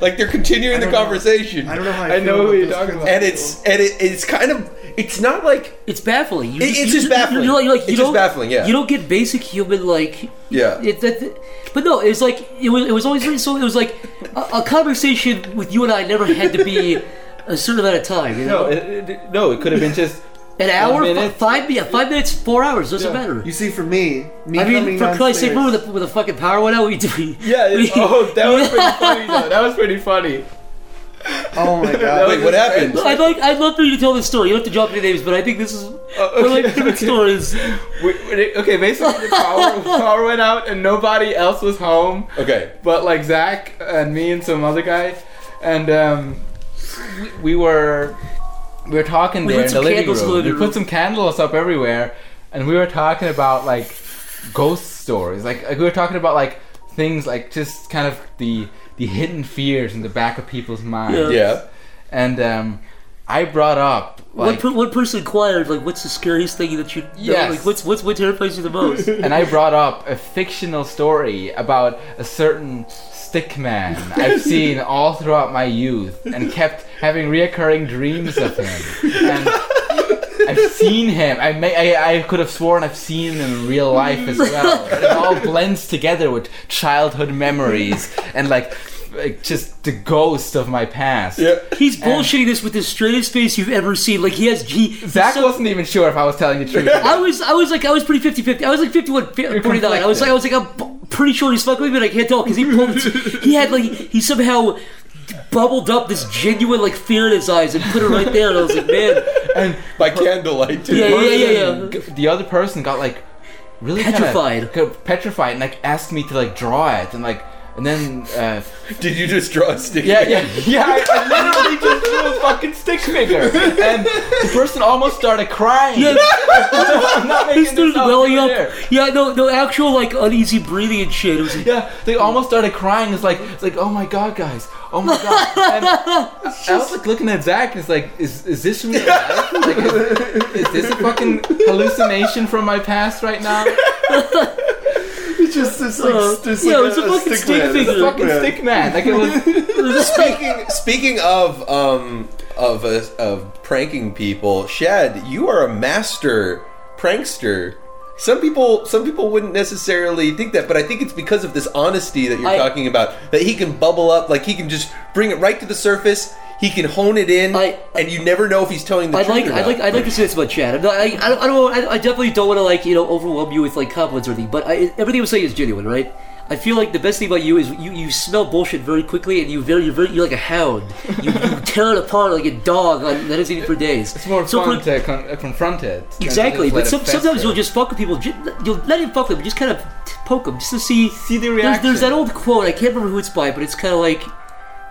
S5: Like they're continuing the
S4: don't know.
S5: conversation.
S4: I don't know how I,
S3: I
S4: feel
S3: know
S4: about
S3: who you're
S4: those
S3: talking about.
S5: And it's and it, it's kind of it's not like
S7: It's baffling. You,
S5: It- it's just baffling.
S7: You're like, you're like, you
S5: It's just
S7: don't,
S5: baffling, yeah.
S7: You don't get basic human like.
S5: Yeah.
S7: It, that, but no, it was like it was. It was always really so. It was like a, a conversation with you and I never had to be a certain amount of time. You know,
S3: no, it, it, no, it could have been just
S7: an hour, fi-
S3: minute.
S7: five, yeah, five minutes, four hours doesn't matter.
S4: You see, for me, me
S7: I mean,
S4: coming
S7: for Christ's sake,
S4: downstairs-
S7: remember the, when the fucking power went out? We we-
S3: yeah.
S7: [laughs] we-
S3: It, oh, that was
S7: [laughs]
S3: pretty funny. Though. That was pretty funny.
S4: Oh my god!
S5: wait, what happened?
S7: I'd like I'd love for you to tell this story. You don't have to drop any names, but I think this is
S5: Oh,
S7: one of my
S3: okay,
S7: favorite stories.
S3: We, we- okay, basically the power, [laughs] power went out and nobody else was home.
S5: Okay.
S3: but like Zach and me and some other guy, and um, we, we were we were talking
S7: We
S3: there
S7: lit
S3: in the
S7: some
S3: living
S7: candles in the
S3: room. We
S7: living room.
S3: put some candles up everywhere, and we were talking about like ghost stories. Like, like we were talking about like things like just kind of the the hidden fears in the back of people's minds.
S7: Yeah.
S5: Yeah.
S3: And um, I brought up
S7: One,
S3: like
S7: per, one person inquired, like, what's the scariest thing that you know?
S3: Yes.
S7: Like, what's, what's, what terrifies you the
S3: [laughs]
S7: most?
S3: and I brought up a fictional story about a certain stick man I've seen all throughout my youth and kept having reoccurring dreams of him. And I've seen him. I, may, I I could have sworn I've seen him in real life as
S7: [laughs]
S3: well. It all blends together with childhood memories and like, like just the ghost of my past.
S5: Yeah.
S7: He's bullshitting this with the straightest face you've ever seen. Like he has G.
S3: Zach
S7: so-
S3: wasn't even sure if I was telling the truth.
S7: [laughs] I was, I was like, I was pretty 50-50. I was like 51, 49. I was like, I was like, I'm b- pretty sure he's fucking with me, but I can't tell because he pulled. His, he had like, he somehow bubbled up this genuine like fear in his eyes and put it right there, and I was
S3: [laughs]
S7: like, man,
S3: And
S5: By candlelight too.
S7: yeah, yeah, yeah, yeah.
S3: person- the other person got like really kinda-
S7: Petrified.
S3: kinda petrified, and like asked me to like draw it, and like And then uh,
S5: Did you just draw a stick?
S3: yeah, yeah, yeah. I, I literally just drew a fucking stick figure, and the person almost started crying.
S7: Yeah,
S3: [laughs] I'm not making
S7: he started
S3: this up.
S7: welling
S3: It's
S7: up.
S3: there.
S7: Yeah, no, no actual like uneasy breathing and shit. It was like,
S3: Yeah, they almost started crying. It's like, it's like, oh my god, guys, oh my god.
S7: [laughs]
S3: And I was like looking at Zach, and it's like, is, is this real life? Like, is, is this a fucking hallucination from my past right now?
S4: It's just this like,
S7: Uh,
S4: s- this,
S7: yeah,
S4: like,
S7: it's a fucking stick
S4: man,
S7: figure.
S4: stick
S3: fucking
S4: man.
S3: stick man. Like it was.
S7: [laughs]
S5: Speaking speaking of um of uh, of pranking people, Shad, you are a master prankster. Some people some people wouldn't necessarily think that, but I think it's because of this honesty that you're
S7: I-
S5: talking about that he can bubble up, like he can just bring it right to the surface. He can hone it in,
S7: I-
S5: and you never know if he's telling the
S7: I'd
S5: truth
S7: like,
S5: or
S7: I'd
S5: not.
S7: like, I'd like to say this about Chad. I'm not, I, I, don't, I don't, I, I definitely don't want to like, you know, overwhelm you with like compliments or anything. But I, everything I'm saying is genuine, right? I feel like the best thing about you is you, you smell bullshit very quickly, and you very, you're very, you're like a hound.
S3: [laughs]
S7: You, you tear it apart like a dog on, that has eaten for days.
S3: It's more
S7: So
S3: fun
S7: for-
S3: to con- uh, confront it. than to
S7: Exactly,
S3: just let
S7: but
S3: it
S7: some, sometimes
S3: fester.
S7: you'll just fuck with people. ju- You'll let him fuck them, just kind of t- poke them, just to see.
S3: See the
S7: There's,
S3: reaction.
S7: there's that old quote. I can't remember who it's by, but it's kind of like,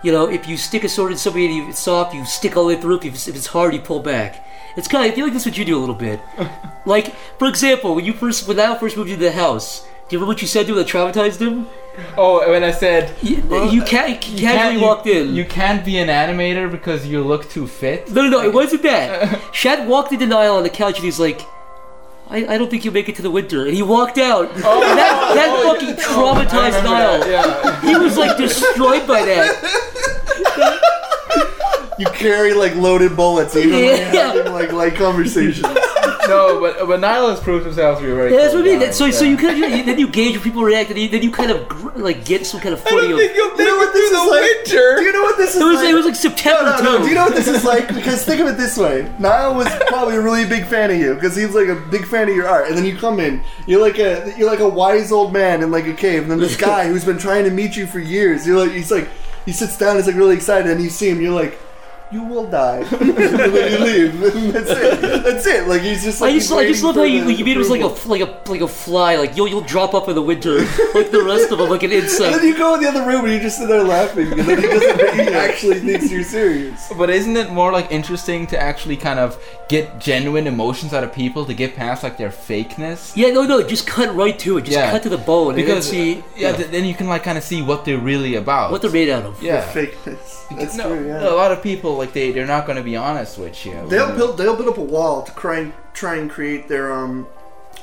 S7: you know, if you stick a sword in somebody and you, it's soft, you stick all the way through. If it's, if it's hard, you pull back. It's kind of. I feel like that's what you do a
S3: [laughs]
S7: little bit. like, for example, when you first, when I first moved into the house, do you remember what you said to him that traumatized him?
S3: Oh, when I said
S7: You, you can't. You casually
S3: you-
S7: walked in.
S3: You can't be an animator because you look too fit.
S7: No, no, no, it wasn't
S4: [laughs]
S7: that. Shad walked into Niall on the couch and he's like, I, I don't think you make it to the winter. And he walked out.
S4: Oh.
S7: and that that fucking traumatized Niall.
S3: Yeah.
S7: He was like destroyed by
S4: [laughs]
S7: that.
S4: You carry like loaded bullets, even when you're
S7: Yeah.
S4: having like like conversations.
S3: no, but but Niall has proved himself to be very.
S7: Yeah, that's what I mean.
S3: cool guy,
S7: That- so, so you kind of you, then you gauge how people react, and you, then you kind of gr- like get some kind of footing. Of, it
S5: you'll do
S4: this
S5: it through
S4: is
S5: the
S4: like?
S5: winter.
S4: Do you know what this is?
S7: was
S4: like?
S7: it was like September
S4: no, no, no.
S7: too.
S4: Do you know what this is like? Because think of it this way: Niall was probably a really big fan of you because he's like a big fan of your art, and then you come in, you're like a you're like a wise old man in like a cave, and then this guy who's been trying to meet you for years, you're like he's like he sits down, he's like really excited, and you see him, you're like. You will die. [laughs] and then you leave. [laughs] And that's it. That's it. Like he's just like.
S7: I just,
S4: he's
S7: I
S4: waiting
S7: just love
S4: for
S7: how you,
S4: the
S7: like, you made it was like a
S4: approval.
S7: f- like a like a fly. Like you'll you'll drop up in
S4: [laughs]
S7: the winter like the rest of them, like an
S4: And
S7: insect.
S4: then you go in the other room and you just sit there laughing because then he doesn't.
S7: [laughs]
S4: He actually thinks you're serious.
S3: But isn't it more like interesting to actually kind of get genuine emotions out of people to get past like their fakeness?
S7: Yeah, no, no, just cut right to it. Just
S3: Yeah.
S7: cut to the bone. and then
S3: Because uh,
S7: see,
S3: yeah, th- then you can like kind of see what they're really about.
S7: what they're made out of.
S3: yeah.
S4: Fakeness. That's
S3: no,
S4: true.
S3: a
S4: Yeah.
S3: lot of people like they they're not going to be honest with you.
S4: They'll build they'll build up a wall to try and try and create their um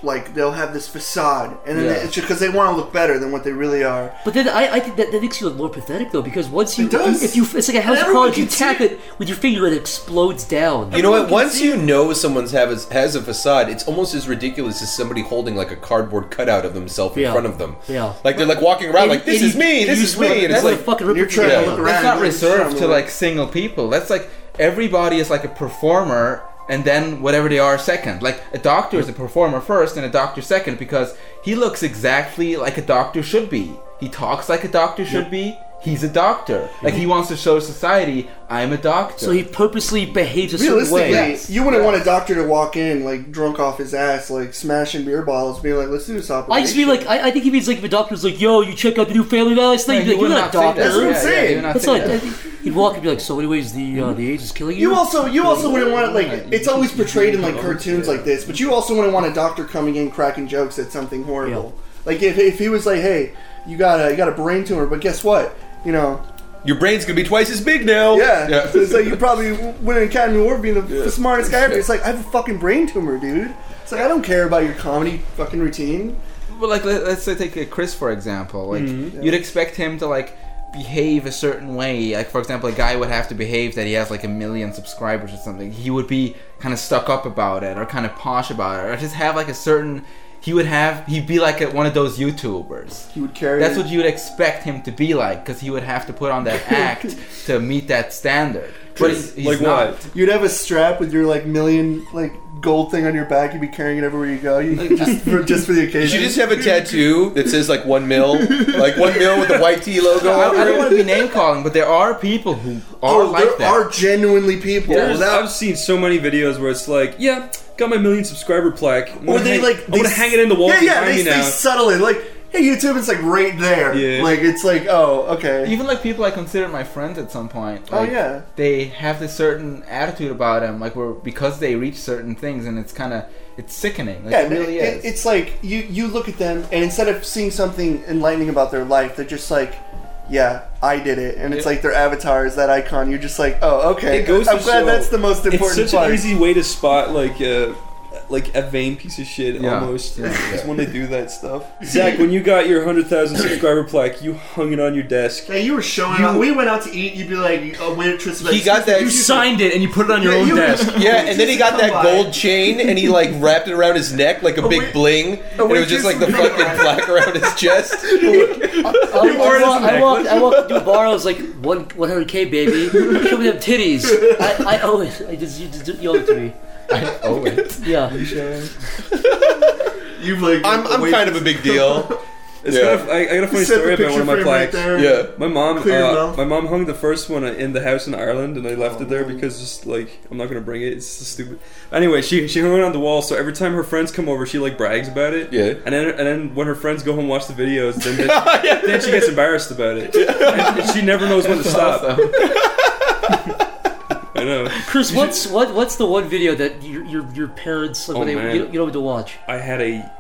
S4: like they'll have this facade and then
S3: Yeah.
S4: it's because they want to look better than what they really are.
S7: But then I, I think that, that makes you look more pathetic though, because once you
S4: It does.
S7: if you it's like a house of
S4: everyone
S7: cards, you
S4: can
S7: tap it with your finger and it explodes down.
S5: You know what? Once you know someone's have a, has a facade, it's almost as ridiculous as somebody holding like a cardboard cutout of themself in
S7: Yeah.
S5: front of them.
S7: Yeah.
S5: Like they're like walking around, like this is me, this is me, and it's
S7: That's
S5: like
S7: a fucking rip
S4: You're
S7: it
S4: trying
S5: Yeah.
S4: to look around.
S3: That's not
S4: you're
S3: reserved to
S4: trying
S3: like single people. That's like everybody is like a performer and then whatever they are second. Like a doctor is a performer first and a doctor second because he looks exactly like a doctor should be. He talks like a doctor should be. He's a doctor. Like he wants to show society, I'm a doctor.
S7: So he purposely behaves a certain
S4: Realistically,
S7: way.
S3: Yes.
S4: you wouldn't want a doctor to walk in like drunk off his ass, like smashing beer bottles, being like, "Let's do this operation."
S7: I just mean like I, I think he means like if a doctor's like, yo, you check out the new family values
S3: No,
S7: thing, you'd
S3: he
S7: be like,
S3: would
S7: you're not a
S3: not say
S7: doctor.
S3: that.
S4: That's what I'm
S3: Yeah, yeah,
S4: saying.
S3: you're not
S7: That's
S3: saying
S7: not,
S3: that.
S7: he'd walk and be like, so anyways, the uh, the age is killing you.
S4: You also you also wouldn't want it
S3: Yeah,
S4: like
S3: you
S4: it's always
S3: should- you
S4: portrayed in
S3: should
S4: like
S3: go
S4: cartoons
S3: to-
S4: like this, but you also wouldn't want a doctor coming in cracking jokes at something horrible. Like if, if he was like, "Hey, you got a you got a brain tumor, but guess what? You know,
S5: your brain's gonna be twice as big now.
S4: Yeah. So it's
S5: [laughs]
S4: like you probably win an Academy Award being the smartest guy ever. It's like I have a fucking brain tumor, dude. It's like I don't care about your comedy fucking routine.
S3: Well, like let, let's say take uh, Chris for example. Like
S4: Mm-hmm.
S3: you'd expect him to like behave a certain way. Like for example, a guy would have to behave that he has like a million subscribers or something. He would be kind of stuck up about it, or kind of posh about it, or just have like a certain. He would have. He'd be like a, one of those YouTubers.
S4: He would carry.
S3: That's what you would expect him to be like, because he would have to put on that
S4: [laughs]
S3: act to meet that standard. But he's, he's
S8: like
S3: not.
S8: what?
S4: You'd have a strap with your like million like gold thing on your back. You'd be carrying it everywhere you go. You just [laughs] for just for the
S5: You
S4: occasion.
S5: should just have a tattoo that says like one mil, like one mil with the white T logo.
S3: I, I
S5: over
S3: don't
S5: it.
S3: want to be name calling, but there are people who are
S4: Oh,
S3: like
S4: there
S3: that.
S4: are genuinely people
S8: There's-
S4: that.
S8: I've seen so many videos where it's like, yeah, got my million subscriber plaque. I'm
S4: Or
S8: gonna
S4: they
S8: hang-
S4: like
S8: I'm gonna
S4: they-
S8: hang it in the wall
S4: Yeah, yeah.
S8: behind
S4: They,
S8: me
S4: they
S8: now.
S4: settle it like. hey YouTube, it's like right there.
S9: Yeah.
S4: Like it's like oh okay.
S9: Even like people I consider my friends at some point.
S4: Oh
S9: Like,
S4: yeah.
S9: They have this certain attitude about them, like where because they reach certain things, and it's kind of it's sickening. Like,
S4: Yeah,
S9: it really
S4: it-
S9: is.
S4: it's like you you look at them and instead of seeing something enlightening about their life, they're just like, yeah, I did it, and it's
S9: Yeah.
S4: like their avatar is that icon. You're just like, oh okay.
S8: It goes to
S4: I'm glad
S8: show-
S4: that's the most
S8: It's
S4: important
S8: such
S4: part.
S8: an easy way to spot like uh, like a vain piece of shit
S9: Yeah.
S8: almost.
S9: Yeah.
S8: Is when they do that stuff.
S4: stuff.
S8: Zach, when you got your hundred [coughs] thousand subscriber plaque, you hung it on your desk.
S4: Yeah, you were showing.
S8: You-
S4: up. We went out to eat. You'd be like, a waitress. would be
S5: He
S4: like,
S5: got that-
S4: "Excuse me,
S5: You
S4: you-
S5: signed
S3: it and you put it on
S4: your Yeah, own you- desk.
S5: [laughs] Yeah, and then he got that
S4: Come by.
S5: gold chain and he like wrapped it around his neck like a big
S4: wait-
S5: bling. And it was just
S4: waitress
S5: like the
S4: would be like-
S5: fucking plaque around his chest.
S7: I, I, walked, I walked. I walked to a bar. I was like, one 100k, baby. Show me them titties. I, I owe it. I just you just you owe it to me.
S5: I owe it.
S7: Yeah.
S4: You've like.
S5: I'm, I'm kind of a big deal.
S8: It's
S5: Yeah.
S8: kind of, I, I got a funny
S4: Set the
S8: story about
S4: picture
S8: one of my
S4: frame right
S8: plaques.
S4: there.
S5: Yeah.
S8: My mom,
S4: Clear your
S8: uh,
S4: mouth.
S8: my mom hung the first one in the house in Ireland, and I left it
S4: Oh.
S8: there because just like I'm not gonna bring it. It's just stupid. Anyway, she she hung it on the wall, so every time her friends come over, she like brags about it.
S5: Yeah.
S8: And then and then when her friends go home and watch the videos,
S4: [laughs]
S8: then then, then she gets embarrassed about it. And she never knows when to stop. [laughs] I know.
S7: Chris, what's what what's the one video that your your, your parents like
S8: Oh,
S7: when they
S8: man.
S7: you, don't- you don't have to watch?
S8: I had a.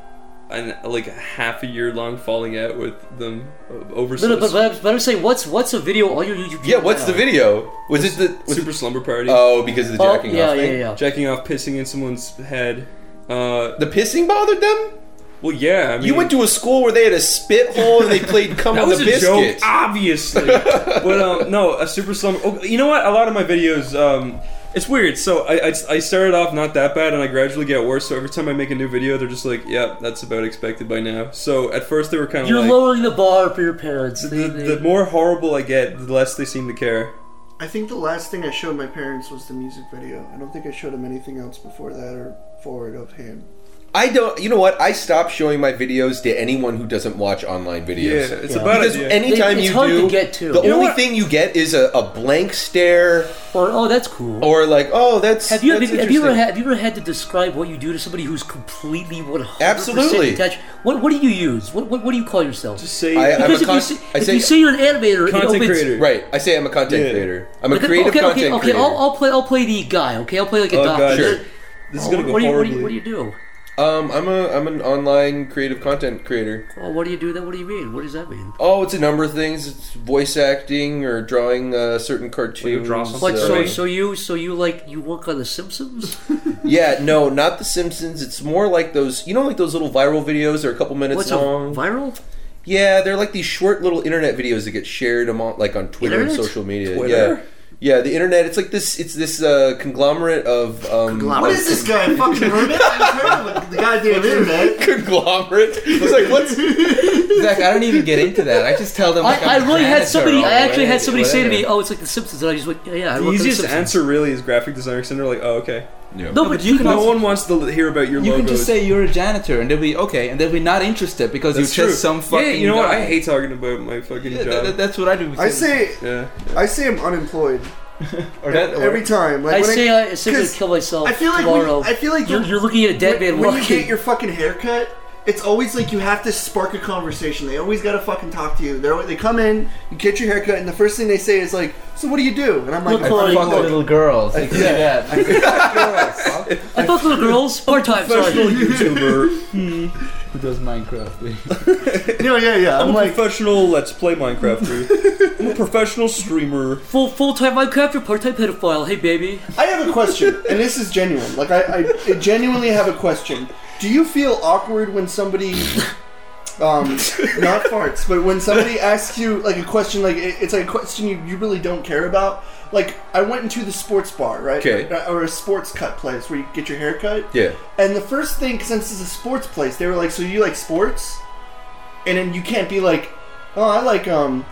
S8: An, like a half a year long falling out with them over
S7: No, no, but, but, but I'm saying, what's what's a video on your YouTube?
S5: Yeah, what's the
S7: now?
S5: video? Was it the. Was
S8: super slumber party.
S5: oh, because of the
S7: Oh,
S5: jacking
S7: yeah,
S5: off
S7: yeah,
S5: thing?
S7: yeah,
S8: jacking off, pissing in someone's head. Uh,
S5: The pissing bothered them?
S8: well, yeah. I mean,
S5: You went to a school where they had a spit hole and they
S7: [laughs]
S5: played Come
S8: that
S5: on the
S8: was a
S5: Biscuit. [laughs]
S8: joke, obviously. but um, no, a super slumber. Oh, you know what? A lot of my videos, um, it's weird. So I, I, I started off not that bad, and I gradually get worse. So every time I make a new video, they're just like, "Yeah, that's about expected by now." So at first they were kind of
S7: You're
S8: like,
S7: lowering the bar for your parents. They,
S8: the,
S7: they-
S8: the more horrible I get, the less they seem to care.
S4: I think the last thing I showed my parents was the music video. I don't think I showed them anything else before that or forward of him.
S5: I don't. You know what? I stop showing my videos to anyone who doesn't watch online
S8: Yeah,
S5: videos.
S8: it's
S7: Yeah.
S8: a bad
S5: Because
S8: idea.
S5: anytime
S7: It's
S5: you
S7: hard
S5: do,
S7: to get to.
S5: the
S7: You know
S5: only
S8: what?
S5: thing you get is a, a blank stare
S7: or, oh, that's cool.
S5: or like, oh, that's.
S7: have you, have,
S5: that's
S7: you- have you ever
S5: interesting.
S7: had, have you ever had to describe what you do to somebody who's completely 100
S5: Absolutely.
S7: detached? What what do you use? What what, what do you call yourself?
S8: Just say
S5: I- I'm
S7: because
S5: a
S7: if,
S5: con-
S7: you, say,
S5: I
S7: if
S5: say-
S7: you say you're an animator, it
S8: content
S7: opens-
S8: creator.
S5: Right. I say I'm a content
S8: Yeah.
S5: creator. I'm a
S7: Okay,
S5: creative
S7: okay,
S5: content
S7: okay, okay.
S5: creator.
S7: I'll, I'll play I'll play the guy. Okay, I'll play like a
S8: Oh,
S7: doctor.
S8: God.
S5: Sure.
S8: this is gonna go
S7: what, do you, what, do
S8: horribly.
S7: you, what do you do?
S5: Um, I'm a I'm an online creative content creator.
S7: Well, Oh, what do you do? That what do you mean? What does that mean?
S5: Oh, it's a number of things. It's voice acting or drawing uh, certain cartoons. uh,
S8: draw
S7: What,
S8: So-
S7: so, so you so you like you work on The Simpsons?
S5: yeah, no, not The Simpsons. It's more like those, you know, like those little viral videos. They're a couple minutes
S7: What's a
S5: long.
S7: viral?
S5: yeah, they're like these short little internet videos that get shared among, like on Twitter and
S7: Internet?
S5: social media.
S8: Twitter?
S5: Yeah, yeah, the internet. It's like this. It's this uh, conglomerate of um,
S4: What is this guy? Fucking hermit? I'm tired of the goddamn internet.
S5: [laughs] conglomerate. It's like what's
S7: [laughs]
S9: Zach, I don't even get into that. I just tell them. Like,
S7: I, I
S9: I'm a
S7: really had
S9: janitor
S7: somebody.
S9: or
S7: I actually had
S9: whatever.
S7: somebody say to me,
S9: Whatever.
S7: "Oh, it's like The Simpsons," and I just went, "Yeah, yeah." I work
S8: The
S7: on
S8: easiest
S7: Simpsons."
S8: answer really is graphic designer. 'cause they're like, oh, okay.
S7: No, but you can
S8: No
S7: also.
S8: one wants to hear about your
S9: "Oh, You
S8: logos.
S9: can just say you're a janitor, and they'll be okay, and they'll be not interested because
S8: That's
S9: you
S8: true.
S9: just some fucking.
S8: Yeah, you know what?
S9: guy.
S8: I hate talking about my fucking
S9: Yeah,
S8: job.
S9: that- that- that's what I do.
S4: I say,
S8: yeah.
S4: I say I'm unemployed
S9: or that, or-
S4: every time. Like
S7: I
S4: when
S7: say I, I say I'm gonna
S4: 'cause
S7: kill myself
S4: I feel like when-
S7: tomorrow.
S4: I feel like
S7: you're,
S4: the-
S7: you're looking at a dead man
S4: when
S7: walking.
S4: you get your fucking haircut, it's always like you have to spark a conversation. They always gotta fucking talk to you. They're, they come in, you get your haircut, and the first thing they say is like, "So what do you do?" And I'm like,
S7: Look
S4: "I
S7: like-
S4: fucking
S9: fuck
S7: Look.
S9: little girls. Like, [laughs] yeah.
S7: I fuck little girls part time.
S8: Professional
S7: Sorry.
S8: [laughs] YouTuber.
S9: Who does Minecraft?
S4: [laughs] Yeah, yeah, yeah.
S8: I'm,
S4: I'm
S8: a
S4: like,
S8: professional Let's Play Minecrafter. I'm a professional streamer.
S7: Full full time Minecraft or part time pedophile. Hey baby.
S4: I have a question, and this is genuine. Like, I, I genuinely have a question. Do you feel awkward when somebody, um, not farts, but when somebody asks you like a question, like it- it's like a question you, you really don't care about? Like, I went into the sports bar, right? Uh,
S5: Okay.
S4: Or a sports cut place where you get your hair cut.
S5: yeah.
S4: And the first thing, since it's a sports place, they were like, "So you like sports?" And then you can't be like, "Oh, I like um,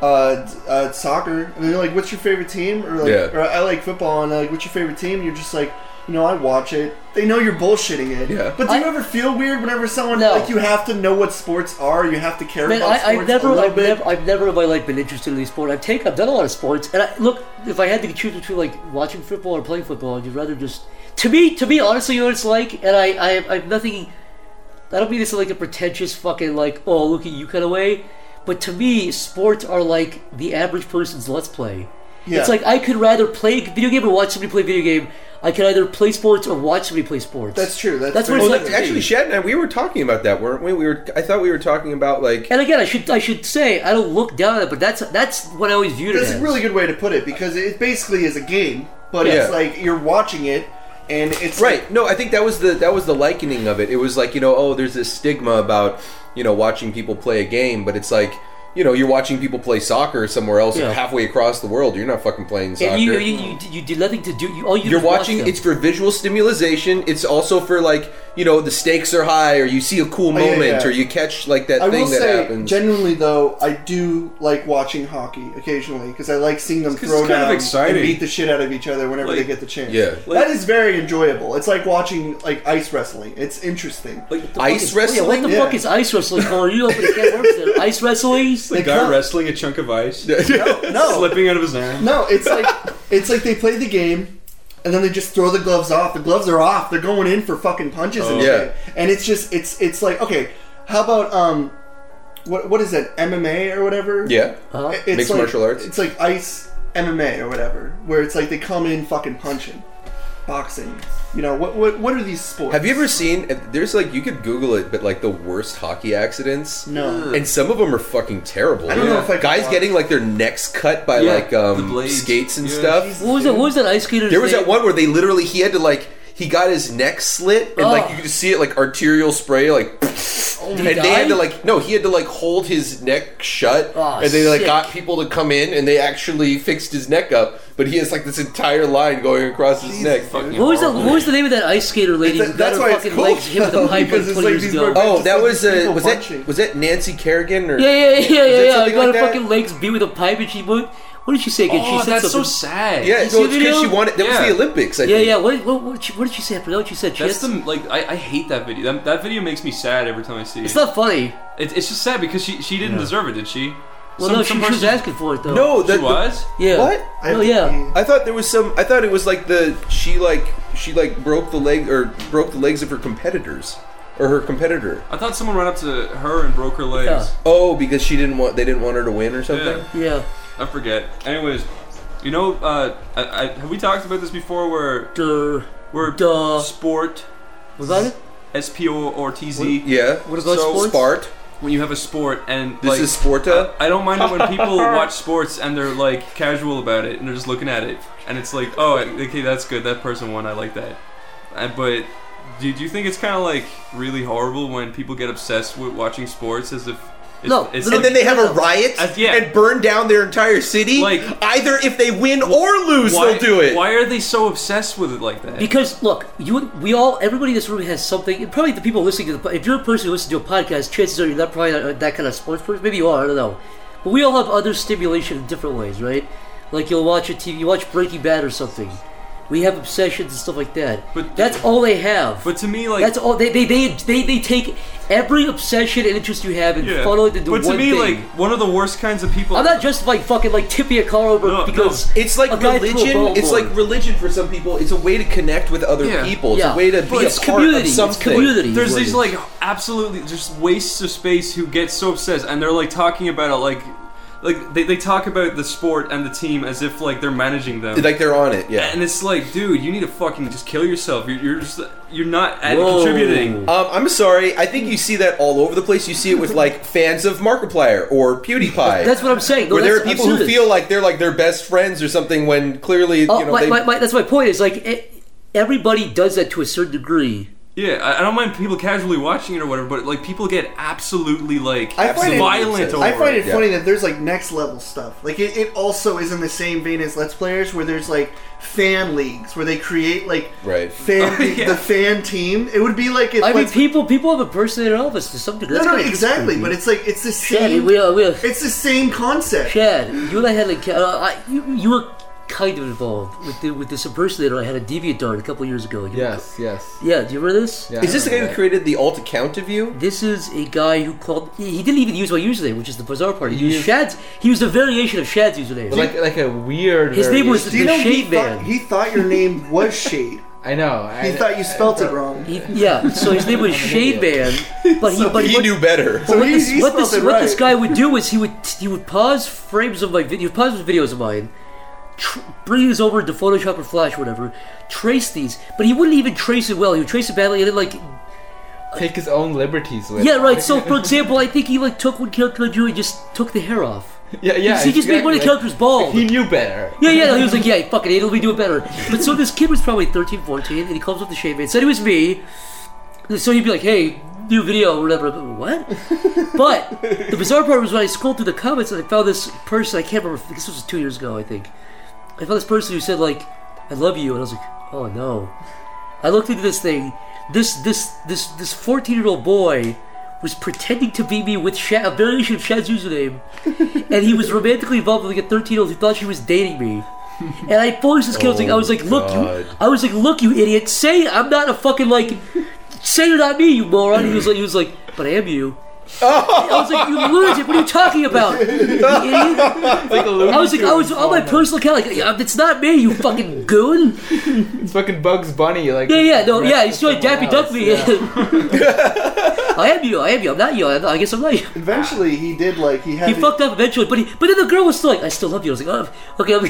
S4: uh, d- uh soccer." And they're like, "What's your favorite team?" Or like,
S5: Yeah.
S4: or I like football, and they're like, "What's your favorite team?" And you're just like, "You know, I watch it." They know you're bullshitting it.
S5: Yeah.
S4: But do you
S7: I-
S4: ever feel weird whenever someone
S7: No.
S4: like you have to know what sports are? You have to care
S7: Man,
S4: about
S7: I,
S4: sports
S7: I've
S4: a
S7: never,
S4: little
S7: I've
S4: bit.
S7: never, I've never in my life been interested in these sports. I've taken, I've done a lot of sports, and I, look, if I had to choose between like watching football or playing football, you'd rather just. To me, to me, honestly, you know what it's like, and I, I, I have nothing. I don't mean this in like a pretentious fucking like oh look at you kind of way, but to me sports are like the average person's let's play.
S4: Yeah.
S7: It's like I could rather play a video game or watch somebody play a video game. I could either play sports or watch somebody play sports.
S4: That's true. That's,
S7: That's what
S4: very
S7: it's
S4: true.
S7: like-
S5: Actually, Shad and I, we were talking about that, weren't we? We were. I thought we were talking about like.
S7: And again, I should I should say I don't look down on it, but that's that's what I always viewed it
S4: That's
S7: as.
S4: a really good way to put it because it basically is a game, but
S5: Yeah.
S4: it's like you're watching it, and it's
S5: Right. No, I think that was the that was the likening of it. It was like you know, oh, there's this stigma about you know watching people play a game, but it's like you know you're watching people play soccer somewhere else
S7: Yeah.
S5: halfway across the world. You're not fucking playing soccer.
S7: And you, you, you, you did nothing to do. You, all you did
S5: You're
S7: was watch
S5: watching.
S7: them.
S5: It's for visual stimulation. It's also for like you know the stakes are high, or you see a cool
S4: Oh, yeah,
S5: moment,
S4: yeah.
S5: or you catch like that
S4: I will
S5: thing that
S4: say,
S5: happens.
S4: genuinely though, I do like watching hockey occasionally because I like seeing them
S8: 'cause
S4: throw
S8: it's kind of
S4: down
S8: exciting.
S4: and beat the shit out of each other whenever they
S8: Like-
S4: get the chance.
S5: Yeah.
S4: that is very enjoyable. It's like watching like ice wrestling. It's interesting.
S8: Like the
S5: Ice
S7: Yeah, what
S5: wrestling.
S7: the
S4: oh, Yeah.
S7: fuck is ice wrestling for? You know, but it can't work there. Ice wrestling?
S8: the guy wrestling a chunk of ice,
S4: No,
S8: [laughs] slipping out of his arm.
S4: no, it's like [laughs] it's like they play the game. And then they just throw the gloves off. The gloves are off. They're going in for fucking punches and
S5: Oh.
S4: shit. And it's just it's it's like okay, how about um, what what is that MMA or whatever?
S5: Yeah.
S7: Huh?
S4: It's
S5: Mixed
S4: like,
S5: martial arts?
S4: It's like ice MMA or whatever, where it's like they come in fucking punching, boxing. You know what? What, what are these sports?
S5: Have you ever seen? There's like you could Google it, but like the worst hockey accidents.
S4: No.
S5: And some of them are fucking terrible.
S4: Hmm. I don't know if I could
S5: guys
S4: watch.
S5: getting like their necks cut by
S8: Yeah,
S5: like
S8: the
S5: um,
S8: blades.
S5: skates and
S8: Yeah.
S5: stuff.
S7: What was that? What was that ice skater?
S5: There was that one where they literally he had to like he got his neck slit and like
S7: Oh.
S5: you could see it like arterial spray like. [sniffs] and they
S7: die?
S5: had to like no, he had to like hold his neck shut,
S7: Oh,
S5: and they like
S7: sick.
S5: got people to come in, and they actually fixed his neck up. But he has like this entire line going across his neck.
S7: What was, the, what was the name of that ice skater lady
S4: It's-
S7: who got
S4: that's
S7: her
S4: why it's
S7: fucking
S4: cool,
S7: legs hit with a
S4: though,
S7: pipe
S4: because
S7: like
S4: it's
S7: 20
S4: like
S7: years
S4: these
S7: ago?
S4: were-
S5: Oh,
S4: Just
S5: that
S4: like
S5: was uh,
S4: people
S5: was that
S4: punching.
S5: was that Nancy Kerrigan or
S7: yeah, yeah, yeah, yeah,
S5: Is it
S7: yeah.
S5: something
S7: Got
S5: like
S7: her
S5: that?
S7: fucking legs beat with a pipe and she went. What did she say? again?
S8: Oh,
S7: she said
S8: that's so
S7: something.
S8: sad.
S5: Yeah,
S7: see
S5: no,
S7: the
S5: it's because
S7: video?
S5: she wanted. That
S8: Yeah.
S5: was the Olympics. I
S7: Yeah,
S5: think.
S7: yeah. What, what, what, she, what did she say? I forgot what she said. She
S8: That's
S7: had
S8: the like I, I hate that video. That, that video makes me sad every time I see it.
S7: It's not funny.
S8: It- it's just sad because she she didn't deserve it, did she?
S7: Well,
S8: Some-
S7: no,
S8: some
S7: she, she was
S8: person-
S7: asking for it though.
S5: No,
S8: She
S5: Oh, that
S8: was.
S7: Yeah.
S5: what?
S4: I have
S7: Oh,
S4: to
S7: yeah.
S4: pee.
S5: I thought there was some. I thought it was like the she like she like broke the leg or broke the legs of her competitors or her competitor.
S8: I thought someone ran up to her and broke her legs.
S7: Yeah.
S5: Oh, because she didn't want they didn't want her to win or something.
S8: Yeah.
S7: Yeah.
S8: I forget. Anyways, you know, uh, I, I, have we talked about this before? Where
S7: Duh.
S8: where
S7: Duh.
S8: sport
S7: Was that it?
S8: S P O R T Z.
S5: Yeah.
S7: What about
S8: So,
S7: sports?
S5: Spart.
S8: When you have a sport and
S5: This
S8: like, uh,
S5: is Sporta.
S8: I don't mind it
S5: [laughs]
S8: when people watch sports and they're like casual about it and they're just looking at it and it's like, oh, okay, that's good. That person won. I like that. Uh, but do, do you think it's kind of like really horrible when people get obsessed with watching sports as if it's,
S7: No,
S8: it's
S7: no,
S5: and then they have a riot
S8: Uh, yeah.
S5: and burn down their entire city.
S8: Like-
S5: either if they win or lose,
S8: why,
S5: they'll do it.
S8: Why are they so obsessed with it like that?
S7: Because look, you we all everybody in this room has something. And probably the people listening to the po- if you're a person who listens to a podcast, chances are you're not probably not uh, that kind of sports person. Maybe you are. I don't know. But we all have other stimulation in different ways, right? Like you'll watch a TV, you watch Breaking Bad or something. We have obsessions and stuff like that.
S8: But-
S7: that's all they have.
S8: but to me, like
S7: that's all they they, they they they take every obsession and interest you have and
S8: yeah.
S7: funnel it into
S8: But
S7: one
S8: to me,
S7: thing.
S8: like one of the worst kinds of people.
S7: I'm not justifying fucking like tipping a car over
S8: No, no.
S7: because
S5: It's like
S7: a guy threw a
S5: religion. It's
S7: billboard.
S5: like religion for some people. It's a way to connect with other
S8: Yeah.
S5: people. It's
S7: yeah.
S5: a way to be
S7: But
S5: a
S7: it's
S5: part
S7: community.
S5: of something.
S7: It's community.
S8: There's
S7: is what
S8: these
S7: it is.
S8: like absolutely just wastes of space who get so obsessed and they're like talking about it like like they, they talk about the sport and the team as if like they're managing them.
S5: Like they're on it. Yeah.
S8: and it's like, dude, you need to fucking just kill yourself. You're, you're just you're not at
S7: Whoa.
S8: contributing.
S5: Um, I'm sorry. I think you see that all over the place. You see it with like fans of Markiplier or PewDiePie.
S7: [laughs] That's what I'm saying. No,
S5: where there are
S7: that's-
S5: people who
S7: I'm serious.
S5: feel like they're like their best friends or something when clearly
S7: Oh,
S5: you know
S7: my,
S5: they.
S7: my, my, that's my point. Is like e everybody does that to a certain degree.
S8: Yeah, I, I don't mind people casually watching it or whatever, but like people get absolutely like
S4: I find it-
S8: violent over
S4: I find it
S5: Yeah.
S4: funny that there's like next level stuff. Like it, it also is in the same vein as Let's Players, where there's like fan leagues where they create like
S5: Right.
S4: fan
S8: [laughs] Oh, yeah.
S4: the fan team. It would be like if
S7: I mean,
S4: Let's-
S7: people people have impersonated all of us to some degree.
S4: no,
S7: That's
S4: no,
S7: kinda
S4: exactly.
S7: creepy.
S4: But it's like it's the
S7: Chad,
S4: same.
S7: we are, we are,
S4: It's the same concept.
S7: Chad, you and I had like uh, I, you, you were kind of involved with the, with this impersonator I had a DeviantArt a couple years ago.
S9: [laughs]
S7: You-
S9: Yes, yes.
S7: Yeah. Do you remember this?
S9: Yeah, I
S5: is this the guy
S9: remember
S5: who created the alt account of you?
S7: This is a guy who called. He he didn't even use my username, which is the bizarre part. He used Shad's. He used a variation of Shad's username.
S9: that. Like like a weird.
S7: His name was
S9: variation.
S4: Do you
S7: The
S4: know he
S7: Shade Man. [laughs]
S4: thought, he thought your name was Shade?
S9: I know.
S4: He
S9: I,
S4: thought you spelt it wrong.
S7: He, yeah, so his name was Shade Man, but he but
S5: He
S7: what-
S5: knew better. [laughs]
S4: So
S7: what
S4: he-
S7: this,
S4: he
S7: what,
S4: spelt
S7: this,
S4: it
S7: what this
S4: right.
S7: guy would do is he would he would pause frames of my video, pause videos of mine, tr- bring these over into Photoshop or Flash, or whatever, trace these, but he wouldn't even trace it well. He would trace it badly, and then like
S9: take his own liberties with.
S7: yeah, right.
S9: [laughs]
S7: So for example, I think he like took one character I drew and just took the hair off.
S9: yeah, yeah.
S7: he just made one of the
S9: exactly.
S7: characters bald.
S9: He knew better.
S7: Yeah, yeah, he was like, yeah, fuck it, it'll be doing better. But so this kid was probably 13, 14, and he comes up to Shane Man. Said it was me. So he'd be like, hey, new video, or whatever. I'm like, What? But the bizarre part was when I scrolled through the comments and I found this person, I can't remember, this was two years ago, I think. I found this person who said, like, I love you. And I was like, oh no. I looked into this thing. This this this this 14 year old boy was pretending to be me with Sha a variation of Shad's username, and he was romantically involved with like a 13 year old who thought she was dating me. And I posed this kid. I was like, I was like, look,
S5: God.
S7: you, I was like, look, you idiot. Say I'm not a fucking like. Say you're not me, you moron. He was like, he was like, but I am you. I was like, you lunatic! What are you talking about? You idiot. I was like, I was on my personal account. Like, "Yeah, it's not me, you fucking goon.
S9: It's fucking Bugs Bunny. Like
S7: Yeah, yeah, no,
S9: Right,
S7: yeah, he's doing
S9: someone
S7: Daffy
S9: else,
S7: Duck me. [laughs] I am you, I am you, I'm not you, I'm, I guess I'm not you.
S4: Eventually, he did like he had.
S7: He
S4: to-
S7: fucked up eventually, but he, but then the girl was still like, I still love you. I was like, oh, okay, I'm,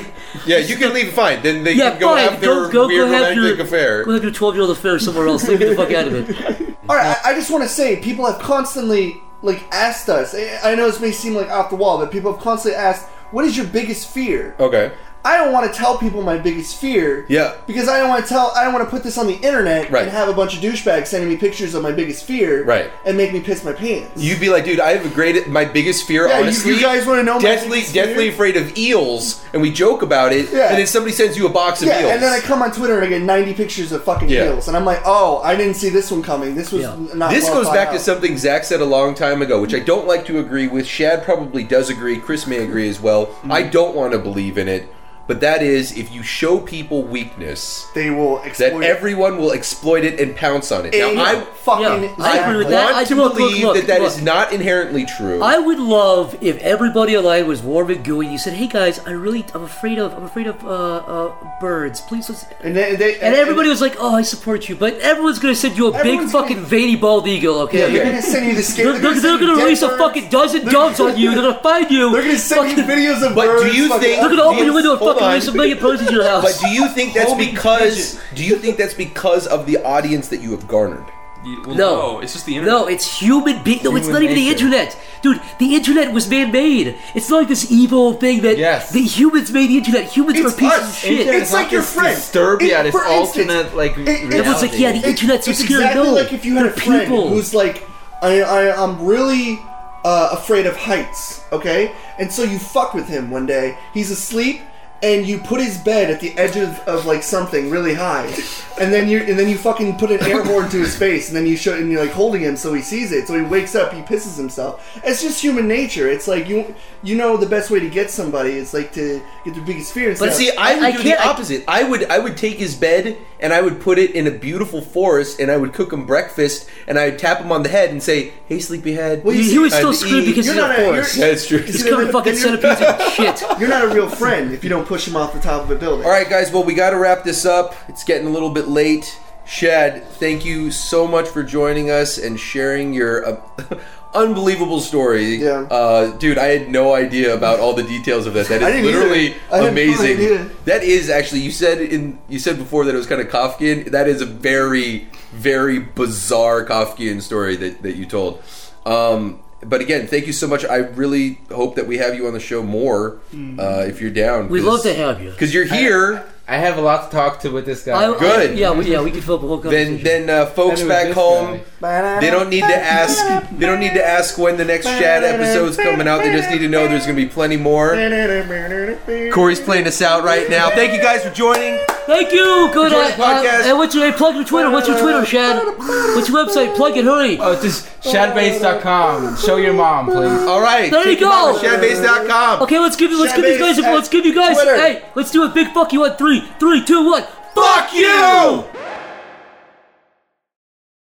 S5: Yeah, you can leave fine. Then they
S7: yeah,
S5: can go
S7: fine,
S5: have their
S7: go, go,
S5: weird
S7: go have
S5: romantic
S7: your,
S5: affair.
S7: go have your 12 year old affair somewhere else, leave me the fuck out
S5: [laughs]
S7: of it.
S4: All right, I, I just want to say people have constantly like asked us. I, I know this may seem like off the wall, but people have constantly asked, "What is your biggest fear?"
S5: Okay.
S4: I don't want to tell people my biggest fear.
S5: Oh. Yeah.
S4: Because I don't want to tell. I don't want to put this on the internet
S5: Right.
S4: and have a bunch of douchebags sending me pictures of my biggest fear.
S5: Right.
S4: And make me piss my pants.
S5: You'd be like, dude, I have a great, my biggest fear,
S4: Yeah, you-
S5: honestly.
S4: you guys wanna know my
S5: Deathly,
S4: biggest fear?
S5: deathly afraid of eels, and we joke about it,
S4: Yeah.
S5: and then somebody sends you a box of
S4: yeah,
S5: eels.
S4: and then I come on Twitter and I get 90 pictures of fucking
S5: Yeah.
S4: heels. And I'm like, oh, I didn't see this one coming. This was
S7: Yeah.
S4: not
S5: this
S4: well
S5: goes
S4: thought
S5: back to
S4: out.
S5: something Zach said a long time ago, which I don't like to agree with. Shad probably does agree. Chris may agree as well.
S7: Mm-hmm.
S5: I don't want to believe in it, but that is if you show people weakness,
S4: They will
S5: that
S4: exploit
S5: everyone will exploit it and pounce on it.
S4: a
S5: Now, I,
S4: fucking
S7: Yeah, I agree with
S5: want
S7: that. I-
S5: to
S7: look, look,
S5: believe
S7: look,
S5: that that is
S7: look.
S5: not inherently true.
S7: I would love if everybody online was warm and gooey. You said, "Hey guys, I really, I'm afraid of, I'm afraid of uh, uh, birds. Please, let's."
S4: And, they, they,
S7: And everybody was like, "Oh, I support you," but everyone's gonna send you a big
S4: Everyone's
S7: fucking veiny bald eagle, okay?
S4: Yeah, they're gonna send you the scare.
S7: They're, they're, they're
S4: send you
S7: gonna
S4: dead
S7: release a
S4: birds.
S7: fucking dozen doves on you. They're gonna find you.
S4: They're gonna send you
S7: fucking,
S4: videos of
S5: But
S4: birds.
S5: do you
S4: fucking-
S5: think-
S7: They're gonna open your window and
S5: Hold
S7: fucking
S5: on.
S7: release a million birds into your house.
S5: But do you think that's
S8: Homing
S5: because? Do you think that's because of the audience that you have garnered?
S8: You- well,
S7: No.
S8: no, it's just the internet.
S7: no, it's human being. No, it's not even the
S9: nature.
S7: internet, dude. The internet was man-made. It's not like this evil thing that
S9: Yes.
S7: the humans made the internet. Humans were
S4: It's
S7: pieces of
S4: us.
S7: shit.
S9: Internet
S4: It's
S9: is not
S4: like your
S9: this
S4: friend.
S9: Disturbia,
S4: It-
S9: this
S4: for instance,
S9: alternate like.
S4: it- it-
S7: Everyone's like, yeah, the
S4: It-
S7: internet's
S4: it's
S7: obscure.
S4: exactly
S7: No,
S4: like if you had a
S7: they're
S4: friend
S7: people.
S4: who's like, I, I, I'm really uh, afraid of heights, okay? And so you fuck with him one day. He's asleep, and you put his bed at the edge of, of like something really high, and then you and then you fucking put an air horn to his face, and then you show and you're like holding him so he sees it, so he wakes up, he pisses himself. It's just human nature. It's like you you know the best way to get somebody is like to get their biggest fear.
S5: But see, I would
S7: I- I
S5: do
S7: can't-
S5: the
S7: I-
S5: opposite. I, would I would take his bed and I would put it in a beautiful forest and I would cook him breakfast and I would tap him on the head and say, "Hey, sleepyhead."
S4: Well,
S7: He,
S4: you
S7: he was
S5: I'd
S7: still
S5: eat-
S7: screwed because
S4: you're
S7: he's
S4: not
S7: a
S4: a- you're-
S7: forest.
S5: That's true.
S7: He's covered fucking centipedes and shit.
S4: You're not a real friend if you don't push him off the top of a building.
S5: All right, guys. Well, we got to wrap this up. It's getting a little bit late. Shad, thank you so much for joining us and sharing your uh, [laughs] unbelievable story.
S4: Yeah.
S5: uh, dude, I had no idea about all the details of that. That
S4: [laughs] I
S5: is
S4: didn't either.
S5: literally
S4: I had no idea.
S5: amazing. That is actually you said in you said before that it was kind of Kafkian. That is a very very bizarre Kafkian story that that you told. Um, but again, thank you so much. I really hope that we have you on the show more uh, if you're down.
S7: Hmm. We'd love to have you.
S5: because you're here.
S9: I have a lot to talk to with this guy.
S7: I- I-
S5: Good.
S7: yeah, we, yeah, we could fill up a whole
S5: then
S7: conversation.
S5: then uh, folks
S9: Anyway,
S5: back
S9: this
S5: home they don't need to ask they don't need to ask when the next Shad episode's coming out they just need to know there's gonna be plenty more Corey's playing us out right now thank you guys for joining
S7: Thank you. Good.
S5: Enjoy the
S7: uh, uh,
S5: podcast.
S7: and what's your hey, plug your Twitter? What's your Twitter, Shad? What's your website? Plug it. Hurry.
S9: oh, it's just shadbase.com. Show your mom, please.
S5: all right
S7: There you
S5: check them out at
S7: go.
S5: shadbase.com
S7: Okay, let's give let's give these guys a,
S4: Shad-based
S7: let's give you guys
S4: Twitter.
S7: hey let's do a big fuck you on three three two one fuck you.
S5: you